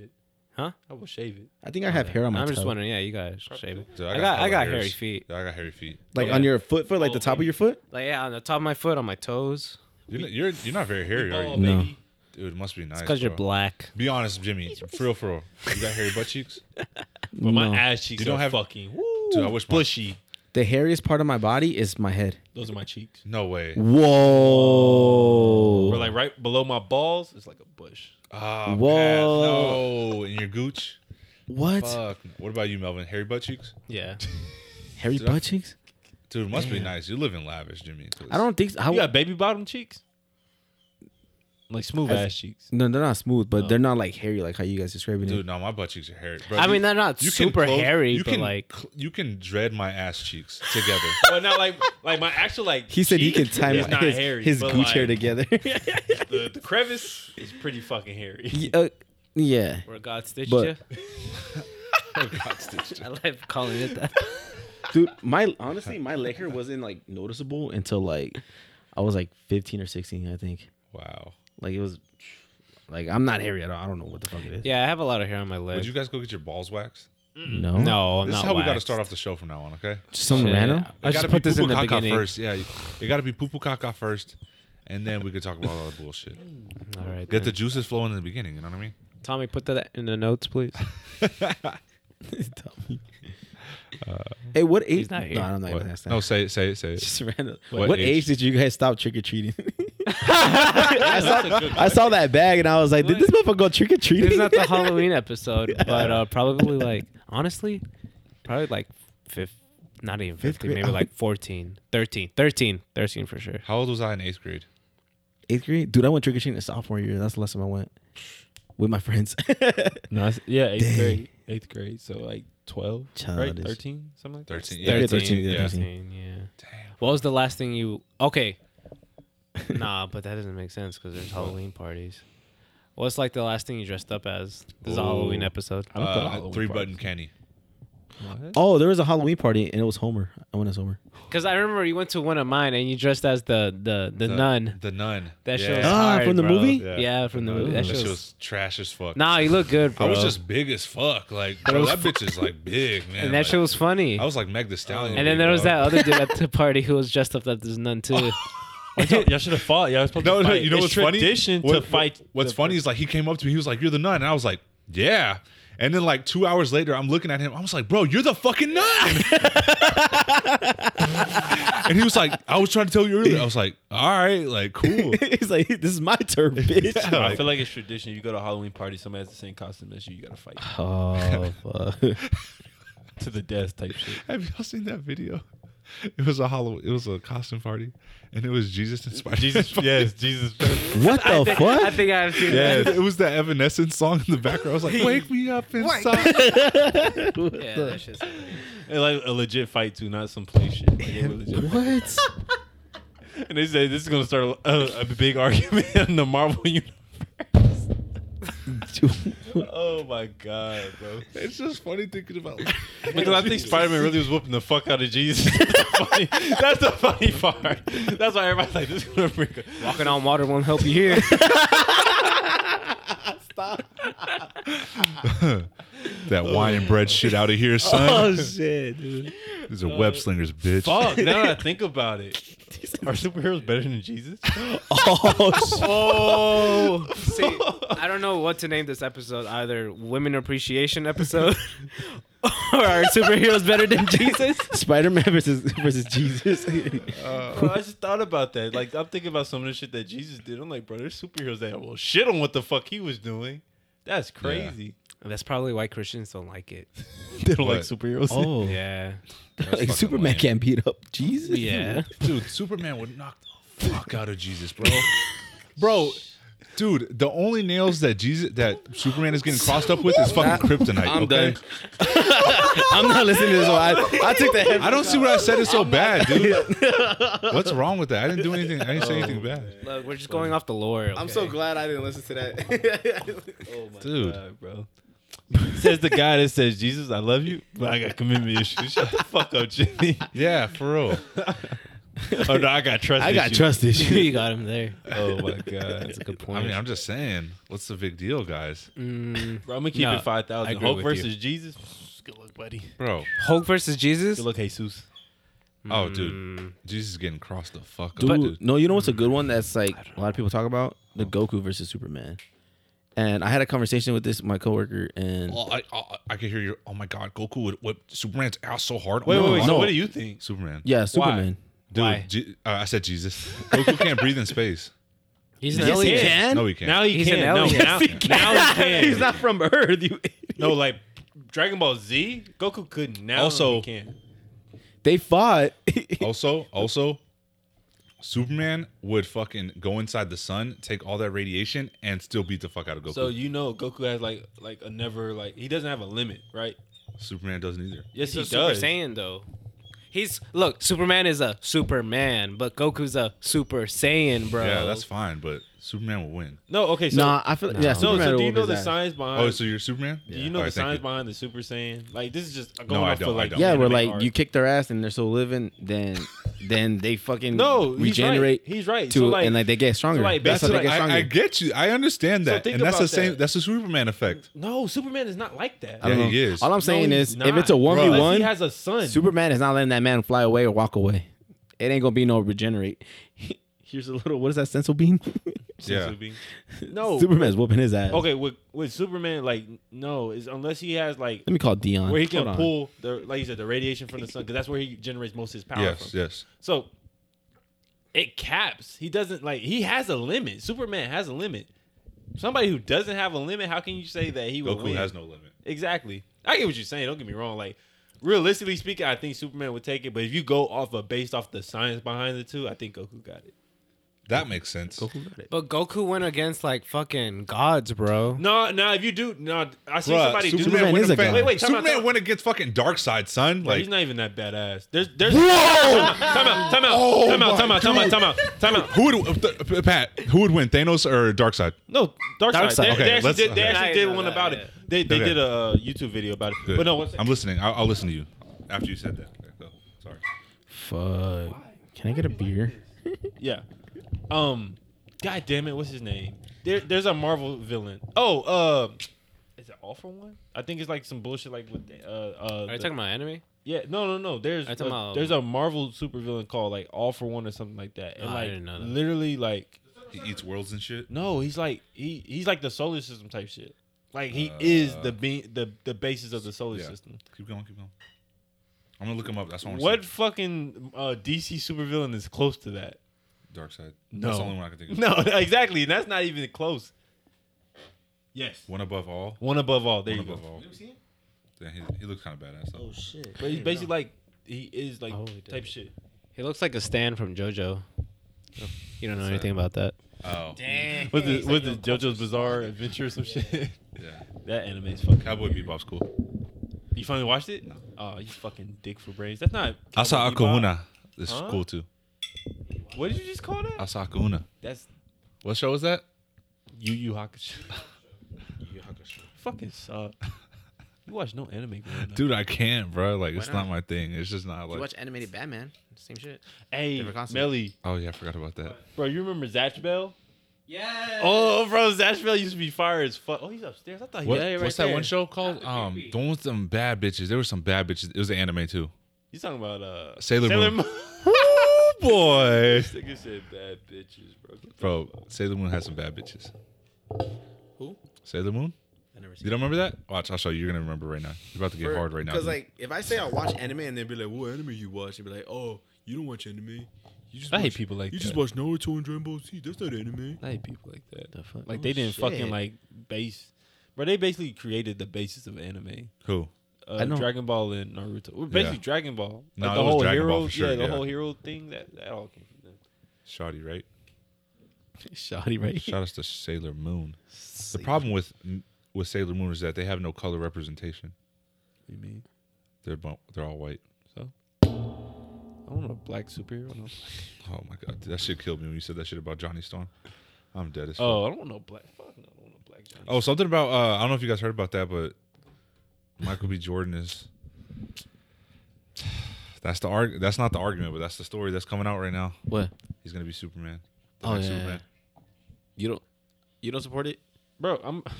S3: Huh?
S4: I will shave it.
S2: I think I have hair on my.
S3: I'm just
S2: toe.
S3: wondering. Yeah, you guys shave it.
S1: Dude,
S3: I got I
S1: hella
S3: got
S1: hairs.
S3: hairy feet.
S1: Dude, I got hairy feet.
S2: like on your foot, foot, like the top of your foot.
S3: Like yeah, on the top of my foot, on my toes.
S1: You're, not- you're you're not very hairy, are
S4: Oh,
S1: you?
S2: No.
S4: baby.
S1: Dude, it must be nice.
S3: It's because you're
S1: bro.
S3: black.
S1: Be honest, Jimmy. For real, for real. You got hairy butt cheeks?
S4: But my
S2: No.
S4: ass cheeks
S1: You don't
S4: are
S1: have-
S4: fucking
S1: Dude, I wish my-
S4: bushy.
S2: The hairiest part of my body is my head.
S4: Those are my cheeks.
S1: No way.
S2: Whoa.
S4: Or like right below my balls, it's like a bush.
S1: Oh,
S2: Whoa.
S1: Whoa. no. And your gooch?
S2: what?
S1: Fuck. What about you, Melvin? Hairy butt cheeks?
S3: Yeah.
S2: Hairy
S1: Did I-
S2: butt cheeks?
S1: Dude, it must be nice. You live in lavish, Jimmy. 'cause-
S2: I don't think so. I,
S4: You got baby bottom cheeks, like smooth
S2: That's-
S4: ass cheeks.
S2: no, they're not smooth, but they're not like hairy, like how you guys describing
S1: Dude,
S2: it.
S1: no, my butt cheeks are hairy. Bro,
S3: I
S1: you-
S3: mean, they're not
S1: you can
S3: super
S1: close-
S3: hairy,
S1: you
S3: but
S1: can
S3: like
S1: cl- you can dread my ass cheeks together.
S4: Well, not like like my actual like.
S2: He said he
S4: cheek
S2: can tie
S4: is not
S2: his,
S4: hairy,
S2: his
S4: but,
S2: gooch hair
S4: like,
S2: together.
S4: The, the crevice is pretty fucking hairy.
S2: Y- uh, yeah.
S3: where God stitched
S2: But-
S3: you. I like calling it that.
S2: Dude, my honestly, my leg hair wasn't like noticeable until like I was like 15 or 16, I think.
S1: wow.
S2: Like it was like I'm not hairy at all. I don't know what the fuck it is.
S3: Yeah, I have a lot of hair on my
S1: Would
S3: legs.
S1: you guys go get your balls waxed?
S2: No.
S3: Mm. No, I'm
S1: This
S3: not
S1: is how we got to
S3: waxed.
S1: start off the show from now on, okay?
S2: Just some
S3: Shit.
S2: random.
S3: I
S1: It
S3: just
S1: gotta
S3: put
S1: be
S3: this in the
S1: pupu caca
S3: beginning.
S1: first. Yeah, you, it got to be pupu caca first, and then we could talk about all the bullshit.
S3: All right.
S1: Get the
S3: then.
S1: juices flowing in the beginning. You know what I mean?
S3: Tommy, put that in the notes, please.
S2: Hey, what age?
S3: not here.
S2: No, I'm not
S1: Uh, What?
S2: even gonna ask that.
S1: No, say it, say it, say it.
S2: Just random.
S1: What
S2: What,
S1: age?
S2: age? did you guys stop trick or treating? I saw I saw that bag and I was like, did this motherfucker go trick or
S3: This is
S2: treating?
S3: not the Halloween episode, but uh, probably like honestly, probably like fifth, not even
S2: Fifth
S3: 15,
S2: grade. Oh.
S3: maybe like 14, 13, 13, 13 for sure.
S1: How old was I in eighth grade?
S2: Eighth grade, dude. I went trick or treating in sophomore year. That's the last time I went with my friends.
S4: No, it's- yeah, eighth
S2: Dang.
S4: grade, eighth grade. So like twelve, right?
S2: Childish.
S4: Thirteen, something like that.
S1: Thirteen.
S2: Yeah,
S1: Yeah,
S2: 13, yeah, 13.
S3: 13, yeah. What was the last thing you? Okay. nah, but that doesn't make sense because there's Halloween parties. What's like the last thing you dressed up as? This is a Halloween
S1: Ooh.
S3: episode.
S4: I don't put
S1: Uh,
S4: Halloween
S1: three
S4: parties.
S1: button Kenny.
S2: Oh, there was a Halloween party and it was Homer. I went as Homer.
S3: Because I remember you went to one of mine and you dressed as the the the, nun.
S1: The nun.
S3: That shit
S1: Yeah.
S3: was
S2: Ah,
S3: hard,
S2: from the
S3: bro.
S2: movie?
S3: Yeah,
S1: Yeah.
S3: from the movie. That,
S1: That
S3: shit
S1: shit was
S3: was.
S1: trash as fuck.
S3: Nah, you look good,
S1: I
S3: bro.
S1: was just big as fuck. Like, bro, that bitch is like big, man.
S3: and that
S1: Like,
S3: shit was funny.
S1: I was like Meg the Stallion.
S3: and then
S1: big,
S3: there was
S1: dog.
S3: that other dude at the party who was dressed up as this nun too.
S4: y'all should have fought. Y'all was supposed
S1: No,
S4: to
S1: no,
S4: fight.
S1: you know
S4: it's
S1: what's funny?
S4: tradition
S1: What-
S4: to fight.
S1: What's
S4: the-
S1: funny is like he came up to me, he was like, "You're the nun," and I was like, "Yeah." And then like two hours later, I'm looking at him. I was like, "Bro, you're the fucking nun." and he was like, "I was trying to tell you earlier." I was like, "All right, like cool."
S2: He's like, this is my turn, bitch.
S4: I feel like it's tradition. You go to a Halloween party, somebody has the same costume as you. You gotta fight
S2: Oh fuck.
S4: to the death type shit.
S1: Have y'all seen that video? It was a hollow. It was a costume party, and it was Jesus and Spider.
S4: Jesus, yes, Jesus.
S2: What the fuck?
S3: I think I've seen
S1: Yeah, it was that Evanescence song in the background. I was like, "Wake me up inside."
S3: that. Yeah, that shit's
S4: And, like a legit fight too, not some play shit. Like, a legit fight.
S2: what?
S4: And they say this is gonna start a, a big argument in the Marvel universe. oh my god, bro!
S1: It's just funny thinking about. Like,
S4: Because I think Spider Man really was whooping the fuck out of Jesus. That's the funny, that's the funny part. That's why everybody's like, "This is gonna break." up."
S3: Walking on water won't help you here.
S1: that wine and bread shit out of here, son.
S2: Oh shit, dude.
S1: These are web slingers, bitch.
S4: Uh, Fuck! Now that I think about it, are superheroes better than Jesus?
S2: Oh shit.
S3: Oh, see, I don't know what to name this episode. Either women appreciation episode, or are superheroes better than Jesus?
S2: Spider-Man versus versus Jesus.
S4: Oh, Bro, I just thought about that. Like, I'm thinking about some of the shit that Jesus did. I'm like, bro, there's superheroes that will shit on what the fuck he was doing. That's crazy.
S3: That's probably why Christians don't like it.
S4: They don't like
S1: What?
S4: superheroes.
S2: oh.
S3: Yeah,
S2: Like Superman can't beat up Jesus.
S3: yeah.
S1: dude. Superman would knock the fuck out of Jesus, bro. bro, dude, the only nails that Jesus that Superman is getting crossed up with is fucking kryptonite.
S2: I'm
S1: okay?
S2: done. I'm not listening to this. One. I, I took the head.
S1: I don't see what I said is so bad, dude. What's wrong with that? I didn't do anything. I didn't say
S4: Oh,
S1: anything bad,
S3: Look, we're just going off the lore. okay?
S2: glad I didn't listen to that.
S1: dude.
S4: God, bro. says the guy that says, Jesus, I love you, but I got commitment issues. Shut the fuck up, Jimmy.
S1: Yeah, for real.
S4: Oh, no, I got trust
S2: I got
S4: issues.
S2: trust issues.
S3: you got him there.
S4: Oh, my God.
S3: That's a good
S1: I
S3: point.
S1: mean, I'm just saying. What's the big deal, guys?
S3: Mm,
S4: Bro, I'm going to keep
S3: No,
S4: it 5,000.
S3: I agree
S4: Hulk
S3: with you.
S4: versus Jesus. Good luck, buddy.
S1: Bro,
S3: Hulk versus Jesus.
S4: Good luck, Jesus.
S1: oh,
S4: Mm.
S1: dude, Jesus is getting crossed the fuck up,
S2: Dude,
S1: dude.
S2: no, you know what's a good one that's like a lot of people talk about? The Goku versus Superman. And I had a conversation with this my coworker and
S1: Oh, I, I, I can hear you. Oh my God, Goku would whip Superman's ass so hard.
S4: Wait,
S1: oh,
S4: wait, wait.
S1: my
S4: So,
S1: God.
S4: what do you think?
S1: Superman.
S2: yeah, Superman.
S1: dude. Je- uh, I said Jesus. Goku can't breathe in space.
S3: He's
S2: Yes, he
S3: alien.
S2: can.
S1: No, he can't.
S4: Now he
S3: He's
S4: can.
S3: an
S4: No,
S3: alien.
S4: now,
S3: Yes,
S4: now he can.
S2: He's not from Earth. You
S4: No, like Dragon Ball Z, Goku couldn't. Now
S1: Also-
S4: he can.
S2: They fought.
S1: also, also, Superman would fucking go inside the sun, take all that radiation, and still beat the fuck out of Goku.
S4: So you know Goku has like like a never like he doesn't have a limit, right?
S1: Superman doesn't either.
S4: Yes,
S3: He's
S4: he
S3: a Super
S4: does.
S3: Saiyan though. He's look. Superman is a Superman, but Goku's a Super Saiyan, bro.
S1: Yeah, that's fine, but Superman will win.
S4: No, okay, so
S2: nah, I feel yeah.
S4: no,
S2: Superman
S4: so do you
S2: whooped
S4: know
S2: his
S4: the
S2: ass.
S4: science behind?
S1: Oh, so you're Superman?
S4: Uh, do you know
S1: All right,
S4: the
S1: thank
S4: science
S1: you.
S4: behind the Super Saiyan? Like this is just going
S1: I
S4: off
S1: don't,
S4: of
S1: I
S4: like
S1: don't.
S2: Yeah,
S4: anime
S2: we're like
S4: art.
S2: you kick their ass and they're still living. Then then they fucking
S4: No, he's
S2: regenerate.
S4: right. He's right.
S2: To,
S4: So, like-
S2: and like they get stronger.
S4: so, like,
S2: that's how
S1: That's
S2: they
S1: what
S2: get stronger.
S1: I, I get you. I understand
S4: So
S1: that,
S4: think
S1: and that's the
S4: about
S1: same.
S4: that.
S1: That's the Superman effect.
S4: No, Superman is not like that.
S2: I don't
S1: Yeah,
S2: know.
S1: he is.
S2: All I'm saying
S4: No, he's
S2: is, if
S4: not.
S2: it's a one v
S1: Bruh.
S4: Unless he
S2: one,
S4: has a son.
S2: Superman is not letting that man fly away or walk away. It ain't gonna be no regenerate. Here's a little. What is that stencil beam?
S1: Yeah.
S4: No.
S2: Superman's whooping his ass.
S4: Oh. Okay, with with Superman, like no, is unless he has like
S2: Let me call Dion.
S4: where he can
S2: Hold on.
S4: pull the like you said the radiation from the sun because that's where he generates most of his power. from.
S1: Yes. Yes.
S4: So it caps. He doesn't like he has a limit. Superman has a limit. Somebody who doesn't have a limit, how can you say that he will
S1: Goku
S4: win?
S1: has no limit.
S4: exactly. I get what you're saying. Don't get me wrong. Like realistically speaking, I think Superman would take it. But if you go off of based off the science behind the two, I think Goku got it.
S1: That makes sense.
S3: But Goku went against like fucking gods, bro.
S4: No, no. If you do, no. I see
S1: Bruh,
S4: somebody do that.
S1: Superman went
S5: is a
S1: against-
S5: god.
S4: Wait, wait, time out,
S1: Superman
S4: time out.
S1: went against fucking Dark Side, son.
S4: Bro,
S1: Like
S4: he's not even that badass. There's, there's. Time out, time out, time out,
S1: Oh
S4: time out,
S1: my
S4: time out, time out,
S1: God.
S4: time out, time out.
S1: who would uh, Pat? Who would win, Thanos or Dark Side?
S4: No, Dark Side.
S5: Side.
S4: They,
S1: Okay,
S4: they actually
S1: let's-
S4: did, they
S1: okay.
S4: actually
S3: I
S4: did
S3: know
S4: one
S3: that,
S4: about
S3: yeah.
S4: it. They, they
S1: Okay.
S4: did a uh, YouTube video about it. But no, what's
S1: I'm listening. I'll, I'll listen to you after you said that. Okay, go. Sorry.
S2: Fuck.
S4: Uh,
S2: Can I get a beer?
S4: Yeah. Um. God damn it! What's his name? There, there's a Marvel villain. Oh, uh, is it All for One? I think it's like some bullshit like with uh uh.
S3: Are
S4: the-
S3: you talking about anime?
S4: Yeah. No, no, no. There's
S3: Are you
S4: a,
S3: talking about- um,
S4: there's a Marvel supervillain called like All for One or something like that. And
S3: Oh, I
S4: like
S3: didn't know that.
S4: literally like
S1: He eats worlds and shit.
S4: no, he's like he he's like the solar system type shit. Like he is the be- the the basis of the solar
S1: Uh, yeah.
S4: system.
S1: Keep going. Keep going. I'm gonna look him up. That's what. I
S4: What
S1: want
S4: fucking uh, DC supervillain is close to that?
S1: Dark Side.
S4: No.
S1: That's the only one I can think of.
S4: No, exactly. And that's not even close. Yes.
S1: One above all.
S4: One above all. There
S1: One
S4: you go.
S1: above all. Yeah, he, he looks kind of badass. Though.
S2: shit.
S4: But he's basically like he is like
S3: Oh, he
S4: type
S3: did.
S4: shit.
S3: He looks like a Stan from JoJo. You don't know
S1: Sorry.
S3: anything about that.
S1: Oh.
S2: Damn.
S4: What's the what's the JoJo's Bizarre Adventure or some shit?
S1: Yeah.
S4: that anime's fucking.
S1: Cowboy Bebop's cool.
S4: You finally watched it? Oh, you fucking dick for brains. That's not.
S1: I saw
S4: Cowboy Bebop.
S1: Akahuna. This
S4: Huh?
S1: is cool too.
S4: What did you just call
S1: I
S4: that?
S1: saw Akahuna.
S4: That's
S1: What show was that?
S4: Yu Yu Hakusho. fucking suck. You watch no anime, growing up.
S1: Dude, I can't, bro. Like, it's
S2: Why
S1: not
S2: not?
S1: my thing. It's just not
S2: You
S1: like.
S2: watch animated Batman. Same shit.
S4: Hey,
S2: Different concept.
S4: Melly,
S1: Oh yeah, I forgot about that.
S4: bro, you remember Zatch Bell?
S3: Yeah.
S4: Oh, bro, Zatch Bell used to be fire as fuck. Oh, he's upstairs. I thought he
S1: What,
S4: was right
S1: what's that
S4: there.
S1: one show called? Um, the one with some bad bitches. There were some bad bitches. It was an anime too.
S4: You talking about uh
S1: Sailor Moon.
S4: Woo,
S1: Oh, boy.
S4: this nigga said bad bitches, bro. Get the
S1: Bro,
S4: fuck.
S1: Sailor Moon has some bad bitches.
S2: Who?
S1: Sailor Moon?
S2: I never seen.
S1: You don't remember that? Watch, I'll show you. You're gonna remember right now. You're about to get hard right now.
S2: Because like, if I say I watch anime and they'd be like, "What anime you watch?" They'd be like, "Oh, you don't watch anime. You just
S4: I
S2: watch,
S4: hate people like
S2: you
S4: that.
S2: just watch Naruto and Dragon Ball Z. That's not anime."
S4: I hate people like that.
S2: The fuck?
S4: Like
S2: Oh,
S4: they didn't fucking
S2: shit.
S4: like base, bro. They basically created the basis of anime.
S1: who?
S4: Uh,
S2: I know.
S4: Dragon Ball and Naruto. Well, basically
S1: Yeah.
S4: Dragon Ball.
S1: No,
S4: Like
S1: it
S4: the
S1: was
S4: whole
S1: Dragon
S4: hero,
S1: Ball for sure,
S4: yeah, the
S1: yeah.
S4: whole hero thing. That that all came from them.
S1: Shoddy, right?
S4: Shoddy, right?
S1: Shout out to Sailor Moon. The problem with with Sailor Moon is that they have no color representation.
S4: You mean?
S1: They're bu- they're all white.
S4: I want a black superhero. No.
S1: Oh my god, that shit killed me when you said that shit about Johnny Storm. I'm dead as fuck.
S4: Oh, I don't want no black. Fuck no, I don't want no black Johnny.
S1: Oh, something about uh, I don't know if you guys heard about that, but Michael B. Jordan is. That's the arg. That's not the argument, but that's the story that's coming out right now.
S2: What?
S1: He's gonna be Superman. The
S2: Oh
S1: next
S2: yeah.
S1: Superman.
S2: You don't. You don't support it.
S4: bro, I'm.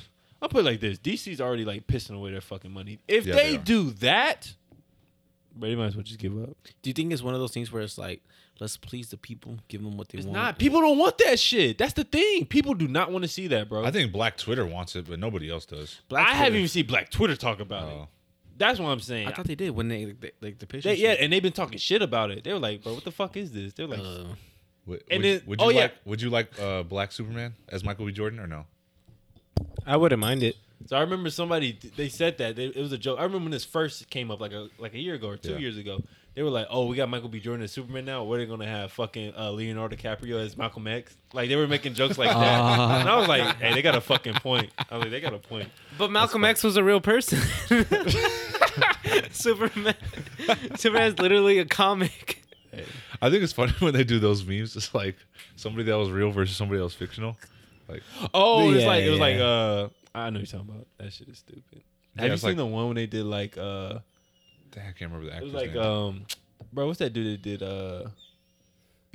S4: I'll put it like this: DC's already like pissing away their fucking money. If
S1: Yeah,
S4: they,
S1: they are.
S4: do that, bro, they might as well just give up.
S2: Do you think it's one of those things where it's like, let's please the people, give them what they
S4: It's
S2: want?
S4: not. People don't want that shit. That's the thing. People do not want to see that, bro.
S1: I think Black Twitter wants it, but nobody else does.
S2: Black
S4: I haven't
S2: Twitter.
S4: even seen Black Twitter talk about
S1: Oh.
S4: it. That's what I'm saying.
S2: I thought they did when they like, like the picture.
S4: They- yeah, and they've been talking shit about it. They were like, bro, what the fuck is this? They're like,
S2: Uh,
S1: Would, would,
S4: And then-
S1: would you
S4: oh,
S1: like
S4: yeah.
S1: Would you like uh, Black Superman as Michael B. Jordan or no?
S3: I wouldn't mind it.
S4: so I remember somebody they said that they, it was a joke. I remember when this first came up like a like a year ago or two
S1: Yeah.
S4: years ago. They were like, oh, we got Michael B. Jordan as Superman now. What are they gonna have fucking uh, Leonardo DiCaprio as Malcolm X? Like they were making jokes like that, and I was like, hey, they got a fucking point. I was like, they got a point.
S3: But Malcolm X was a real person. Superman. Superman's literally a comic.
S1: I think it's funny when they do those memes. It's like somebody that was real versus somebody that was fictional. Like
S4: Oh, it's
S2: Yeah,
S4: like it was
S2: yeah.
S4: like uh, I know you're talking about. That shit is stupid.
S1: Yeah,
S4: have you
S1: it's
S4: seen
S1: like-
S4: the one when they did like uh?
S1: dang, I can't remember the
S4: It
S1: actor's
S4: was like
S1: name.
S4: um, bro, what's that dude that did uh,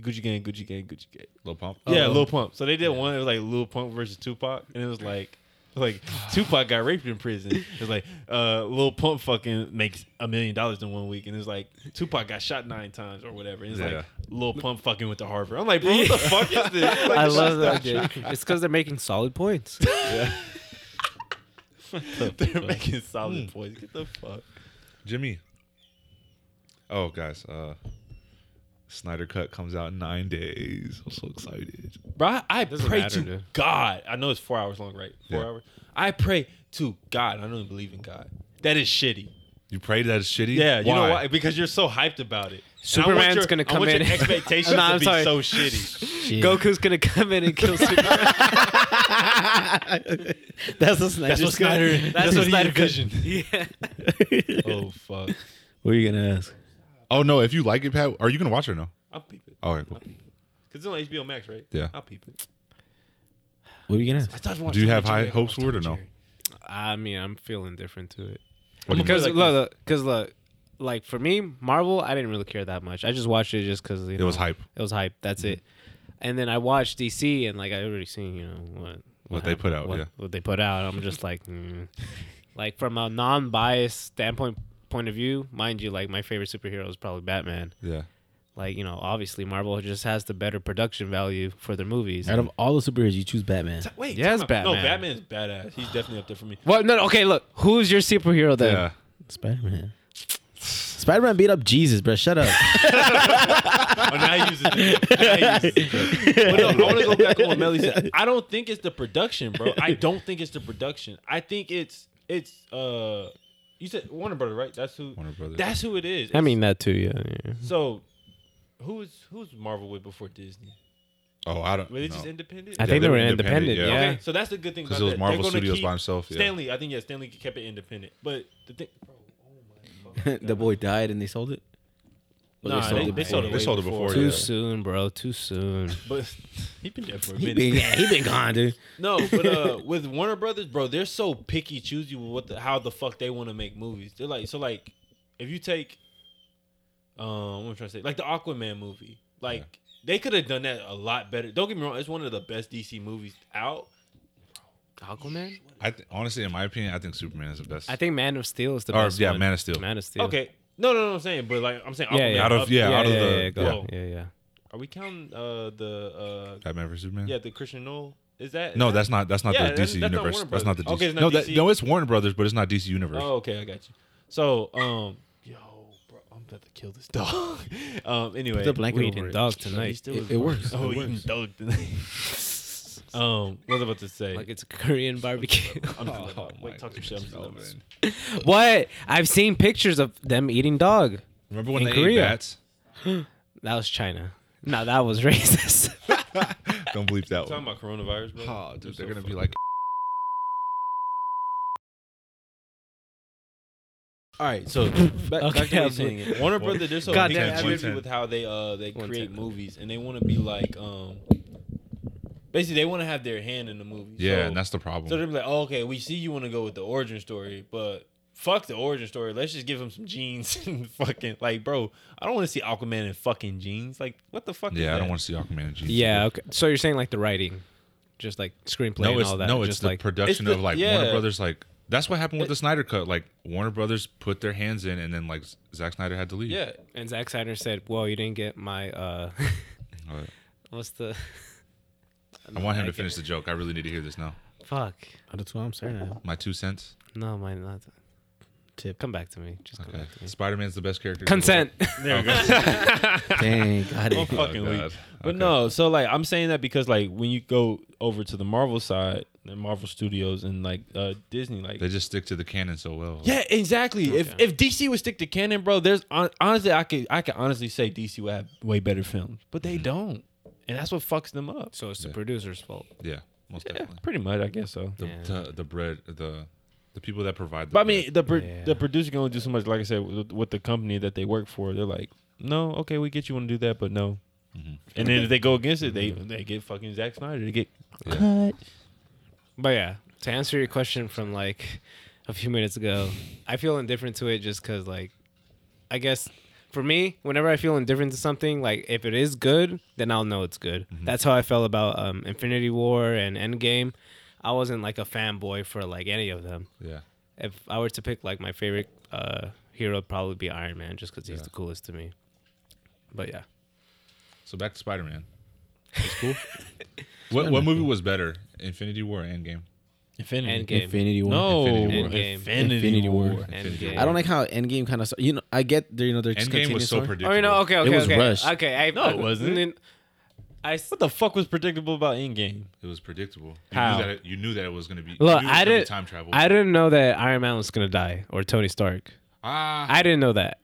S4: Gucci Gang, Gucci Gang, Gucci Gang?
S1: Lil Pump.
S4: Yeah,
S1: Oh.
S4: Lil Pump. So they did one. It was like Lil Pump versus Tupac, and it was like. Like Tupac got raped in prison. It was like uh, Lil Pump fucking makes a million dollars in one week, and it's like Tupac got shot nine times or whatever. And it's
S1: Yeah.
S4: like Lil Pump fucking went to Harvard. I'm like, bro, what the fuck is this? Like,
S3: I love that. Dude. It's because they're making solid points.
S4: they're making solid points. Get the fuck.
S1: Jimmy. Oh, guys, uh Snyder Cut comes out in nine days. I'm so excited.
S4: Bro, I, I
S3: Doesn't
S4: pray
S3: matter,
S4: to
S3: dude.
S4: God. I know it's four hours long, right? Four
S1: Yeah.
S4: hours. I pray to God. I don't even believe in God. That is shitty.
S1: You pray that it's shitty.
S4: Yeah, you
S1: Why?
S4: know why? Because you're so hyped about it. And I want
S3: Superman's
S4: your-
S3: gonna
S4: I
S3: come
S4: want
S3: in.
S4: Your expectations
S3: No, I'm
S4: to be
S3: sorry.
S4: so shitty.
S3: Goku's gonna come in and kill Superman.
S2: That's a Snyder.
S4: That's what Snyder. That's what he
S3: Snyder cut.
S4: envisioned.
S3: yeah.
S4: Oh fuck!
S2: What are you gonna ask?
S1: Oh no! If you like it, Pat, are you gonna watch it or no? Oh,
S4: I'll peep it.
S1: All right. Cool.
S4: Cause it's on HBO Max, right?
S1: Yeah.
S4: I'll peep it.
S2: What are you gonna ask?
S4: I thought I'd watch
S1: Do you
S4: Tom
S1: have
S4: and Jerry.
S1: high
S4: I
S1: hopes
S4: watched
S1: for it
S4: Tom
S1: or
S4: and
S1: no?
S4: Jerry.
S3: I mean, I'm feeling different to it.
S1: What do you
S3: Because
S1: mean?
S3: look, look, because look, like for me, Marvel, I didn't really care that much. I just watched it just because
S1: it was hype. Mm-hmm.
S3: It was hype. That's it. And then I watched DC, and like I already seen, you know what what,
S1: they
S3: happened-
S1: put out,
S3: what,
S1: yeah.
S3: what they put out. I'm just like, mm. like from a non-biased standpoint point of view, mind you, like my favorite superhero is probably Batman.
S1: Yeah.
S3: Like you know, obviously Marvel just has the better production value for their movies.
S2: Out of all the superheroes, you choose Batman.
S4: Ta- Wait.
S3: Yes,
S4: time out. No,
S3: Batman.
S4: Batman's badass. He's definitely up there for me.
S3: well, no, no, okay, look, who's your superhero then?
S1: Yeah.
S2: Spider Man. Spider Man beat up Jesus, bro. Shut up.
S4: Oh, now he uses it. Now he uses it. But no, I want to go back on what Melly said. I don't think it's the production, bro. I don't think it's the production. I think it's it's uh, you said Warner Brother, right? That's who.
S1: Warner Brothers.
S4: That's who it is.
S3: I mean that too. Yeah, yeah.
S4: so who's who's Marvel with before Disney?
S1: oh, I don't.
S4: Were they
S1: know.
S4: just independent?
S3: I think
S1: they
S3: they
S1: were
S3: were
S1: independent,
S3: independent.
S1: yeah.
S3: yeah.
S4: Okay, so that's the good thing
S1: Because
S4: about
S1: it was
S4: that.
S1: Marvel
S4: They're gonna
S1: Studios
S4: keep
S1: by himself, yeah.
S4: Stanley, I think yeah, Stanley kept it independent. But the thing,
S2: the boy died and they sold it. Or
S4: Nah, they- they sold it.
S1: They
S4: way
S1: sold it
S4: before.
S1: before.
S3: Too
S1: yeah.
S3: soon, bro. Too soon.
S4: but he been dead for a
S2: He
S4: minute.
S2: been, yeah, he been gone, dude.
S4: No, but uh, with Warner Brothers, bro, they're so picky, choosy with what the, how the fuck they want to make movies. They're like, so like, if you take, um, what am I trying to say? Like the Aquaman movie, like they could have done that a lot better. Don't get me wrong, it's one of the best DC movies out.
S3: Aquaman.
S1: I th- honestly, in my opinion, I think Superman is the best.
S3: I think Man of Steel is the
S1: Or,
S3: best.
S1: yeah,
S3: one.
S1: Man of Steel.
S3: Man of Steel.
S4: Okay, no, no, no, I'm saying, but like I'm saying,
S3: Yeah,
S4: Aquaman,
S3: yeah.
S1: out of
S4: up-
S1: yeah, out of
S3: yeah,
S1: the
S3: yeah, go
S1: yeah.
S3: ahead. yeah, yeah.
S4: Are we counting uh the uh
S1: Batman vs Superman.
S4: yeah the Christian Noel? Is that
S1: No, that's not that's not
S4: Yeah,
S1: the
S4: that's-
S1: DC
S4: that's not
S1: universe.
S4: Warner
S1: that's not the DC.
S4: Brothers. Okay, it's not
S1: no, that,
S4: DC.
S1: no, it's Warner Brothers, but it's not DC universe.
S4: Oh, okay, I got you. So, um, yo, bro, I'm about to kill this dog. um, anyway,
S2: The blanket
S3: We
S2: over
S3: eating
S2: it.
S3: dog tonight.
S4: Still
S2: It-
S4: is
S2: it
S4: bro.
S2: works.
S4: Oh,
S2: It
S4: you
S2: works.
S4: doped tonight. um, what was I about to say?
S3: Like oh it's Korean barbecue.
S4: I'm just gonna- wait,
S1: my
S4: talk some shit. I'm just gonna-
S1: goodness, Melvin.
S3: what? I've seen pictures of them eating dog.
S1: Remember when
S3: In
S1: they
S3: Korea.
S1: ate bats?
S3: That was China. No, that was racist.
S1: Don't believe that one.
S4: Talking about coronavirus, bro.
S1: Oh, dude,
S4: You're so
S1: they're gonna be
S4: fucking-
S1: like,
S4: all right. So back, back
S3: Okay,
S4: to what
S3: I'm
S4: you're saying. again. Warner
S1: Well,
S4: Brothers, they're so
S3: God
S4: big
S3: damn,
S4: and
S3: I
S4: choosy
S1: didn't-
S4: with how they uh they
S3: One
S4: create
S3: second.
S4: movies, and they want to be like um, basically they want to have their hand in the movie.
S1: yeah,
S4: so,
S1: and that's the problem.
S4: So they'd be like, oh, okay, we see you want to go with the origin story, but fuck the origin story. Let's just give him some jeans and fucking like, bro. I don't want to see Aquaman in fucking jeans. Like, what the fuck? is
S1: yeah, I don't
S4: that?
S1: want to see Aquaman. and Jesus.
S3: yeah. Okay. So you're saying like the writing, just like screenplay
S1: no,
S3: and
S1: it's
S3: all that.
S1: no, it's
S3: just
S1: the
S3: like
S1: production
S4: It's the-
S1: of like
S4: yeah.
S1: Warner Brothers. Like that's what happened with the Snyder cut. Like Warner Brothers put their hands in, and then like Zack Snyder had to leave.
S4: Yeah,
S3: and Zack Snyder said, "Well, you didn't get my uh,
S1: All right.
S3: what's the
S1: I want him to finish the joke. I really need to hear this now.
S3: fuck?
S2: That's what I'm saying.
S1: My two cents.
S3: No, my not
S2: Tip.
S3: Come back to me. Just come
S1: Okay.
S3: back to me.
S1: Spider Man's the best character. in the
S3: Consent.
S4: there we go.
S2: Dang, got
S4: Oh,
S2: it.
S1: world.
S4: fucking
S1: Oh,
S4: weak.
S1: God.
S4: But
S1: Okay.
S4: no, so like I'm saying that because like when you go over to the Marvel side, the Marvel Studios and like uh Disney, like
S1: they just stick to the canon so well.
S4: Yeah, exactly. If if DC would stick to canon, bro, there's hon- honestly I could I could honestly say DC would have way better films, but
S1: Mm-hmm.
S4: they don't, and that's what fucks them up.
S3: so it's the producer's fault.
S1: yeah, most
S4: Yeah,
S1: definitely.
S4: pretty much, I guess so.
S1: The,
S3: Yeah.
S1: the the bread the the people that provide. The
S4: But I
S1: bread.
S4: mean, the pro-
S3: Yeah.
S4: the producer can only do so much. Like I said, with, with the company that they work for, they're like, no, okay, we get you want to do that, but no.
S1: Mhm.
S4: And then if they go against it, they they get fucking Zack Snyder. They get
S3: But yeah, to answer your question from like a few minutes ago, I feel indifferent to it just because, like, I guess for me, whenever I feel indifferent to something, like if it is good, then I'll know it's good. That's how I felt about um, Infinity War and Endgame. I wasn't like a fanboy for like any of them.
S1: yeah,
S3: If I were to pick like my favorite uh, hero, would probably be Iron Man, just because he's
S1: Yeah.
S3: the coolest to me. But yeah,
S1: so back to Spider Man. It's cool. what what movie was better, Infinity War or Endgame?
S4: Infinity.
S3: Endgame.
S2: Infinity War.
S4: No,
S1: Infinity
S3: War. Endgame.
S4: Infinity,
S2: Infinity
S4: War.
S2: War.
S3: Endgame.
S2: I don't like how Endgame kind of. You know, I get there. You know, they're just
S1: Endgame
S2: continuing
S1: was so
S2: story.
S1: predictable.
S3: Oh, you know, okay, okay,
S2: was
S3: okay,
S2: rushed.
S3: okay. I,
S4: No, it wasn't.
S3: I s-
S4: What the fuck was predictable about Endgame?
S1: It was predictable. You
S3: How?
S1: knew that it, you knew that it was going to be. you knew
S3: Look,
S1: it was
S3: I
S1: gonna be
S3: didn't.
S1: time travel.
S3: I didn't know that Iron Man was gonna die or Tony Stark.
S1: Ah,
S3: I didn't know that,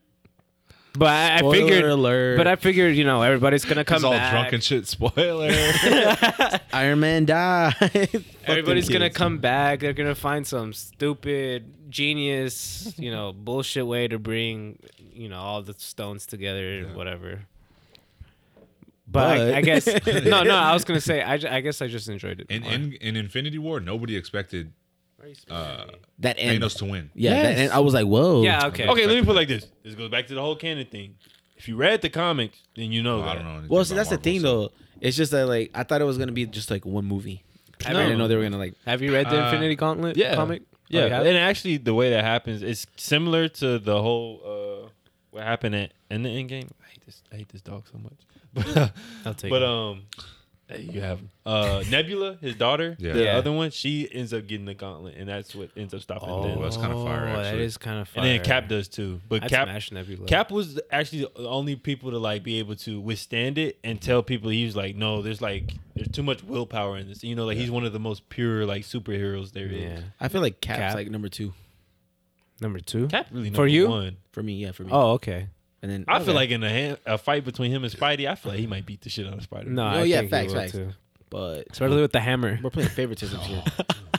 S3: but I, I
S2: Spoiler
S3: figured.
S2: alert.
S3: But I figured, you know, everybody's gonna come
S1: he's all
S3: back.
S1: drunk and shit. Spoiler.
S2: Iron Man died. Fuck them
S3: Everybody's gonna
S2: kids.
S3: come back. They're gonna find some stupid genius, you know, bullshit way to bring, you know, all the stones together, whatever. But,
S2: But-
S3: I, I guess no, no. I was gonna say I, ju- I guess I just enjoyed it.
S1: in,
S3: more.
S1: in in Infinity War, nobody expected uh,
S2: That end.
S1: Thanos to win.
S2: Yeah, that
S4: Yes.
S2: end, I was like, whoa.
S3: yeah, okay.
S4: Okay, let me put it like this. This goes back to the whole canon thing. If you read the comics, then you know.
S1: Well, I
S4: that.
S1: don't know. anything
S2: Well, see,
S1: about
S2: that's
S1: Marvel,
S2: the thing
S1: so-
S2: though. It's just that like I thought it was gonna be just like one movie. I
S3: No.
S2: didn't know they were gonna like.
S3: Have you read the
S1: Uh,
S3: Infinity Gauntlet
S4: yeah.
S3: comic? Oh,
S4: Yeah,
S3: you have?
S4: and actually, the way that happens is similar to the whole uh, what happened at in the end game. I hate this. I hate this dog so much. But,
S3: I'll take
S4: but
S3: it.
S4: um, hey, you have him. uh, Nebula, his daughter,
S1: Yeah.
S4: the
S3: Yeah.
S4: other one. She ends up getting the gauntlet, and that's what ends up stopping
S3: oh,
S4: them.
S1: that's um, kinda fire,
S3: That
S1: actually.
S3: is kind of fire.
S4: and then Cap does too, but
S3: I'd
S4: Cap
S3: smash Nebula.
S4: Cap was actually the only people to like be able to withstand it and tell people he was like, no, there's like there's too much willpower in this. You know, like he's one of the most pure like superheroes there is.
S3: yeah.
S2: I feel like Cap's
S3: Cap.
S2: like number two
S3: Number two.
S4: Cap really
S3: For
S4: number
S3: you?
S4: One.
S2: for me. Yeah, for me.
S3: Oh, okay.
S2: and then
S4: I
S2: okay.
S4: feel like in a, hand, a fight between him and Spidey, I feel like he might beat the shit out of Spider.
S3: No,
S4: No,
S3: I
S2: Oh, yeah,
S3: think he
S2: facts,
S3: will,
S2: facts.
S3: too.
S2: but
S3: Especially with the hammer.
S2: we're playing favoritism here.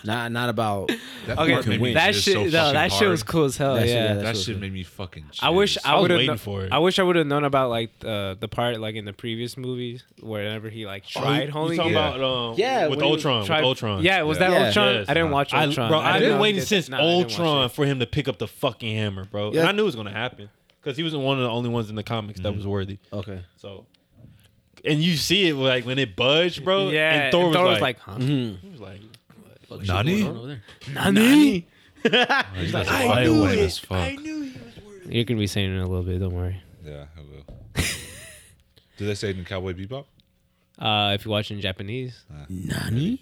S2: Not not about.
S1: That
S3: Okay,
S1: part made me
S3: that
S1: jizz
S3: shit,
S1: so
S3: no,
S1: fucking
S3: that shit was
S1: hard.
S3: cool as hell.
S2: That shit-
S3: yeah,
S2: yeah,
S1: That
S2: That's what
S1: shit
S2: it
S1: made me fucking. Jizz.
S3: I wish I,
S4: I was
S3: would have.
S4: waiting
S3: known
S4: for it.
S3: I wish I would have known about like uh, the part like in the previous movies whenever he like tried
S4: Oh, You
S3: holding
S4: talking
S3: it.
S1: Yeah.
S4: about um,
S2: Yeah,
S4: with
S2: when he
S4: Ultron?
S3: tried-
S4: with Ultron.
S3: Yeah, was that
S2: Yeah.
S3: Ultron?
S4: Yes.
S3: I didn't watch
S4: I,
S3: Ultron.
S4: bro, I've
S3: didn't
S4: been
S3: watch
S4: waiting
S3: it.
S4: since
S3: Nah, I didn't watch
S4: Ultron
S3: it.
S4: for him to pick up the fucking hammer, bro.
S2: Yeah.
S4: And I knew it was gonna happen because he was one of the only ones in the comics that was worthy.
S2: Okay.
S4: So, and you see it like when it budged, bro.
S3: Yeah,
S4: and Thor, was, like,
S3: huh?
S4: he was like,
S2: Fuck shit
S1: Nani?
S2: going on over there.
S3: Nani?
S1: Oh, you guys are
S4: I
S1: wild
S4: knew
S1: as
S4: it.
S1: fuck.
S3: You're gonna be saying it in a little bit. Don't worry.
S1: Yeah, I will. Do they say it in Cowboy Bebop?
S3: Uh, if you're watching Japanese,
S2: Nani?
S3: you
S1: What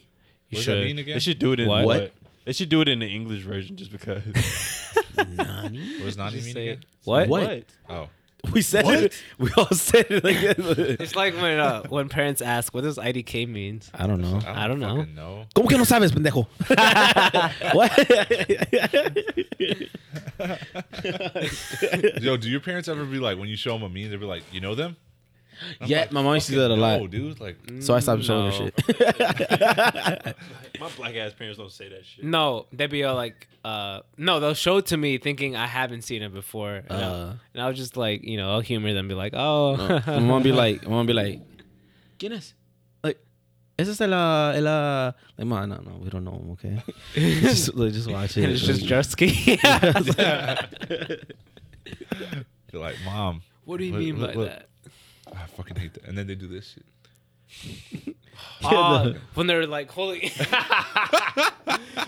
S1: does
S3: should.
S1: that mean again?
S4: they should do it in
S3: What?
S4: what? They should do it in the English version just because.
S2: Nani?
S1: What does Nani mean
S3: say
S1: again?
S3: What?
S2: What?
S1: Oh,
S2: We said it. We all said it like that.
S3: It's like when uh, when parents ask, "What does IDK mean?"
S2: I don't know.
S1: I don't,
S3: I
S1: fucking
S3: don't know.
S1: know.
S2: ¿Cómo que no sabes, pendejo? what?
S1: Yo, do your parents ever be like when you show them a meme, they be like, "You know them?" I'm
S2: Yeah,
S1: like,
S2: my mom used to do that a
S1: "Fucking
S2: lot.
S1: No, dude, like
S2: so I stopped showing her
S3: No.
S2: shit.
S4: My black ass parents don't say that shit.
S3: No, they'd be all like, uh, no, they'll show it to me thinking I haven't seen it before. And,
S2: Uh.
S3: I'll, and I'll just like, you know, I'll humor them, be like, oh,
S2: My mom be like, my mom be like, ¿Quién es? Like, ese es el, uh, el, uh, like, ma, no, no, we don't know him, okay? just, like, just watch it.
S3: and it's just
S2: Like,
S3: Jersky.
S1: You're like, mom,
S3: what do you
S1: Look,
S3: mean
S1: look,
S3: by
S1: look.
S3: that?
S1: I fucking hate that. And then they do this shit.
S3: Oh, when they're like holding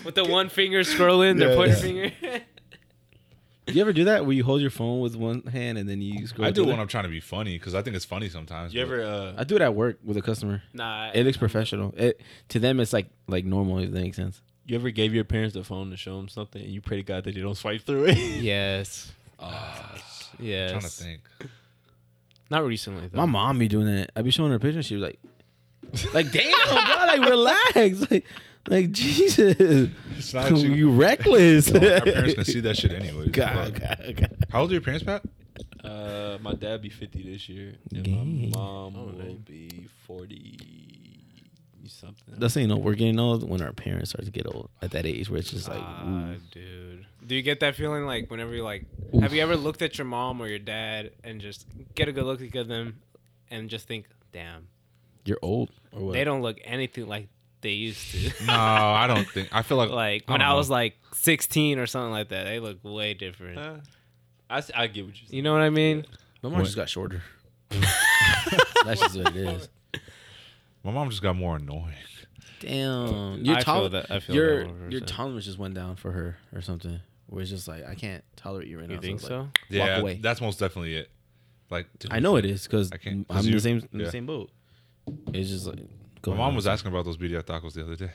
S3: with the one finger scrolling, their
S2: Yeah,
S3: pointer
S2: yeah.
S3: finger.
S2: You ever do that where you hold your phone with one hand and then you scroll?
S1: I do
S2: through
S1: when
S2: it?
S1: I'm trying to be funny because I think it's funny sometimes.
S4: You
S1: but-
S4: ever? Uh,
S2: I do it at work with a customer.
S3: nah,
S2: It looks professional. It to them, it's like like normal. If that makes sense.
S4: you ever gave your parents the phone to show them something, and you pray to God that they don't swipe through it?
S3: yes,
S1: Ah, I'm
S3: yes.
S1: trying to think.
S3: Not recently though.
S2: My mom be doing that. I be showing her picture. She was like, like damn, bro, like relax, like like Jesus,
S1: It's not you.
S2: you reckless.
S1: Our parents can see that shit anyways.
S2: God,
S1: But-
S2: God, God.
S1: How old are your parents, Pat?
S4: Uh, my dad be fifty this year, and
S2: Gang.
S4: my mom will be forty something.
S2: That's how you know we're getting old when our parents start to get old at that age where it's just like,
S3: Ah,
S2: ooh.
S3: dude. Do you get that feeling like whenever you like? Have you ever looked at your mom or your dad and just get a good look at them, and just think, "Damn,
S2: you're old or what?
S3: they don't look anything like they used to."
S1: No, I don't think. I feel like
S3: like
S1: I
S3: when
S1: don't
S3: I,
S1: know.
S3: was like 16 or something like that, they look way different.
S4: Uh, I, s- I get what you're saying.
S3: you know what I mean?
S2: My mom just got shorter. That's just what it is.
S1: my mom just got more annoying.
S2: Damn, your
S3: I feel
S2: toler-
S3: that- I feel
S2: your
S3: that 100%.
S2: your tolerance just went down for her or something. Where it's just like I can't tolerate you right now.
S3: You think
S2: it's like,
S3: so?
S1: Yeah,
S2: away.
S1: that's most definitely it. Like dude,
S2: I know it is because
S1: I
S2: I'm
S1: can't- 'cause
S2: in
S1: you-
S2: the same in
S1: yeah.
S2: the same boat. It's just like go
S1: My
S2: ahead.
S1: mom was asking about those birria tacos the other day.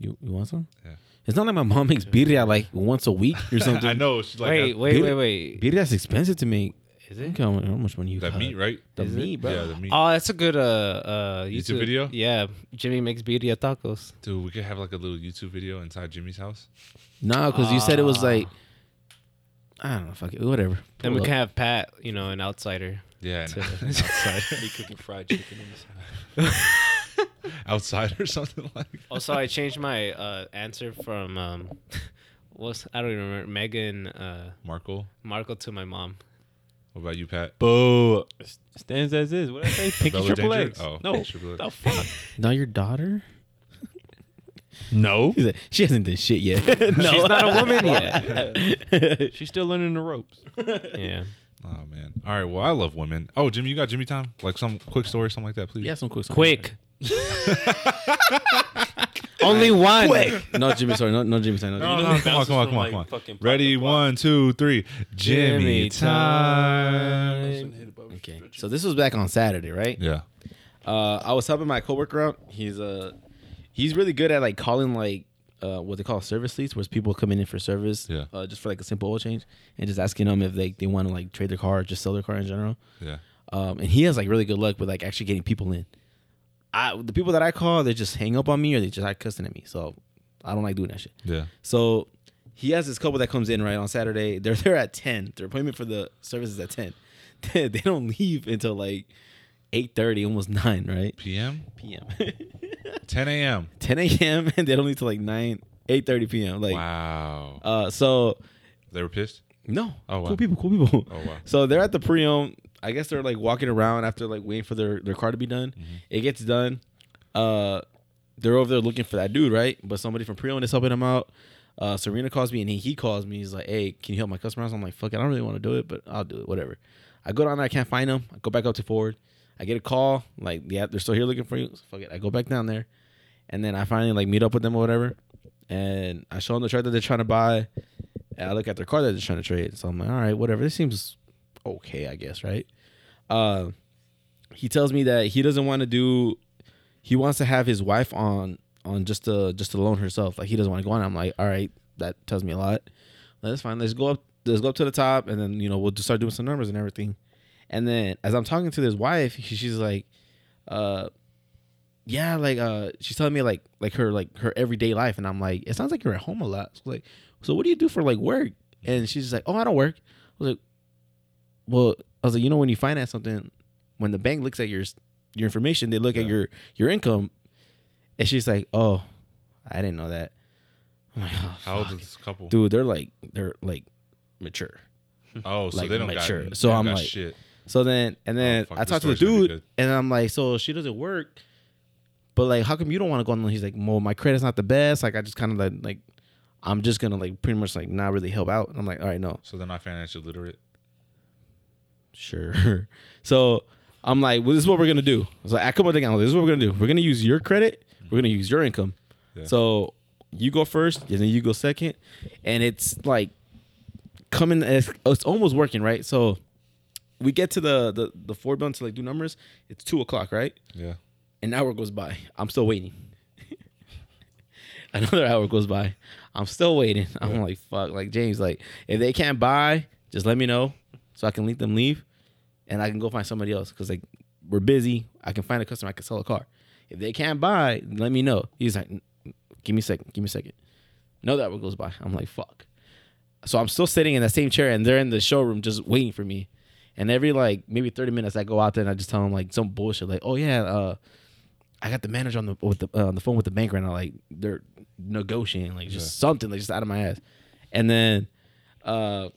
S2: You you want some?
S1: Yeah.
S2: It's not like my mom makes birria like once a week or something.
S1: I know. She's like,
S3: wait,
S1: that,
S3: wait, wait,
S2: Dude.
S3: wait,
S2: Birria's expensive to make.
S3: Is
S2: I
S3: it?
S2: think how, how much money you
S1: that
S2: got.
S1: meat, right?
S2: The
S3: Is it?
S2: meat, bro.
S1: Yeah, the meat.
S3: Oh, that's a good uh uh
S1: YouTube video?
S3: Yeah, Jimmy makes birria tacos.
S1: Dude, we could have like a little YouTube video inside Jimmy's house.
S2: Nah, because you said it was like
S1: Ah.
S2: I don't know. Fuck it. Whatever.
S3: Then we
S2: Pull
S3: can
S2: up.
S3: have Pat, you know, an outsider.
S1: Yeah, and
S4: Be cooking fried chicken. in his house.
S1: outside or something like. that.
S3: Also, I changed my uh, answer from um, what's I don't even remember Megan uh,
S1: Markle,
S3: Markle to my mom.
S1: what about you, Pat?
S4: Boo. S- Stands as is. What I say? Pinky
S1: Bella
S4: triple
S1: Danger?
S4: X.
S1: Oh,
S4: no.
S1: Triple X.
S4: The fuck?
S2: Now your daughter?
S4: No.
S2: He's like, she hasn't done shit yet. no.
S3: She's not a woman yet.
S4: She's still learning the ropes.
S3: yeah.
S1: Oh man. All right. Well, I love women. Oh, Jimmy, you got Jimmy time? Like some quick story, something like that, please.
S2: Yeah, some quick.
S3: Quick. Only one.
S2: no Jimmy. Sorry. No, no Jimmy. Sorry. No,
S1: No, no,
S4: know
S2: Jimmy.
S1: come on,
S4: he bounces
S1: come on,
S4: from,
S1: come on,
S4: like,
S1: come on.
S4: fucking block
S1: Ready?
S4: to block.
S1: One, two, three. Jimmy
S3: Jimmy
S1: time.
S2: Okay. So this was back on Saturday, right?
S1: Yeah.
S2: Uh, I was helping my coworker out. He's uh, he's really good at like calling like uh, what they call service leads, where it's people coming in for service,
S1: Yeah.
S2: uh, just for like a simple oil change, and just asking them if they they want to like trade their car or just sell their car in general.
S1: Yeah.
S2: Um, and he has like really good luck with like actually getting people in. I the people that I call, they just hang up on me or they just like cussing at me. So I don't like doing that shit.
S1: Yeah.
S2: So he has this couple that comes in right on Saturday. They're there at ten. Their appointment for the service is at ten. They, they don't leave until like eight thirty, almost nine, right?
S1: PM.
S2: PM.
S1: 10 a.m.
S2: ten a.m. and they don't leave till like nine, eight thirty p.m. Like,
S1: Wow.
S2: uh, so
S1: They were pissed.
S2: no,
S1: Oh, wow.
S2: cool people, cool people.
S1: Oh wow.
S2: So they're at the pre-owned. I guess they're like walking around after like waiting for their, their car to be done. It gets done. Uh, they're over there looking for that dude, right? But somebody from pre-owned is helping them out. Uh, Serena calls me and he, he calls me. He's like, "Hey, can you help my customer?" out?" I'm like, "Fuck it, I don't really want to do it, but I'll do it, whatever." I go down there, I can't find them. I go back up to Ford. I get a call, like, "Yeah, they're still here looking for you." So fuck it, I go back down there, and then I finally like meet up with them or whatever, and I show them the truck that they're trying to buy. And I look at their car that they're trying to trade. So I'm like, all right, whatever. This seems okay, I guess, right? Uh, he tells me that he doesn't want to do. He wants to have his wife on on just to just to loan herself. Like he doesn't want to go on. I'm like, all right, that tells me a lot. That's fine. Let's go up. Let's go up to the top, and then you know we'll just start doing some numbers and everything. And then as I'm talking to his wife, she- she's like, uh, yeah, like uh, she's telling me like like her like her everyday life, and I'm like, it sounds like you're at home a lot. So like, so what do you do for like work? And she's just like, oh, I don't work. I was like, well, I was like, you know, when you finance something, when the bank looks at your your information, they look at your your income, and she's like, oh, I didn't know that. I'm like, oh,
S1: How old
S2: fuck.
S1: is this couple?
S2: dude? They're like they're like mature.
S1: Oh, so
S2: like,
S1: they don't got.
S2: mature.
S1: they
S2: So
S1: don't
S2: I'm
S1: got
S2: like-
S1: shit.
S2: So then, and then
S1: Oh, fuck,
S2: I
S1: this
S2: talked to the
S1: story's gonna be good.
S2: dude, and I'm like, so she doesn't work, but like, how come you don't want to go on? loan? He's like, well, my credit's not the best. Like, I just kind of like, like, I'm just gonna like pretty much like not really help out. And I'm like, all right, no,
S1: So they're not financially literate.
S2: sure. so I'm like, well, this is what we're gonna do. So I "Ah, come up with the This is what we're gonna do. We're gonna use your credit. We're gonna use your income.
S1: Yeah.
S2: So you go first, and then you go second, and it's like coming. It's, it's almost working, right? So we get to the the the Ford button to like do numbers. It's two o'clock, right?
S1: Yeah.
S2: An hour goes by. I'm still waiting. Another hour goes by. I'm still waiting. I'm like, fuck. Like James, like if they can't buy, just let me know so I can let them leave, and I can go find somebody else because like we're busy. I can find a customer. I can sell a car. If they can't buy, let me know. He's like, "N- give me a second. Give me a second. Another hour goes by. I'm like, fuck. So I'm still sitting in that same chair, and they're in the showroom just waiting for me. And every like maybe 30 minutes, I go out there and I just tell them like some bullshit, like, oh yeah, uh, I got the manager on the with the uh, on the phone with the bank right now. Like they're negotiating, like just something, like just out of my ass. And then uh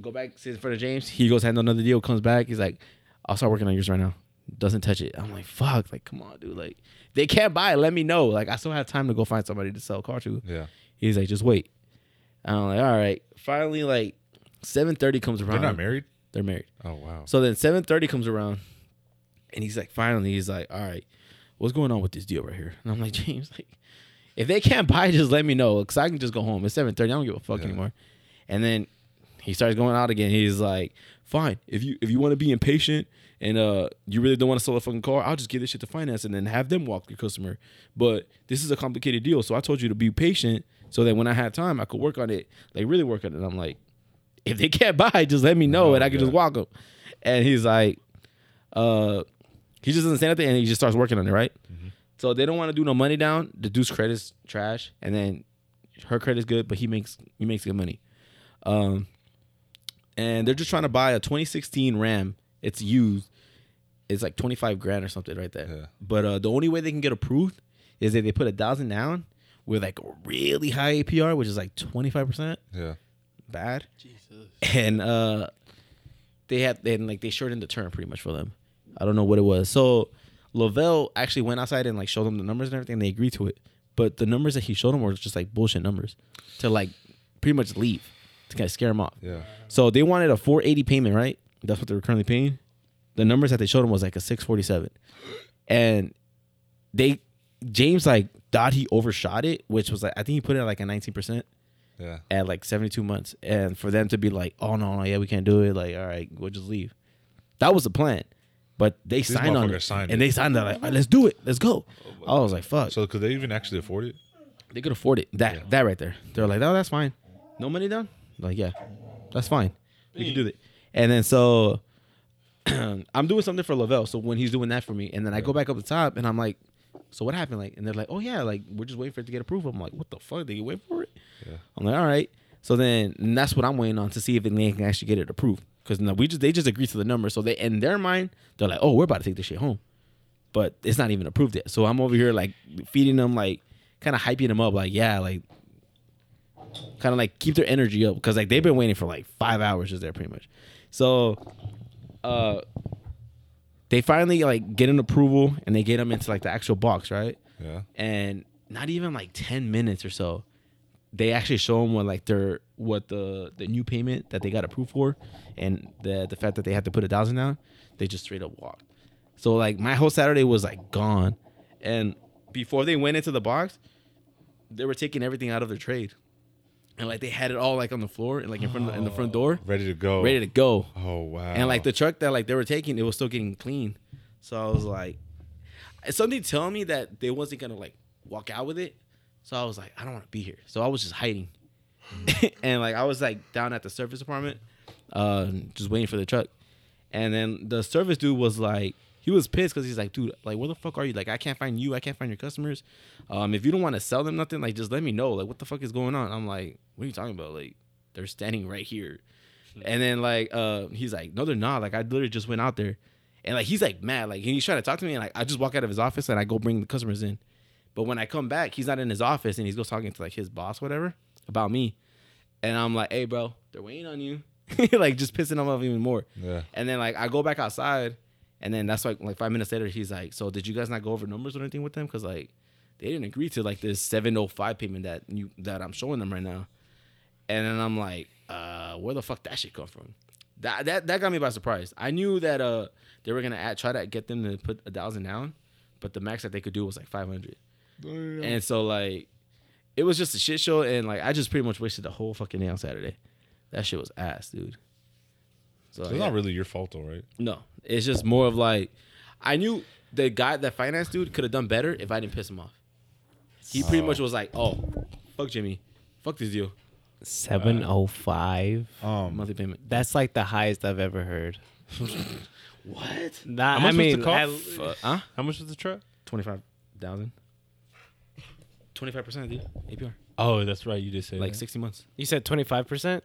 S2: go back, sit in front of James. He goes handle another deal, comes back. He's like, I'll start working on yours right now. Doesn't touch it. I'm like, fuck, like come on, dude. Like they can't buy. it. Let me know. Like I still have time to go find somebody to sell a car to.
S1: Yeah.
S2: He's like, just wait. And I'm like, all right. Finally, like 7:30 comes around.
S1: They're not married.
S2: They're married.
S1: Oh wow.
S2: So then 7:30 comes around, and he's like, finally, he's like, all right, what's going on with this deal right here? And I'm like, James, like, if they can't buy, just let me know, cause I can just go home. It's 7:30. I don't give a fuck
S1: Yeah.
S2: anymore. And then he starts going out again. He's like, fine, if you if you want to be impatient and uh you really don't want to sell a fucking car, I'll just give this shit to finance and then have them walk your customer. But this is a complicated deal, so I told you to be patient so that when I have time, I could work on it, like really work on it. And I'm like if they can't buy, just let me know and I can just walk them. And he's like, uh, he just doesn't say nothing and he just starts working on it, right? So they don't want to do no money down. The dude's credit's trash, and then her credit's good, but he makes he makes good money. Um, and they're just trying to buy a 2016 Ram. It's used. It's like 25 grand or something right there.
S1: Yeah.
S2: But uh, the only way they can get approved is that they put a thousand down with like a really high APR, which is like 25 percent
S1: Yeah.
S2: bad.
S4: Jesus.
S2: And uh, they had then like they shortened the term pretty much for them. I don't know what it was. So Lovell actually went outside and like showed them the numbers and everything. And they agreed to it, but the numbers that he showed them were just like bullshit numbers to like pretty much leave to kind of scare them off.
S1: Yeah.
S2: So they wanted a 480 payment, right? That's what they were currently paying. The numbers that they showed him was like a 647. And they James like thought he overshot it, which was like I think he put it at like a 19%
S1: Yeah.
S2: at like 72 months. And for them to be like, "Oh no, no, yeah, we can't do it." Like, "All right, we'll just leave." That was the plan. But they signed on
S1: motherfuckers
S2: it.
S1: signed
S2: and
S1: it. Oh,
S2: they signed that like, "All right, "Let's do it. Let's go." I was like, "Fuck."
S1: So could they even actually afford it?
S2: They could afford it. That that right there. They're like, no, that's fine. No money down. Like, yeah, that's fine. We can do that. And then so I'm doing something for Lavelle. So when he's doing that for me, and then I go back up the top, and I'm like, so what happened? Like, and they're like, oh yeah, like we're just waiting for it to get approved. I'm like, what the fuck? They wait for it? I'm like, all right. So then and that's what I'm waiting on to see if they can actually get it approved. Because no, we just they just agree to the number. So they in their mind, they're like, oh, we're about to take this shit home but it's not even approved yet. So I'm over here like feeding them, like kind of hyping them up, like yeah, like kind of like keep their energy up because like they've been waiting for like five hours just there pretty much. So, uh, they finally like get an approval and they get them into like the actual box, right?
S1: Yeah.
S2: and not even like 10 minutes or so they actually show them what like their what the the new payment that they got approved for and the the fact that they had to put a thousand down they just straight up walked so like my whole saturday was like gone and before they went into the box they were taking everything out of their trade and like they had it all like on the floor and like in front of, in the front door
S1: Ready to go.
S2: ready to go
S1: Oh wow.
S2: and like the truck that like they were taking, it was still getting clean. So I was like, something telling me that they wasn't gonna like walk out with it. So I was like, I don't want to be here. So I was just hiding, and like I was like down at the service department, uh, just waiting for the truck. And then the service dude was like, he was pissed because he's like, dude, like where the fuck are you? Like I can't find you. I can't find your customers. Um, if you don't want to sell them nothing, like just let me know. Like what the fuck is going on? I'm like, what are you talking about? Like they're standing right here. And then like uh he's like, No, they're not. Like I literally just went out there. And like he's like mad. Like and he's trying to talk to me and like I just walk out of his office and I go bring the customers in. But when I come back, he's not in his office and he's goes talking to like his boss, whatever, about me. And I'm like, hey bro, they're waiting on you. like just pissing him off even more.
S1: Yeah.
S2: And then like I go back outside, and then that's like like five minutes later he's like, so did you guys not go over numbers or anything with them? Because like they didn't agree to like this seven oh five payment that you that I'm showing them right now. And then I'm like, uh, where the fuck that shit come from? That that that got me by surprise. I knew that uh they were gonna add, try to get them to put a thousand down, but the max that they could do was like five hundred. And so like it was just a shit show, and like I just pretty much wasted the whole fucking day on Saturday. That shit was ass, dude.
S1: So
S2: yeah.
S1: it's not really your fault though, right?
S2: No, it's just more of like, I knew the guy, that finance dude, could have done better if I didn't piss him off. He pretty much was like, "Oh, fuck Jimmy, fuck this deal,
S3: Seven oh five.
S1: Um.
S2: monthly payment."
S3: That's like the highest I've ever heard.
S2: What?
S3: Nah,
S4: much
S3: I
S4: was
S3: mean,
S4: the cost?
S3: I-
S2: Huh?
S4: How much was the truck?
S2: Twenty five thousand. Twenty five percent, dude. APR,
S4: Oh, that's right. You did say
S2: like
S4: that.
S2: sixty months.
S3: you said twenty five percent.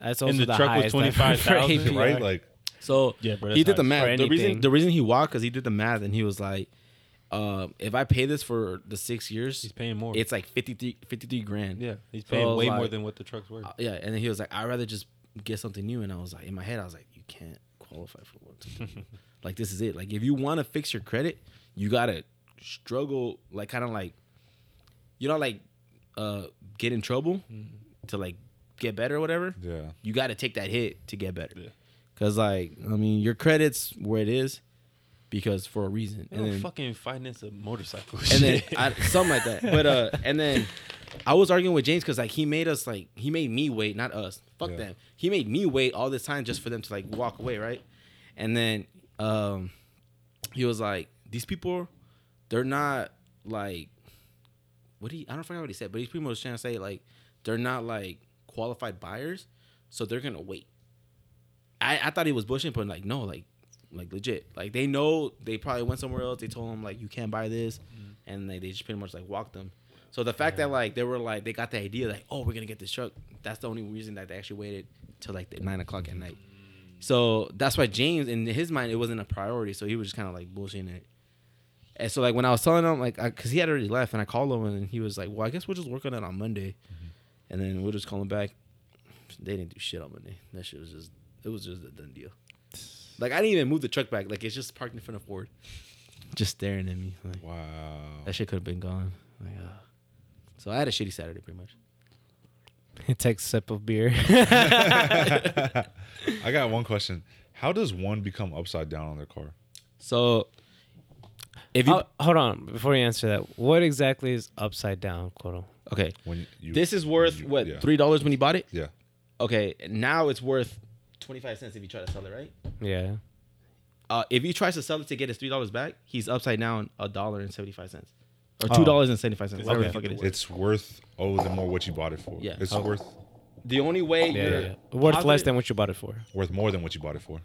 S3: That's also
S4: the
S3: the
S4: truck was
S3: highest I've heard for
S4: 25,000,
S3: APR.
S1: Right. Like.
S2: So
S4: Yeah, bro,
S2: he
S4: that's
S2: did the
S4: nice.
S3: For
S2: math. The reason
S3: anything.
S2: the reason he walked because he did the math and he was like, uh, "If I pay this for the six years,
S4: He's paying more.
S2: it's like 53, 53 grand."
S4: yeah, he's
S2: So
S4: paying way
S2: like-
S4: more than what the truck's worth.
S2: Uh, yeah, and then he was like, I'd rather just get something new. And I was like, in my head, I was like, you can't qualify for one. something new. like this is it. Like if you want to fix your credit, you gotta struggle. Like kind of like, you know, like uh, get in trouble to like get better or whatever.
S1: Yeah.
S2: You gotta take that hit to get better.
S4: Yeah.
S2: Cause like I mean, your credit's where it is because for a reason.
S4: They
S2: and
S4: don't
S2: then,
S4: fucking finance a motorcycle.
S2: and then
S4: Oh,
S2: I, something like that. But uh, and then I was arguing with James because like he made us like he made me wait, not us. Fuck
S1: Yeah.
S2: them. He made me wait all this time just for them to like walk away, right? And then um, he was like, "These people, they're not like what he I don't forget what he said, but he's pretty much trying to say like they're not like qualified buyers, so they're gonna wait." I, I thought he was bushing, but like no, like like legit. Like they know they probably went somewhere else. They told him like you can't buy this, and like they just pretty much like walked them. So the fact that like they were like they got the idea like oh we're gonna get this truck. That's the only reason that they actually waited till like the nine o'clock at night. So that's why James, in his mind, it wasn't a priority. So he was just kind of like bullshitting it. And so like when I was telling him, like, I, cause he had already left, and I called him, and he was like, "Well, I guess we'll just work on it on Monday, and then we'll just call him back." They didn't do shit on Monday. That shit was just, it was just a done deal. Like I didn't even move the truck back. Like it's just parked in front of Ford, just staring at me. Like
S1: Wow.
S2: that shit could have been gone. Like, uh. So I had a shitty Saturday, pretty much.
S3: It takes a sip of beer.
S1: I got one question. How does one become upside down on their car?
S2: So if you
S3: Oh, hold on, before you answer that, what exactly is upside down, Coro?
S2: okay,
S1: When you
S2: this is worth
S1: you-
S2: what
S1: yeah.
S2: three dollars when you bought it.
S1: Yeah.
S2: Okay, now it's worth twenty five cents if you try to sell it, right?
S3: Yeah.
S2: Uh, if he tries to sell it to get his three dollars back, he's upside down a dollar and seventy five cents, or
S3: Oh.
S2: two dollars and seventy five cents. Whatever the
S1: Okay.
S2: fuck it is.
S1: It's worth oh the more what you bought it for.
S2: Yeah. Oh.
S1: It's
S2: Okay.
S1: worth
S2: the only way
S3: Yeah.
S2: you're
S3: yeah. Worth less
S2: positive-
S3: than what you bought it for.
S1: worth more than what you bought it for.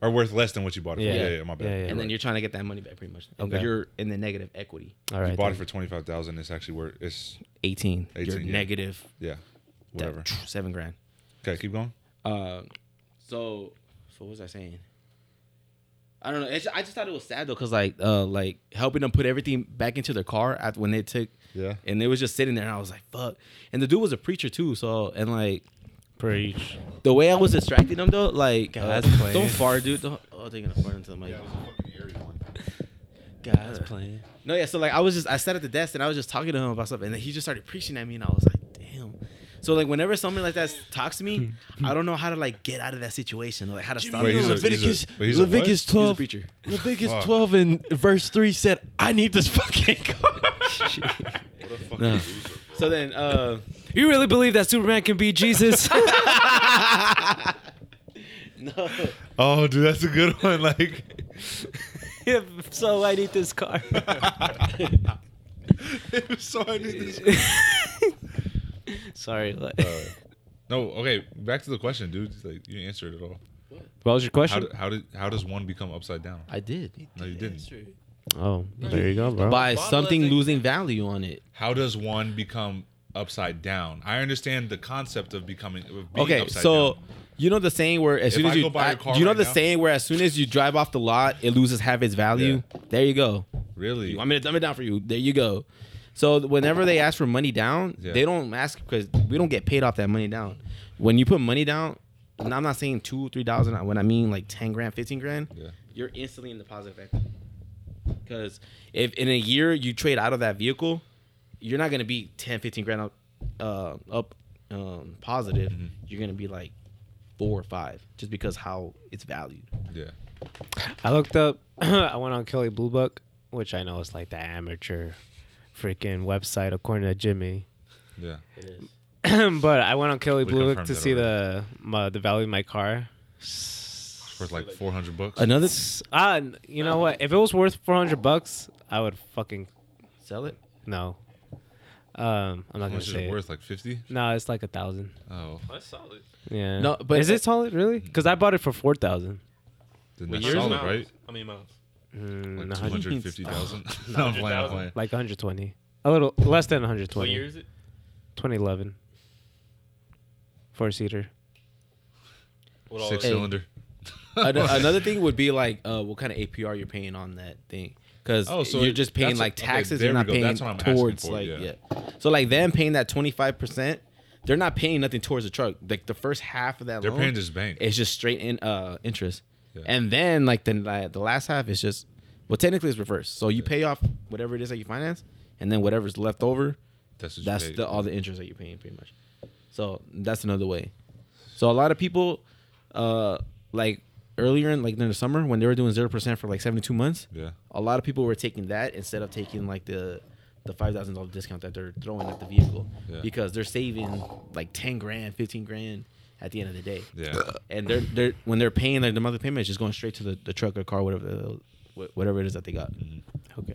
S1: Or worth less than what you bought it
S3: Yeah.
S1: for. Yeah, yeah, my bad.
S3: Yeah, yeah.
S1: You're
S2: and
S1: right.
S2: then you're trying to get that money back, pretty much. And
S3: Okay.
S2: You're in the negative equity.
S3: All right.
S1: you bought it
S3: then.
S1: for twenty five thousand, it's actually worth it's
S2: 18 You're
S1: 18, yeah.
S2: negative
S1: yeah.
S2: that-
S1: Whatever.
S2: seven grand.
S1: Okay, keep going.
S2: Uh, so, so what was I saying? I don't know. It's, I just thought it was sad though, cause like, uh, like helping them put everything back into their car after when they took,
S1: Yeah.
S2: and it was just sitting there. And I was like, fuck. And the dude was a preacher too, so and like
S3: Preach.
S2: the way I was distracting them though, like
S4: God's
S2: uh,
S4: plan.
S2: don't fart, dude. Don't, oh, they're gonna fart into the mic.
S4: God's playing.
S2: No, yeah. So like, I was just I sat at the desk and I was just talking to him about stuff, and then he just started preaching at me, and I was like, damn. So like, whenever someone like that talks to me, I don't know how to like get out of that situation, like how to stop.
S1: Wait,
S2: it.
S1: he's a- he's a-
S4: Leviticus,
S1: wait, he's a what?
S4: Leviticus
S1: He's
S2: He's a
S4: twelve.
S2: preacher.
S4: Leviticus
S1: Fuck.
S4: twelve and verse three said, "I need this fucking car."
S2: No. So then, uh,
S3: You really believe that Superman can be Jesus?
S2: no.
S1: Oh dude, that's a good one. Like
S3: If so I need this car.
S1: so I need this Uh,
S3: Sorry. Like,
S1: No, okay. Back to the question, dude. It's Like you didn't answer it at all.
S3: what was your
S1: How,
S3: question?
S1: do, how did how does one become upside down?
S2: I did
S1: No, you didn't.
S3: oh, there you go, bro.
S2: by
S4: Bottle
S2: something
S4: of the-
S2: losing value on it.
S1: How does one become upside down? I understand the concept of becoming of being
S2: Okay,
S1: upside
S2: so
S1: down.
S2: you know the saying where
S1: If
S2: as soon
S1: I
S2: as you
S1: go buy
S2: I-
S1: a car
S2: you know
S1: right
S2: the
S1: now-
S2: saying where as soon as you drive off the lot, it loses half its value. There you go.
S1: Really?
S2: I'm gonna dumb it down for you. There you go. So whenever they ask for money down,
S1: Yeah.
S2: they don't ask because we don't get paid off that money down. When you put money down, and I'm not saying two, three thousand. When I mean like ten grand, fifteen grand,
S1: Yeah.
S2: you're instantly in the positive equity. Because if in a year you trade out of that vehicle, you're not gonna be 10, 15 grand up, uh, up um, positive. You're gonna be like four or five, just because how it's valued.
S1: Yeah.
S3: I looked up. I went on Kelly Blue Book, which I know is like the amateur freaking website according to Jimmy.
S1: Yeah.
S3: but I went on Kelly
S1: We
S3: Blue Book
S1: confirmed
S3: to
S1: that
S3: see the my, the value of my car.
S1: It's worth like four hundred bucks.
S2: Another
S3: Ah, n- you know what? If it was worth four hundred bucks, I would fucking
S2: sell it.
S3: no. Um, I'm not
S1: How
S3: gonna
S1: much is
S3: say.
S1: it
S3: It.
S1: worth? Like fifty?
S3: No, it's like a thousand.
S1: Oh.
S4: That's solid.
S3: Yeah.
S2: No, but-
S3: is it solid really? Because I bought it for four thousand.
S1: Then that's solid, right?
S4: I mean miles.
S1: Like
S3: Mm,
S1: two
S3: a hundred-
S1: hundred fifty thousand. No, I'm playing. I'm playing.
S3: like 120. A little less than 120.
S4: What year is it?
S3: 2011. Four seater.
S4: What all
S1: Six
S4: is it?
S1: cylinder.
S2: An- another thing would be like uh, what kind of APR you're paying on that thing. Because
S1: Oh, so
S2: you're
S1: it-
S2: just paying
S1: that's-
S2: like
S1: okay,
S2: taxes,
S1: there
S2: you're
S1: we
S2: not
S1: go.
S2: paying
S1: That's what I'm asking
S2: towards
S1: for,
S2: like
S1: yeah.
S2: yeah. So like them paying that twenty five percent, they're not paying nothing towards the truck. Like the first half of that
S1: They're
S2: loan,
S1: paying this bank.
S2: it's just straight in uh interest,
S1: Yeah.
S2: and then like the like, the last half is just well technically it's reversed. So you pay off whatever it is that you finance, and then whatever's left over,
S1: That's what you
S2: that's
S1: paid.
S2: the all the interest that you're paying pretty much so that's another way so a lot of people uh like earlier in like in the summer when they were doing 0% for like 72 months
S1: Yeah.
S2: a lot of people were taking that instead of taking like the the five thousand dollar discount that they're throwing at the vehicle
S1: Yeah.
S2: because they're saving like 10 grand 15 grand at the end of the day
S1: Yeah.
S2: and they're they're when they're paying like, their monthly payment it's just going straight to the, the truck or car whatever the, wh- whatever it is that they got okay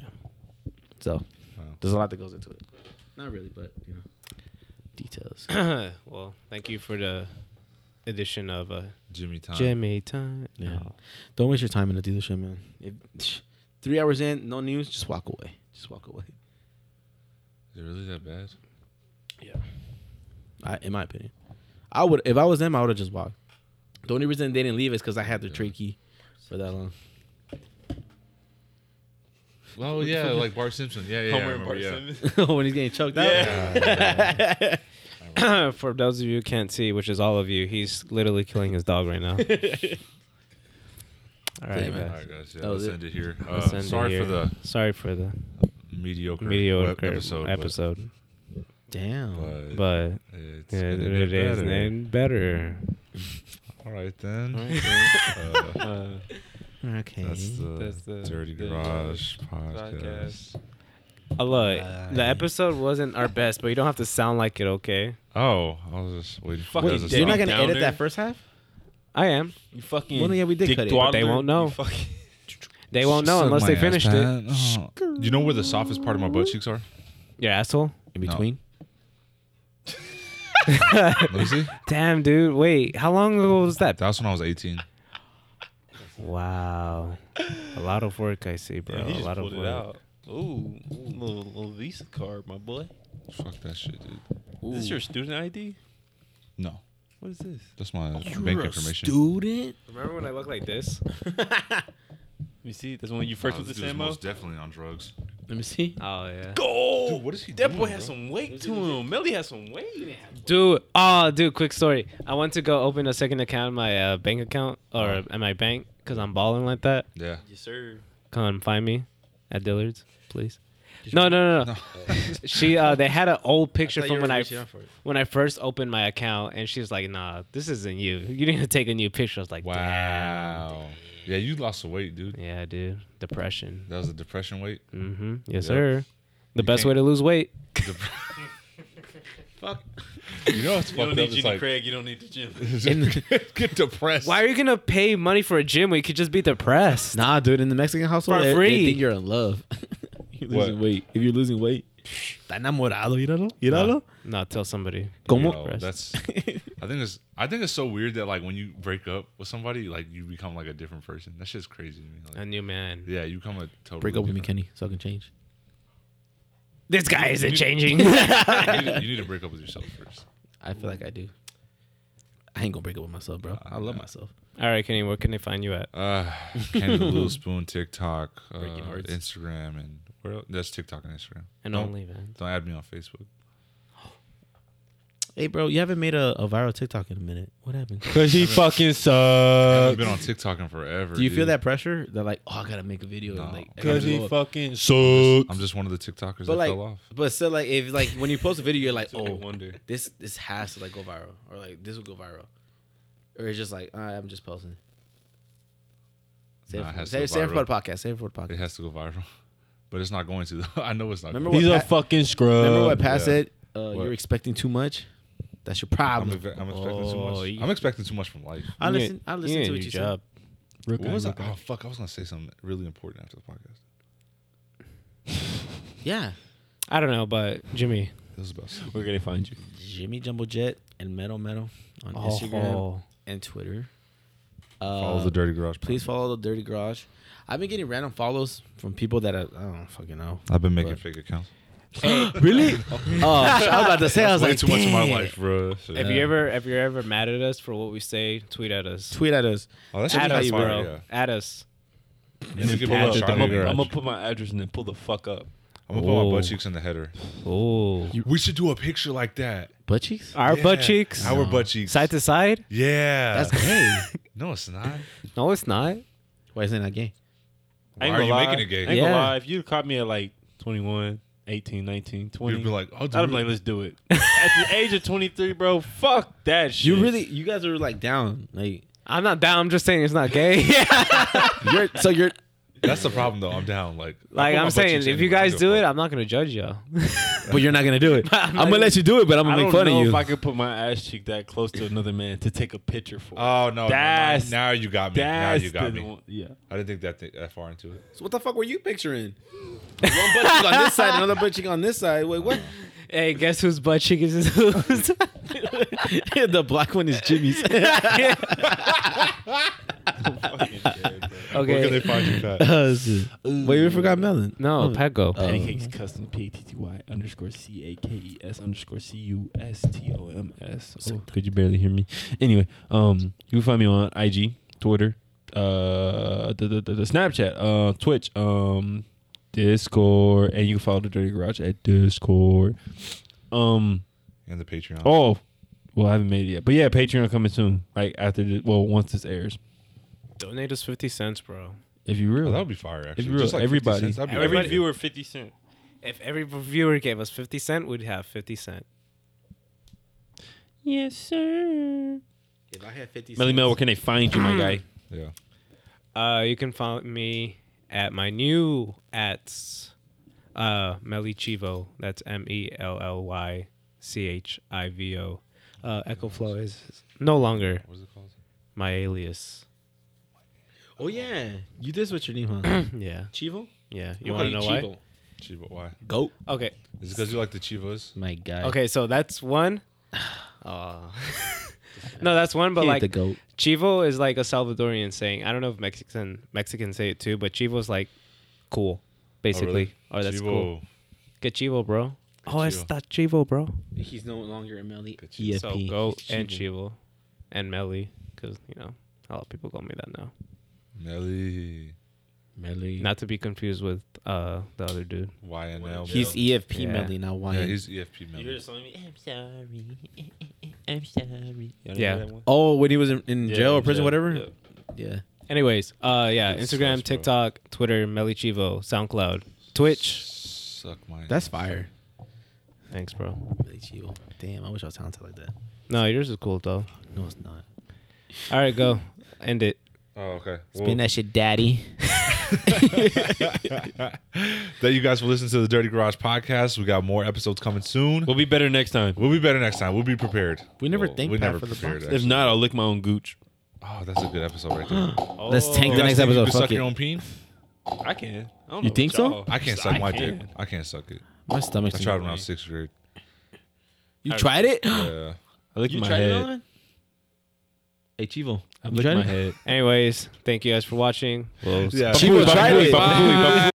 S2: so
S1: Mm-hmm. Wow.
S2: there's a lot that goes into it not really but you know details
S3: well, thank you for the addition of uh,
S1: Jimmy time.
S3: Jimmy time.
S2: yeah don't waste your time in the dealership man if, three hours in no news just walk away just walk away
S1: Is it really that bad?
S2: I, in my opinion I would if I was them, I would have just walked. The only reason they didn't leave is because I had their trade key for that long.
S1: Oh yeah, like Bart Simpson. Yeah, yeah, yeah, I
S4: Homer and
S1: remember,
S4: Bart
S1: oh, yeah.
S4: Simmons.
S2: when he's getting choked
S4: Yeah.
S3: For those of you who can't see, which is all of you, he's literally killing his dog right now. all right,
S2: Damn it.
S1: All
S3: guys.
S1: right, guys. Yeah,
S2: That was
S1: let's
S2: it.
S1: end it here. Uh,
S3: Let's end it
S1: sorry
S3: here.
S1: for the
S3: sorry for the
S1: mediocre, web
S3: mediocre
S1: episode.
S3: episode,
S1: but- um,
S2: out. Damn.
S1: But,
S3: but
S1: it's
S3: yeah,
S1: gonna
S3: it
S1: get
S3: is
S1: better.
S3: named better.
S1: All right then. uh,
S4: Uh,
S2: Okay.
S1: that's the
S4: That's the-
S1: Dirty
S4: the
S1: Garage podcast.
S4: podcast.
S3: Uh, Look,
S2: Bye.
S3: the episode wasn't our best, but you don't have to sound like it. Okay,
S1: Oh, I was just waiting for
S4: Fucking
S1: you guys to
S4: Debbie
S2: You're not
S1: stop.
S2: gonna
S4: Downer.
S2: edit that first half?
S3: I am.
S4: you fucking.
S2: Well, yeah, we did
S4: dick
S2: cut it, but
S3: they
S4: dwaddler.
S3: won't know.
S4: You fucking-
S3: They won't know
S1: Suck
S3: unless
S1: my
S3: they
S1: ass,
S3: finished it.
S1: Pat. Oh. You know where the softest part of my butt cheeks are?
S3: Your asshole.
S2: In
S1: No.
S2: between?
S1: Let me see.
S3: Damn, dude. Wait, how long ago was that?
S1: That's when I was 18.
S3: Wow, a lot of work I see, bro.
S4: Yeah, he
S3: a
S4: just
S3: lot of
S4: pulled
S3: work.
S4: it out. Ooh, little, little Visa card, my boy.
S1: Fuck that shit, dude.
S4: Is this your student ID?
S1: No,
S4: What is this?
S1: that's my bank information.
S2: Student?
S3: Remember when I looked like this?
S4: You see, that's when you first
S1: Oh,
S4: with the
S1: this dude's
S4: Sambo.
S1: most definitely on drugs.
S2: Let me see.
S3: Oh yeah.
S4: Go!
S1: Dude, what is he
S4: That
S1: doing,
S4: boy
S1: bro?
S4: has some weight to him. Melly has some weight.
S3: Dude, oh, dude, quick story. I went to go open a second account in my uh, bank account or at my bank because I'm balling like that.
S1: Yeah.
S4: Yes, sir.
S3: Come find me at Dillard's, please. No, no, no, no. she, uh, they had an old picture from when I when I first opened my account, and she was like, "Nah, this isn't you. You need to take a new picture." I was like, "Wow."
S1: Wow. Yeah, you lost some weight, dude.
S3: Yeah, dude. Depression.
S1: That was a depression weight.
S3: Mm-hmm.
S1: Yep.
S3: Yes, sir. The
S1: You
S3: best
S1: can't-
S3: way to lose weight.
S4: Fuck.
S1: You know what's
S4: You don't
S1: fucked up?
S4: need Jenny
S1: It's like
S4: Craig. You don't need the gym.
S1: get depressed.
S3: Why are you gonna pay money for a gym when you could just be depressed?
S2: Nah, dude, in the Mexican household,
S3: For
S2: they,
S3: free.
S2: they think you're in love. you're losing
S1: What?
S2: weight. If you're losing weight. Está enamorado, you know? You
S3: No,
S2: know?
S3: no, tell somebody.
S1: Yo,
S3: You're depressed.
S1: that's. I think it's. I think it's so weird that like when you break up with somebody, like you become like a different person. That shit's crazy to me. Like,
S3: a new man.
S1: yeah, you become a total.
S2: Break up with me, Kenny, so I can change.
S3: This guy isn't
S1: You-
S3: changing.
S1: you, need to, you need to break up with yourself first.
S2: I feel like I do. I ain't gonna break up with myself, bro. I love myself.
S3: All right, Kenny, where can they find you at?
S1: Uh, Kenny the Little Spoon, TikTok, uh,
S4: Breaking hearts.
S1: Instagram, and where else? That's TikTok and Instagram.
S3: And
S1: Don't-
S3: only man.
S1: Don't add me on Facebook.
S2: Hey, bro, you haven't made a, a viral TikTok in a minute. What happened?
S4: Cause he fucking
S1: I've
S4: sucks.
S1: been on TikTok in forever.
S2: Do you feel
S1: dude.
S2: that pressure? They're like, oh, I gotta make a video.
S1: No.
S2: And like, I gotta
S4: Cause he
S2: go up.
S4: fucking
S1: I'm just one of the TikTokers that
S2: But like,
S1: fell off.
S2: but still, like, if like when you post a video, you're like,
S4: I
S2: oh,
S4: wonder.
S2: this this has to like go viral, or like this will go viral, or it's just like all right, I'm just posting. Say
S1: Nah, it
S2: it for,
S1: has
S2: say,
S1: to
S2: it-
S1: go
S2: say it for
S1: viral.
S2: the podcast. Say it for the
S1: It
S2: podcast.
S1: has to go viral, but it's not going to. though. I know it's not.
S2: Remember
S1: going
S4: He's
S2: what
S4: a
S2: Pat-
S4: fucking scrub.
S2: Remember what Pat
S1: yeah.
S2: said? Uh,
S1: What?
S2: you're expecting too much. That's your
S1: to.
S2: problem.
S1: I'm, ev- I'm expecting too
S3: Oh,
S1: much.
S3: you-
S1: I'm expecting too much from life.
S2: I
S3: You
S2: listen.
S3: need-
S2: I listen
S3: need
S2: to
S3: a
S2: what
S3: new
S2: you said.
S3: job.
S1: What was I? Oh fuck! I was gonna say something really important after the podcast.
S2: Yeah,
S3: I don't know, but Jimmy.
S1: It was about sleep.
S4: We're gonna find you.
S2: Jimmy Jumbo Jet and Metal Metal on
S3: Oh,
S2: Instagram and Twitter. Uh,
S1: Follow the Dirty Garage.
S2: Please
S1: podcast.
S2: follow the Dirty Garage. I've been getting random follows from people that I, I don't fucking know.
S1: I've been making
S2: But-
S1: fake accounts.
S2: really? oh, I was about to say. I was
S1: Way
S2: like,
S1: too much of my
S2: "Damn."
S1: life, bro. Shit.
S3: If you ever, if you're ever mad at us for what we say, tweet at us.
S2: Tweet at us.
S1: Oh, that's
S3: At us,
S1: actually
S3: bro.
S1: fire.
S3: At us.
S1: Yeah. Give a
S3: Pat
S1: little shout out to
S3: the
S4: I'm
S1: Garage.
S3: Dirty
S4: gonna, I'm
S1: I'm
S4: gonna
S1: gonna
S4: put my address and then pull the fuck up.
S1: put my butt
S3: Oh.
S1: cheeks in the header.
S3: Oh,
S1: We should do a picture like that.
S2: Butt cheeks?
S3: our butt
S1: Yeah.
S3: cheeks,
S1: Our butt cheeks.
S3: side to side.
S1: yeah.
S2: That's gay.
S1: no, it's not.
S3: No, it's not.
S2: Why is it not gay?
S4: I
S1: Why
S4: ain't
S1: are
S4: gonna
S1: you
S4: lie.
S1: making it gay?
S4: I ain't gonna
S3: Yeah.
S4: lie. If you caught me at like 21, 18, 19, 20,
S1: You'd be like, oh, dude.
S4: I'd be like, let's do it. at the age of 23, bro, fuck that shit.
S2: You really, you guys are like down. Like,
S3: I'm not down. I'm just saying it's not gay.
S2: you're, so you're,
S1: That's the problem, though. I'm down. Like, I
S3: Like
S1: put my
S3: I'm
S1: butt
S3: saying,
S1: cheeks
S3: if you
S1: anywhere. I
S3: guys
S1: don't
S3: do
S1: give a
S3: it,
S1: fuck.
S3: I'm not gonna judge y'all.
S2: but you're not going to do it. I'm, going to let you do it, but I'm
S4: I
S2: going to
S4: don't
S2: make fun
S4: know
S2: of
S4: if
S2: you.
S4: I could put my ass cheek that close to another man to take a picture for.
S1: Oh no!
S4: That's-
S1: now, now you got me. Now
S4: That's
S1: you got
S4: the
S1: me.
S4: one- Yeah.
S1: I didn't think that thi- that far into it.
S2: so what the fuck were you picturing? One butt cheek on this side, another butt cheek on this side. Wait, what?
S3: Hey, guess whose butt cheek is whose?
S2: the black one is Jimmy's.
S1: Where can
S3: okay.
S1: they find you, Pat?
S2: Oh, Wait, we forgot Melon.
S3: No, Paco.
S2: Oh.
S4: Patty Cakes Custom P A T T Y underscore C A K E S underscore C U S T O M podcast. Oh, could you barely hear me? Anyway, um, you can find me on IG, Twitter, uh, the, the, the, the Snapchat, uh, Twitch, um, Discord, and you can follow the Dirty Garage at Discord. Um,
S1: and the Patreon.
S4: oh, well, I haven't made it yet, but yeah, Patreon coming soon. Like after, the, well, once this airs,
S3: Donate us fifty cents, bro.
S4: if you
S1: Oh,
S4: really,
S1: that would be fire. Actually,
S4: real,
S1: Just like 50
S4: everybody-
S1: cents, that'd be
S3: Every
S1: everybody.
S4: viewer fifty cent.
S3: If every viewer gave us fifty cent, we'd have fifty cent.
S4: Yes, sir.
S2: If I had 50
S4: Melly Mel, where can they find you, my guy?
S1: Yeah.
S3: Uh, you can follow me at my new at uh Melly Chivo. That's M E L L Y C H I V O. Uh, Echo Flow is no longer
S1: What was it called?
S3: my alias.
S2: Oh, yeah. You did switch your name, huh?
S3: Yeah,
S2: Chivo?
S3: yeah. You want to know why?
S1: Chivo. Why?
S2: Goat.
S3: Okay,
S1: Is it because you like the Chivas?
S2: My guy.
S3: okay. So that's one. Oh. no, that's one. But like
S2: the goat.
S3: Chivo is like a Salvadorian saying. I don't know if Mexican Mexicans say it too, but Chivo's like cool, basically. Oh, that's
S1: Chivo.
S3: cool. Get Chivo, bro. Oh,
S1: Chivo.
S3: it's not Chivo, bro.
S2: He's no longer a Melly.
S1: Good Chivo.
S2: EFP.
S3: So go and Chivo and Melly, because you know a lot of people call me that now.
S1: Melly.
S2: Melly.
S3: Not to be confused with uh the other dude.
S1: YNL.
S2: He's E
S1: Melly.
S2: EFP
S3: Yeah.
S2: Melly, not YN.
S1: Yeah, he's E EFP Melly.
S4: I'm sorry. I'm sorry.
S3: Yeah.
S2: oh, when he was in, in jail or prison, whatever?
S4: Yeah.
S2: yeah.
S3: Anyways, uh yeah,
S1: Good
S3: Instagram,
S1: sauce, bro.
S3: TikTok, Twitter, Melly Chivo, SoundCloud, Twitch.
S1: Suck my.
S2: That's fire.
S3: Thanks, bro.
S2: Really chill. Damn, I wish I was talented like that.
S3: No, yours is cool though.
S2: No, it's not.
S3: All right, go end it.
S1: Oh, okay.
S2: Spin that shit, daddy.
S1: Thank you guys for listening to the Dirty Garage podcast. We got more episodes coming soon.
S4: We'll be better next time.
S1: We'll be better next time. We'll be prepared.
S2: We never
S1: Well,
S2: thank
S1: we
S2: Pat
S1: never
S2: for the
S1: prepared,
S2: box.
S1: actually.
S4: If not, I'll lick my own gooch.
S1: Oh, that's a good episode right there. Oh,
S2: Let's tank
S1: You
S2: the
S1: guys
S2: next
S1: think you
S2: episode.
S1: can suck
S2: Fuck it.
S1: your own peen?
S4: I can. I don't
S2: You
S4: know
S2: think
S4: about
S2: so?
S4: y'all.
S1: I can't suck
S4: I
S1: my
S4: can.
S1: dick. I can't suck it.
S2: My stomach's.
S1: I tried when I was sixth grade.
S2: You tried it?
S1: Yeah.
S4: I licked my head.
S2: on? Hey, Chivo.
S4: I
S2: You
S4: licked
S2: tried
S4: my
S2: it?
S4: head.
S3: Anyways, thank you guys for watching. We'll
S1: Yeah.
S4: Bye.
S2: tried it.
S4: Bye. Bye.